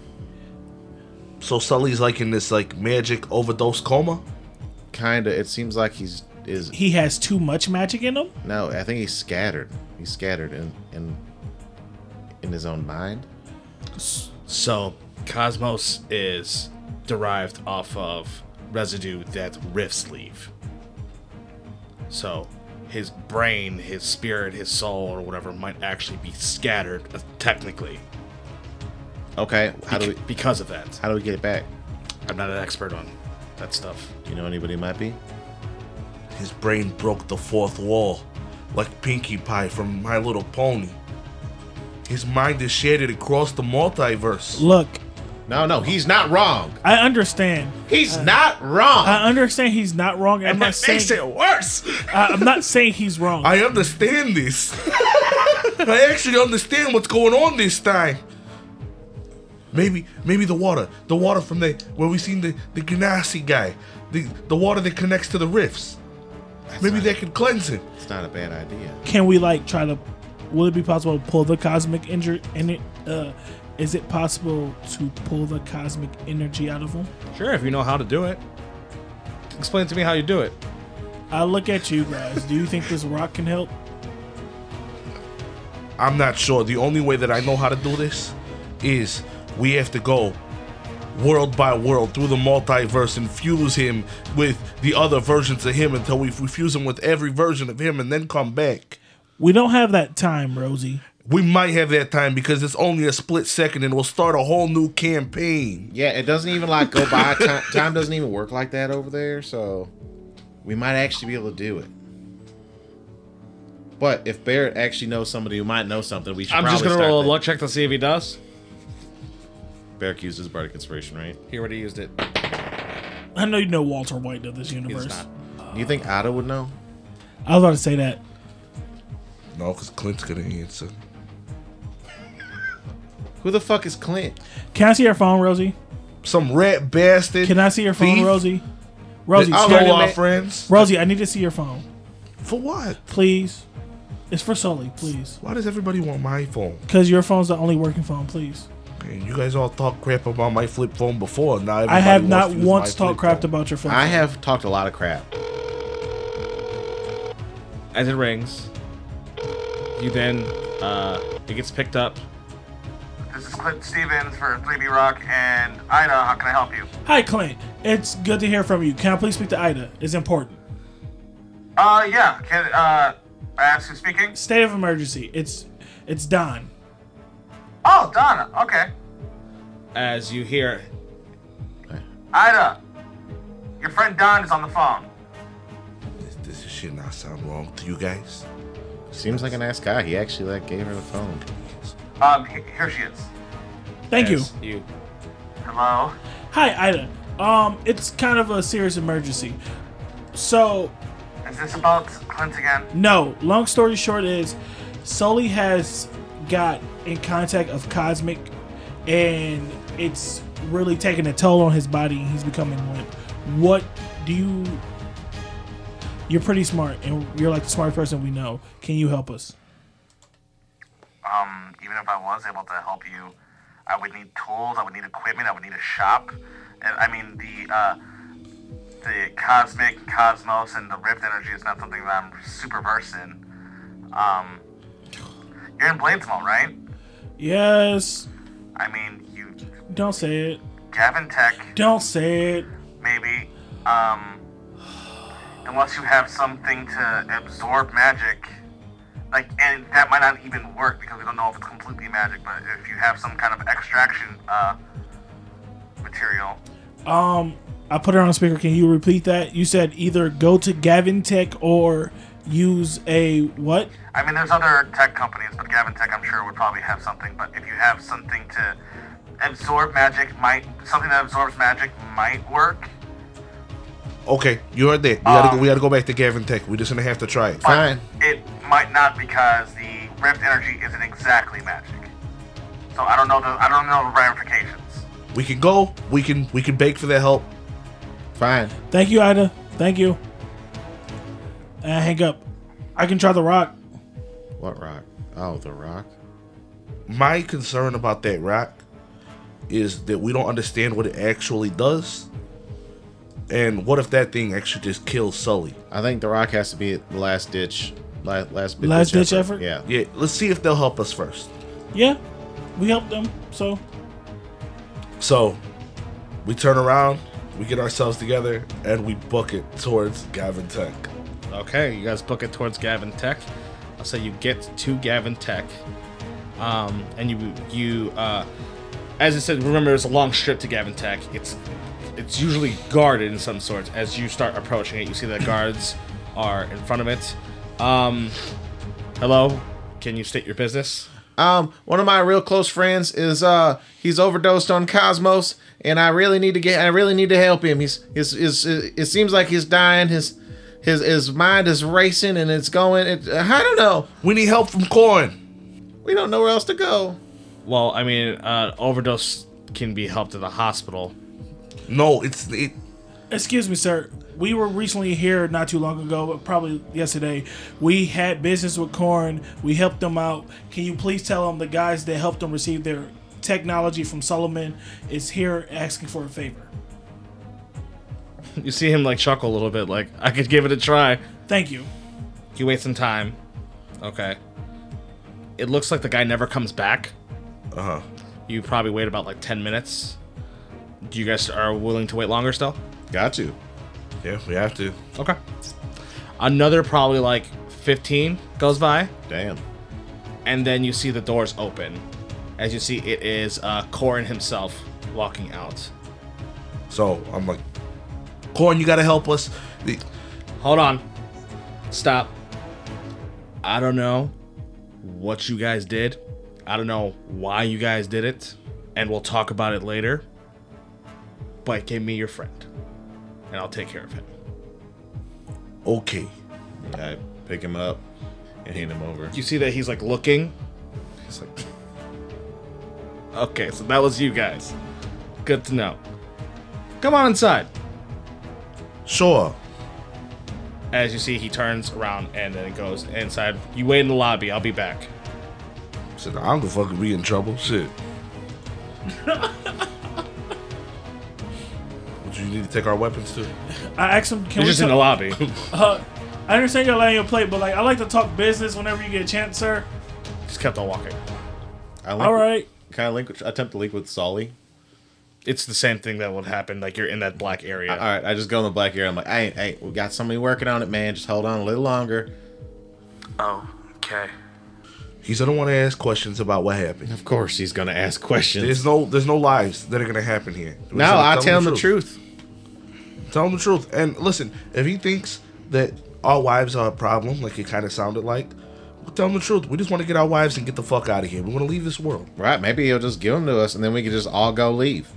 Speaker 5: So Sully's like in this like magic overdose coma.
Speaker 4: Kinda. It seems like he's is
Speaker 6: He has too much magic in him.
Speaker 4: no. I think he's scattered. He's scattered in in in his own mind.
Speaker 2: So, Cosmos is derived off of residue that rifts leave. So, his brain, his spirit, his soul, or whatever might actually be scattered uh, technically
Speaker 4: Okay. How do we
Speaker 2: bec- because of that.
Speaker 4: how do we get it back?
Speaker 2: I'm not an expert on that stuff.
Speaker 4: Do you know anybody who might be?
Speaker 5: His brain broke the fourth wall, like Pinkie Pie from My Little Pony. His mind is shaded across the multiverse.
Speaker 6: Look,
Speaker 4: No, no, he's not wrong.
Speaker 6: I understand.
Speaker 4: He's not wrong.
Speaker 6: I understand he's not wrong. I'm not
Speaker 2: that
Speaker 6: saying
Speaker 2: makes it worse!
Speaker 6: I- I'm not saying he's wrong.
Speaker 5: I understand this. I actually understand what's going on this time. Maybe, maybe the water, the water from the where we seen the the Ganassi guy, the the water that connects to the rifts. Maybe that could cleanse him.
Speaker 4: it's not a bad idea.
Speaker 6: Can we like try to? Will it be possible to pull the cosmic injury? And it uh, is it possible to pull the cosmic energy out of him?
Speaker 2: Sure, if you know how to do it. Explain to me how you do it.
Speaker 6: I look at you guys. Do you think this rock can help?
Speaker 5: I'm not sure. The only way that I know how to do this is we have to go world by world through the multiverse and fuse him with the other versions of him until we, we fuse him with every version of him and then come back.
Speaker 6: We don't have that time, Rosie.
Speaker 5: We might have that time because it's only a split second and we'll start a whole new campaign.
Speaker 4: Yeah, it doesn't even like go by. time, time doesn't even work like that over there, so we might actually be able to do it. But if Barrett actually knows somebody who might know something, we should.
Speaker 2: I'm
Speaker 4: probably
Speaker 2: just gonna
Speaker 4: start
Speaker 2: roll a
Speaker 4: that.
Speaker 2: luck check to see if he does.
Speaker 4: Barrett uses bardic inspiration, right?
Speaker 2: He already used it.
Speaker 6: I know you know Walter White of this universe.
Speaker 2: not.
Speaker 4: Do you think Ada would know?
Speaker 6: I was about to say that.
Speaker 5: No, because Clint's gonna answer.
Speaker 4: Who the fuck is Clint?
Speaker 6: Can I see your phone, Rosie?
Speaker 5: Some rat bastard.
Speaker 6: Can I see your phone,
Speaker 5: thief
Speaker 6: Rosie? Rosie,
Speaker 5: that
Speaker 6: check-
Speaker 5: Stole our friends.
Speaker 6: Rosie, I need to see your phone,
Speaker 5: For what?
Speaker 6: please. It's for Sully, please.
Speaker 5: Why does everybody want my phone?
Speaker 6: Cause your phone's the only working phone, please.
Speaker 5: Man, you guys all talk crap about my flip phone before. Now
Speaker 6: I
Speaker 5: everybody
Speaker 6: have
Speaker 5: wants
Speaker 6: not
Speaker 5: to use
Speaker 6: once
Speaker 5: my
Speaker 6: talked
Speaker 5: flip phone.
Speaker 6: crap about your phone.
Speaker 4: I have talked a lot of crap.
Speaker 2: as it rings, you then uh, it gets picked up.
Speaker 11: This is Clint Stevens for 3B Rock and Ida. How can I help you?
Speaker 6: Hi, Clint. It's good to hear from you. Can I please speak to Ida? It's important.
Speaker 11: Uh, yeah. Can uh, I ask who's speaking?
Speaker 6: State of emergency. It's it's Don.
Speaker 11: Oh, Donna. Okay.
Speaker 2: As you hear,
Speaker 11: Ida, your friend Don is on the phone.
Speaker 5: This, this shit not sound wrong to you guys.
Speaker 4: Seems like a nice guy. He actually like gave her the phone.
Speaker 11: Um, he- here she is.
Speaker 6: Thank you.
Speaker 2: as you
Speaker 11: Hello.
Speaker 6: Hi, Ida. Um, it's kind of a serious emergency. So
Speaker 11: Is this about Clint again?
Speaker 6: No. Long story short is Sully has got in contact of Cosmic and it's really taking a toll on his body and he's becoming limp. What do you You're pretty smart and you're like the smartest person we know. Can you help us?
Speaker 11: Um, even if I was able to help you, I would need tools. I would need equipment. I would need a shop. And I mean the uh, the cosmic cosmos and the rift energy is not something that I'm super versed in. Um, you're in Bladesmall, right?
Speaker 6: Yes.
Speaker 11: I mean, you
Speaker 6: Don't say it.
Speaker 11: Gavin Tech.
Speaker 6: Don't say it.
Speaker 11: maybe. Um, unless you have something to absorb magic, like, and that might not even work because we don't know if it's completely magic. But if you have some kind of extraction uh, material,
Speaker 6: Um I put her on speaker. Can you repeat that? You said either go to Gavin Tech or use a what?
Speaker 11: I mean, there's other tech companies, but Gavin Tech, I'm sure, would probably have something. But if you have something to absorb magic, might something that absorbs magic might work.
Speaker 5: Okay, you heard that. We gotta, go, we gotta go back to Gavin Tech. We're just gonna have to try it.
Speaker 3: Fine.
Speaker 11: It might not because the rift energy isn't exactly magic. So I don't know the I don't know the ramifications.
Speaker 5: We can go. We can we can beg for their help.
Speaker 3: Fine.
Speaker 6: Thank you, Ida. Thank you. And I hang up. I can try the rock.
Speaker 3: What rock? Oh, the rock.
Speaker 5: My concern about that rock is that we don't understand what it actually does. And what if that thing actually just kills Sully?
Speaker 3: I think the rock has to be the last ditch, last last bit
Speaker 6: Last ditch effort?
Speaker 3: Yeah.
Speaker 5: Yeah, let's see if they'll help us first.
Speaker 6: Yeah, we helped them. So
Speaker 5: So we turn around, we get ourselves together, and we book it towards Gavin Tech.
Speaker 2: Okay, you guys book it towards Gavin Tech. I'll say you get to Gavin Tech, um, and you you uh, as I said, remember it's a long strip to Gavin Tech. It's it's usually guarded in some sorts. As you start approaching it, you see that guards are in front of it. Um, hello, can you state your business?
Speaker 4: Um, one of my real close friends is uh he's overdosed on Cosmos, and I really need to get I really need to help him. He's his is it seems like he's dying. His his his mind is racing and it's going. It, I don't know.
Speaker 5: We need help from Corn.
Speaker 4: We don't know where else to go.
Speaker 2: Well, I mean, uh, overdose can be helped at the hospital.
Speaker 5: No, it's it,
Speaker 6: Excuse me, sir. We were recently here not too long ago, but probably yesterday. We had business with Corn. We helped them out. Can you please tell them the guys that helped them receive their technology from Solomon is here asking for a favor?
Speaker 2: You see him like chuckle a little bit, like I could give it a try.
Speaker 6: Thank you.
Speaker 2: You wait some time. Okay. It looks like the guy never comes back.
Speaker 5: Uh-huh.
Speaker 2: You probably wait about like 10 minutes. Do you guys are willing to wait longer still?
Speaker 3: Got to.
Speaker 5: yeah, we have to.
Speaker 2: Okay. Another probably like 15 goes by,
Speaker 3: Damn.
Speaker 2: and then you see the doors open. As you see, it is uh, Corin himself walking out.
Speaker 5: So I'm like, Corn, you gotta help us. The-
Speaker 2: Hold on. Stop. I don't know what you guys did. I don't know why you guys did it. And we'll talk about it later. But give me your friend. And I'll take care of him.
Speaker 5: Okay,
Speaker 3: I pick him up and hand him over.
Speaker 2: You see that he's like looking. He's like. Okay, so that was you guys. Good to know. Come on inside.
Speaker 5: sure.
Speaker 2: As you see, he turns around and then goes inside. You wait in the lobby. I'll be back.
Speaker 5: Said I don't give a fuck if we in trouble. Shit. Would you need to take our weapons too?
Speaker 6: I asked him, can
Speaker 2: You're
Speaker 6: we
Speaker 2: just in
Speaker 6: talk-
Speaker 2: the lobby.
Speaker 6: uh, I understand you're laying your plate, but like, I like to talk business whenever you get a chance, sir.
Speaker 2: just kept on walking.
Speaker 3: I link,
Speaker 6: All right.
Speaker 3: Can I link? Attempt to link with Solly.
Speaker 2: it's the same thing that would happen. Like you're in that black area.
Speaker 3: All right. I just go in the black area. I'm like, hey, hey, we got somebody working on it, man. Just hold on a little longer.
Speaker 11: Oh, okay.
Speaker 5: He's gonna want to ask questions about what happened.
Speaker 3: Of course, he's gonna ask questions.
Speaker 5: There's no, there's no lies that are gonna happen here. We're just
Speaker 3: No,
Speaker 5: gonna
Speaker 3: I tell him the truth.
Speaker 5: Tell him the truth. And listen, if he thinks that our wives are a problem, like it kind of sounded like, well, tell him the truth. We just want to get our wives and get the fuck out of here. We want to leave this world.
Speaker 3: Right? Maybe he'll just give them to us, and then we can just all go leave.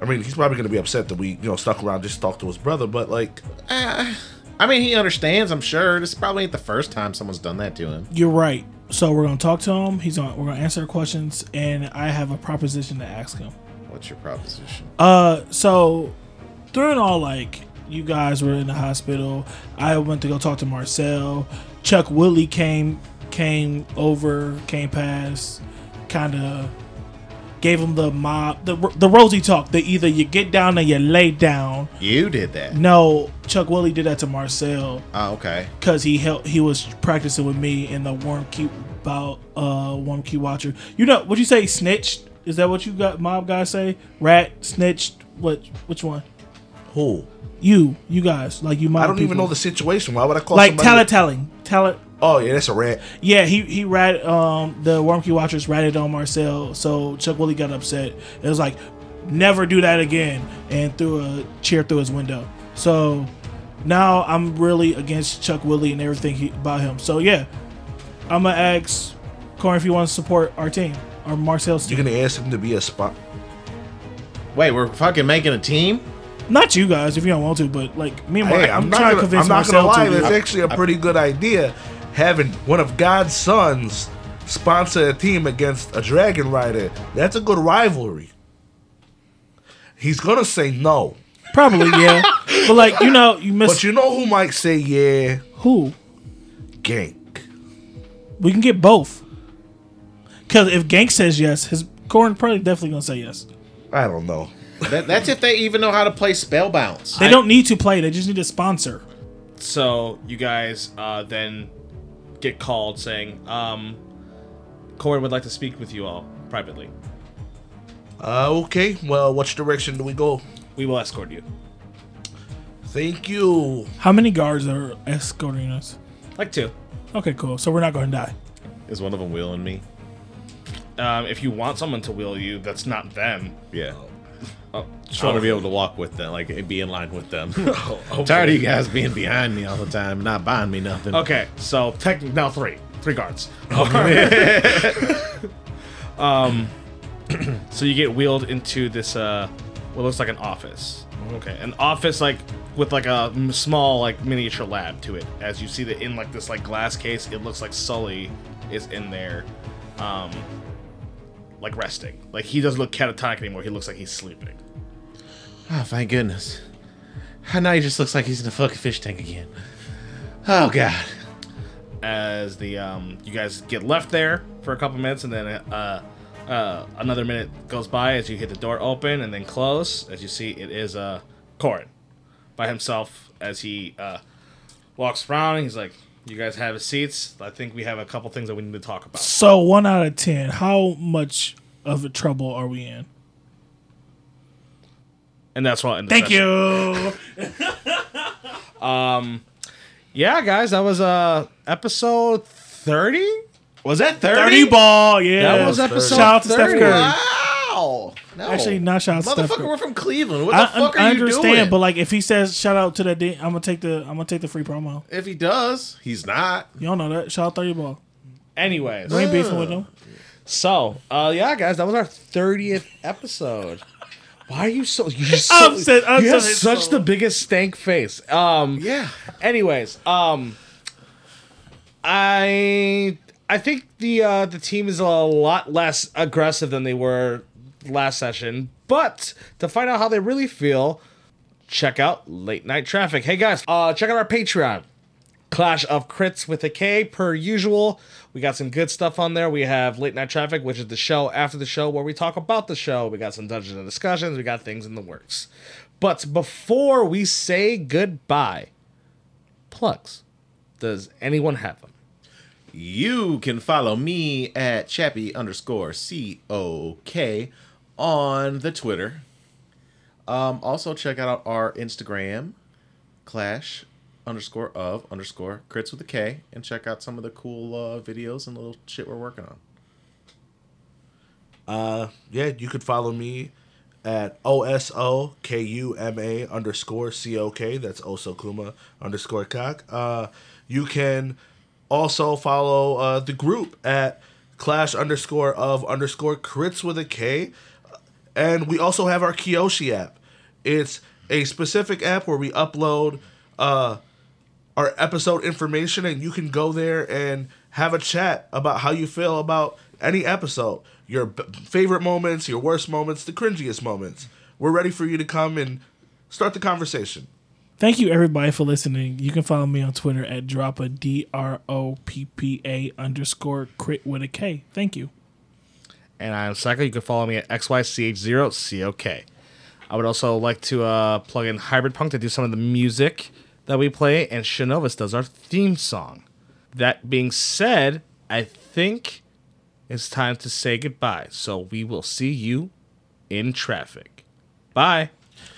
Speaker 5: I mean, he's probably gonna be upset that we, you know, stuck around just to talk to his brother. But like,
Speaker 4: Uh,
Speaker 3: I mean, he understands. I'm sure. This probably ain't the first time someone's done that to him.
Speaker 6: You're right. So we're gonna talk to him. He's on. We're gonna answer questions, and I have a proposition to ask him.
Speaker 3: What's your proposition?
Speaker 6: Uh, so during all like you guys were in the hospital, I went to go talk to Marcel. Chuck Willie came came over, came past, kind of gave him the mob the the rosy talk. That either you get down or you lay down.
Speaker 3: You did that.
Speaker 6: No, Chuck Willie did that to Marcel
Speaker 3: Oh, okay.
Speaker 6: because he helped. He was practicing with me in the warm key about uh warm key watcher. You know what you say? Snitched? Is that what you got? Mob guys say rat snitched. What? Which one?
Speaker 5: who?
Speaker 6: You, you guys, like you mob.
Speaker 5: I don't even
Speaker 6: people.
Speaker 5: know the situation. Why would I call
Speaker 6: Like
Speaker 5: somebody?
Speaker 6: talent, talent.
Speaker 5: Oh yeah, that's a rat.
Speaker 6: Yeah, he he rat um the warm key watchers ratted on Marcel, so Chuck Willie got upset. It was like, never do that again, and threw a chair through his window. So now I'm really against Chuck Willie and everything he, about him. So yeah, I'm gonna ask Corn if you want to support our team or Marcel's
Speaker 5: You're
Speaker 6: team.
Speaker 5: gonna ask him to be a spot.
Speaker 3: Wait, we're fucking making a team?
Speaker 6: Not you guys, if you don't want to, but like me and my,
Speaker 5: Hey,
Speaker 6: I'm,
Speaker 5: I'm, not
Speaker 6: trying
Speaker 5: gonna,
Speaker 6: to convince
Speaker 5: I'm not gonna
Speaker 6: myself
Speaker 5: lie.
Speaker 6: to.
Speaker 5: That's actually a pretty good idea. Having one of God's sons sponsor a team against a Dragon Rider. That's a good rivalry. He's gonna say no,
Speaker 6: Probably, yeah. but like you know, you
Speaker 5: but
Speaker 6: miss
Speaker 5: you know who might say yeah?
Speaker 6: who?
Speaker 5: Gank.
Speaker 6: We can get both. Because if Gank says yes, his Corn probably definitely gonna say yes.
Speaker 5: I don't know.
Speaker 4: That, that's if they even know how to play spell bounce.
Speaker 6: They don't need to play; they just need a sponsor.
Speaker 2: So you guys uh, then get called saying, um, Corwin would like to speak with you all privately.
Speaker 5: Uh, okay. Well, which direction do we go?
Speaker 2: We will escort you.
Speaker 5: Thank you.
Speaker 6: How many guards are escorting us?
Speaker 2: Like two.
Speaker 6: Okay, cool. So we're not going to die.
Speaker 4: Is one of them wheeling me?
Speaker 2: Um, if you want someone to wheel you, that's not them.
Speaker 4: Yeah.
Speaker 2: Oh,
Speaker 4: Just want to be able to walk with them, like be in line with them.
Speaker 2: Oh,
Speaker 4: Tired of you guys being behind me all the time, and not buying me nothing.
Speaker 2: Okay, so tech now three, three guards. um, so you get wheeled into this uh, what looks like an office. Okay, an office like with like a m- small like miniature lab to it. As you see that in like this like glass case, it looks like Sully is in there, um, like resting. Like he doesn't look catatonic anymore. He looks like he's sleeping.
Speaker 4: Oh, thank goodness. And now he just looks like he's in a fucking fish tank again. Oh god.
Speaker 2: as the um, you guys get left there for a couple minutes, and then uh, uh, another minute goes by as you hit the door open and then close. As you see, it is uh, Corin by himself as he uh, walks around. And he's like, "You guys have a seats. I think we have a couple things that we need to talk about."
Speaker 6: So one out of ten. How much of a trouble are we in?
Speaker 2: And that's what.
Speaker 6: Thank you.
Speaker 2: Yeah, guys, that was uh episode thirty.
Speaker 4: Was that 30?
Speaker 6: Thirty ball. Yeah.
Speaker 2: That was episode
Speaker 6: Shout out to Steph
Speaker 2: 30.
Speaker 6: Curry.
Speaker 4: Wow. No.
Speaker 6: Actually, not shout out to Steph
Speaker 4: Motherfucker,
Speaker 6: Curry.
Speaker 4: we're from Cleveland. What
Speaker 6: I,
Speaker 4: the fuck
Speaker 6: I-
Speaker 4: are
Speaker 6: I
Speaker 4: you
Speaker 6: understand,
Speaker 4: doing?
Speaker 6: but like if he says shout out to that, D- I'm gonna take the I'm gonna take the free promo.
Speaker 4: if he does, he's not.
Speaker 6: Y'all know that. Shout out thirty ball.
Speaker 2: Anyways,
Speaker 6: We ain't beefing with him.
Speaker 2: so uh, yeah, guys, that was our thirtieth episode. Why are you so? You're
Speaker 4: Oh!
Speaker 2: so
Speaker 6: Upset,
Speaker 2: you
Speaker 6: upset,
Speaker 2: have
Speaker 6: it's
Speaker 2: such
Speaker 6: so-
Speaker 2: the biggest stank face. Um,
Speaker 4: Yeah.
Speaker 2: Anyways, um, I I think the uh, the team is a lot less aggressive than they were last session. But to find out how they really feel, check out late night traffic. Hey guys, uh, check out our Patreon. Clash of Crits with a K, per usual. We got some good stuff on there. We have Late Night Traffic, which is the show after the show where we talk about the show. We got some Dungeons and Discussions. We got things in the works. But before we say goodbye, plugs. Does anyone have them?
Speaker 4: You can follow me at Chappie underscore C O K on the Twitter. Um, also check out our Instagram, Clash underscore of underscore crits with a K, and check out some of the cool uh, videos and little shit we're working on.
Speaker 5: Yeah, you could follow me at O S O K U M A underscore C O K. That's Osokuma underscore cock. Uh, you can also follow uh, the group at clash underscore of underscore crits with a K. And we also have our Kyoshi app. It's a specific app where we upload uh, our episode information, and you can go there and have a chat about how you feel about any episode, your b- favorite moments, your worst moments, the cringiest moments. We're ready for you to come and start the conversation.
Speaker 6: Thank you everybody for listening. You can follow me on Twitter at droppa d r o p p a underscore crit with a k. Thank you.
Speaker 2: And I'm Psycho. You can follow me at XYCH0COK. I would also like to uh, plug in Hybrid Punk to do some of the music that we play, and Shinovus does our theme song. That being said, I think it's time to say goodbye. So we will see you in traffic. Bye.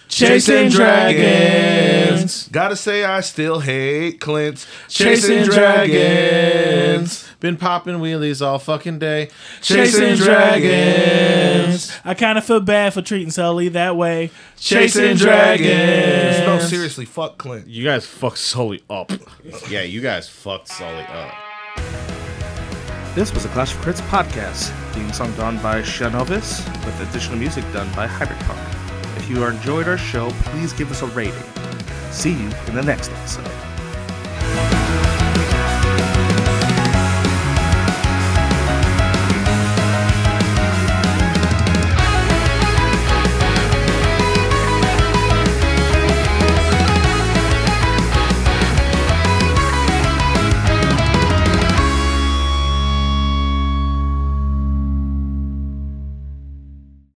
Speaker 6: Chasing dragons.
Speaker 5: Gotta say, I still hate Clint's
Speaker 6: Chasing dragons.
Speaker 4: Been popping wheelies all fucking day.
Speaker 6: Chasing dragons. I kind of feel bad for treating Sully that way. Chasing dragons.
Speaker 5: No, seriously, fuck Clint.
Speaker 2: You guys fuck Sully up.
Speaker 4: Yeah, you guys fucked Sully up.
Speaker 5: This was a Clash of Crits podcast, being sung done by Shanovis, with additional music done by Hyperpunk.
Speaker 12: If you enjoyed our show, please give us a rating. See you in the next episode.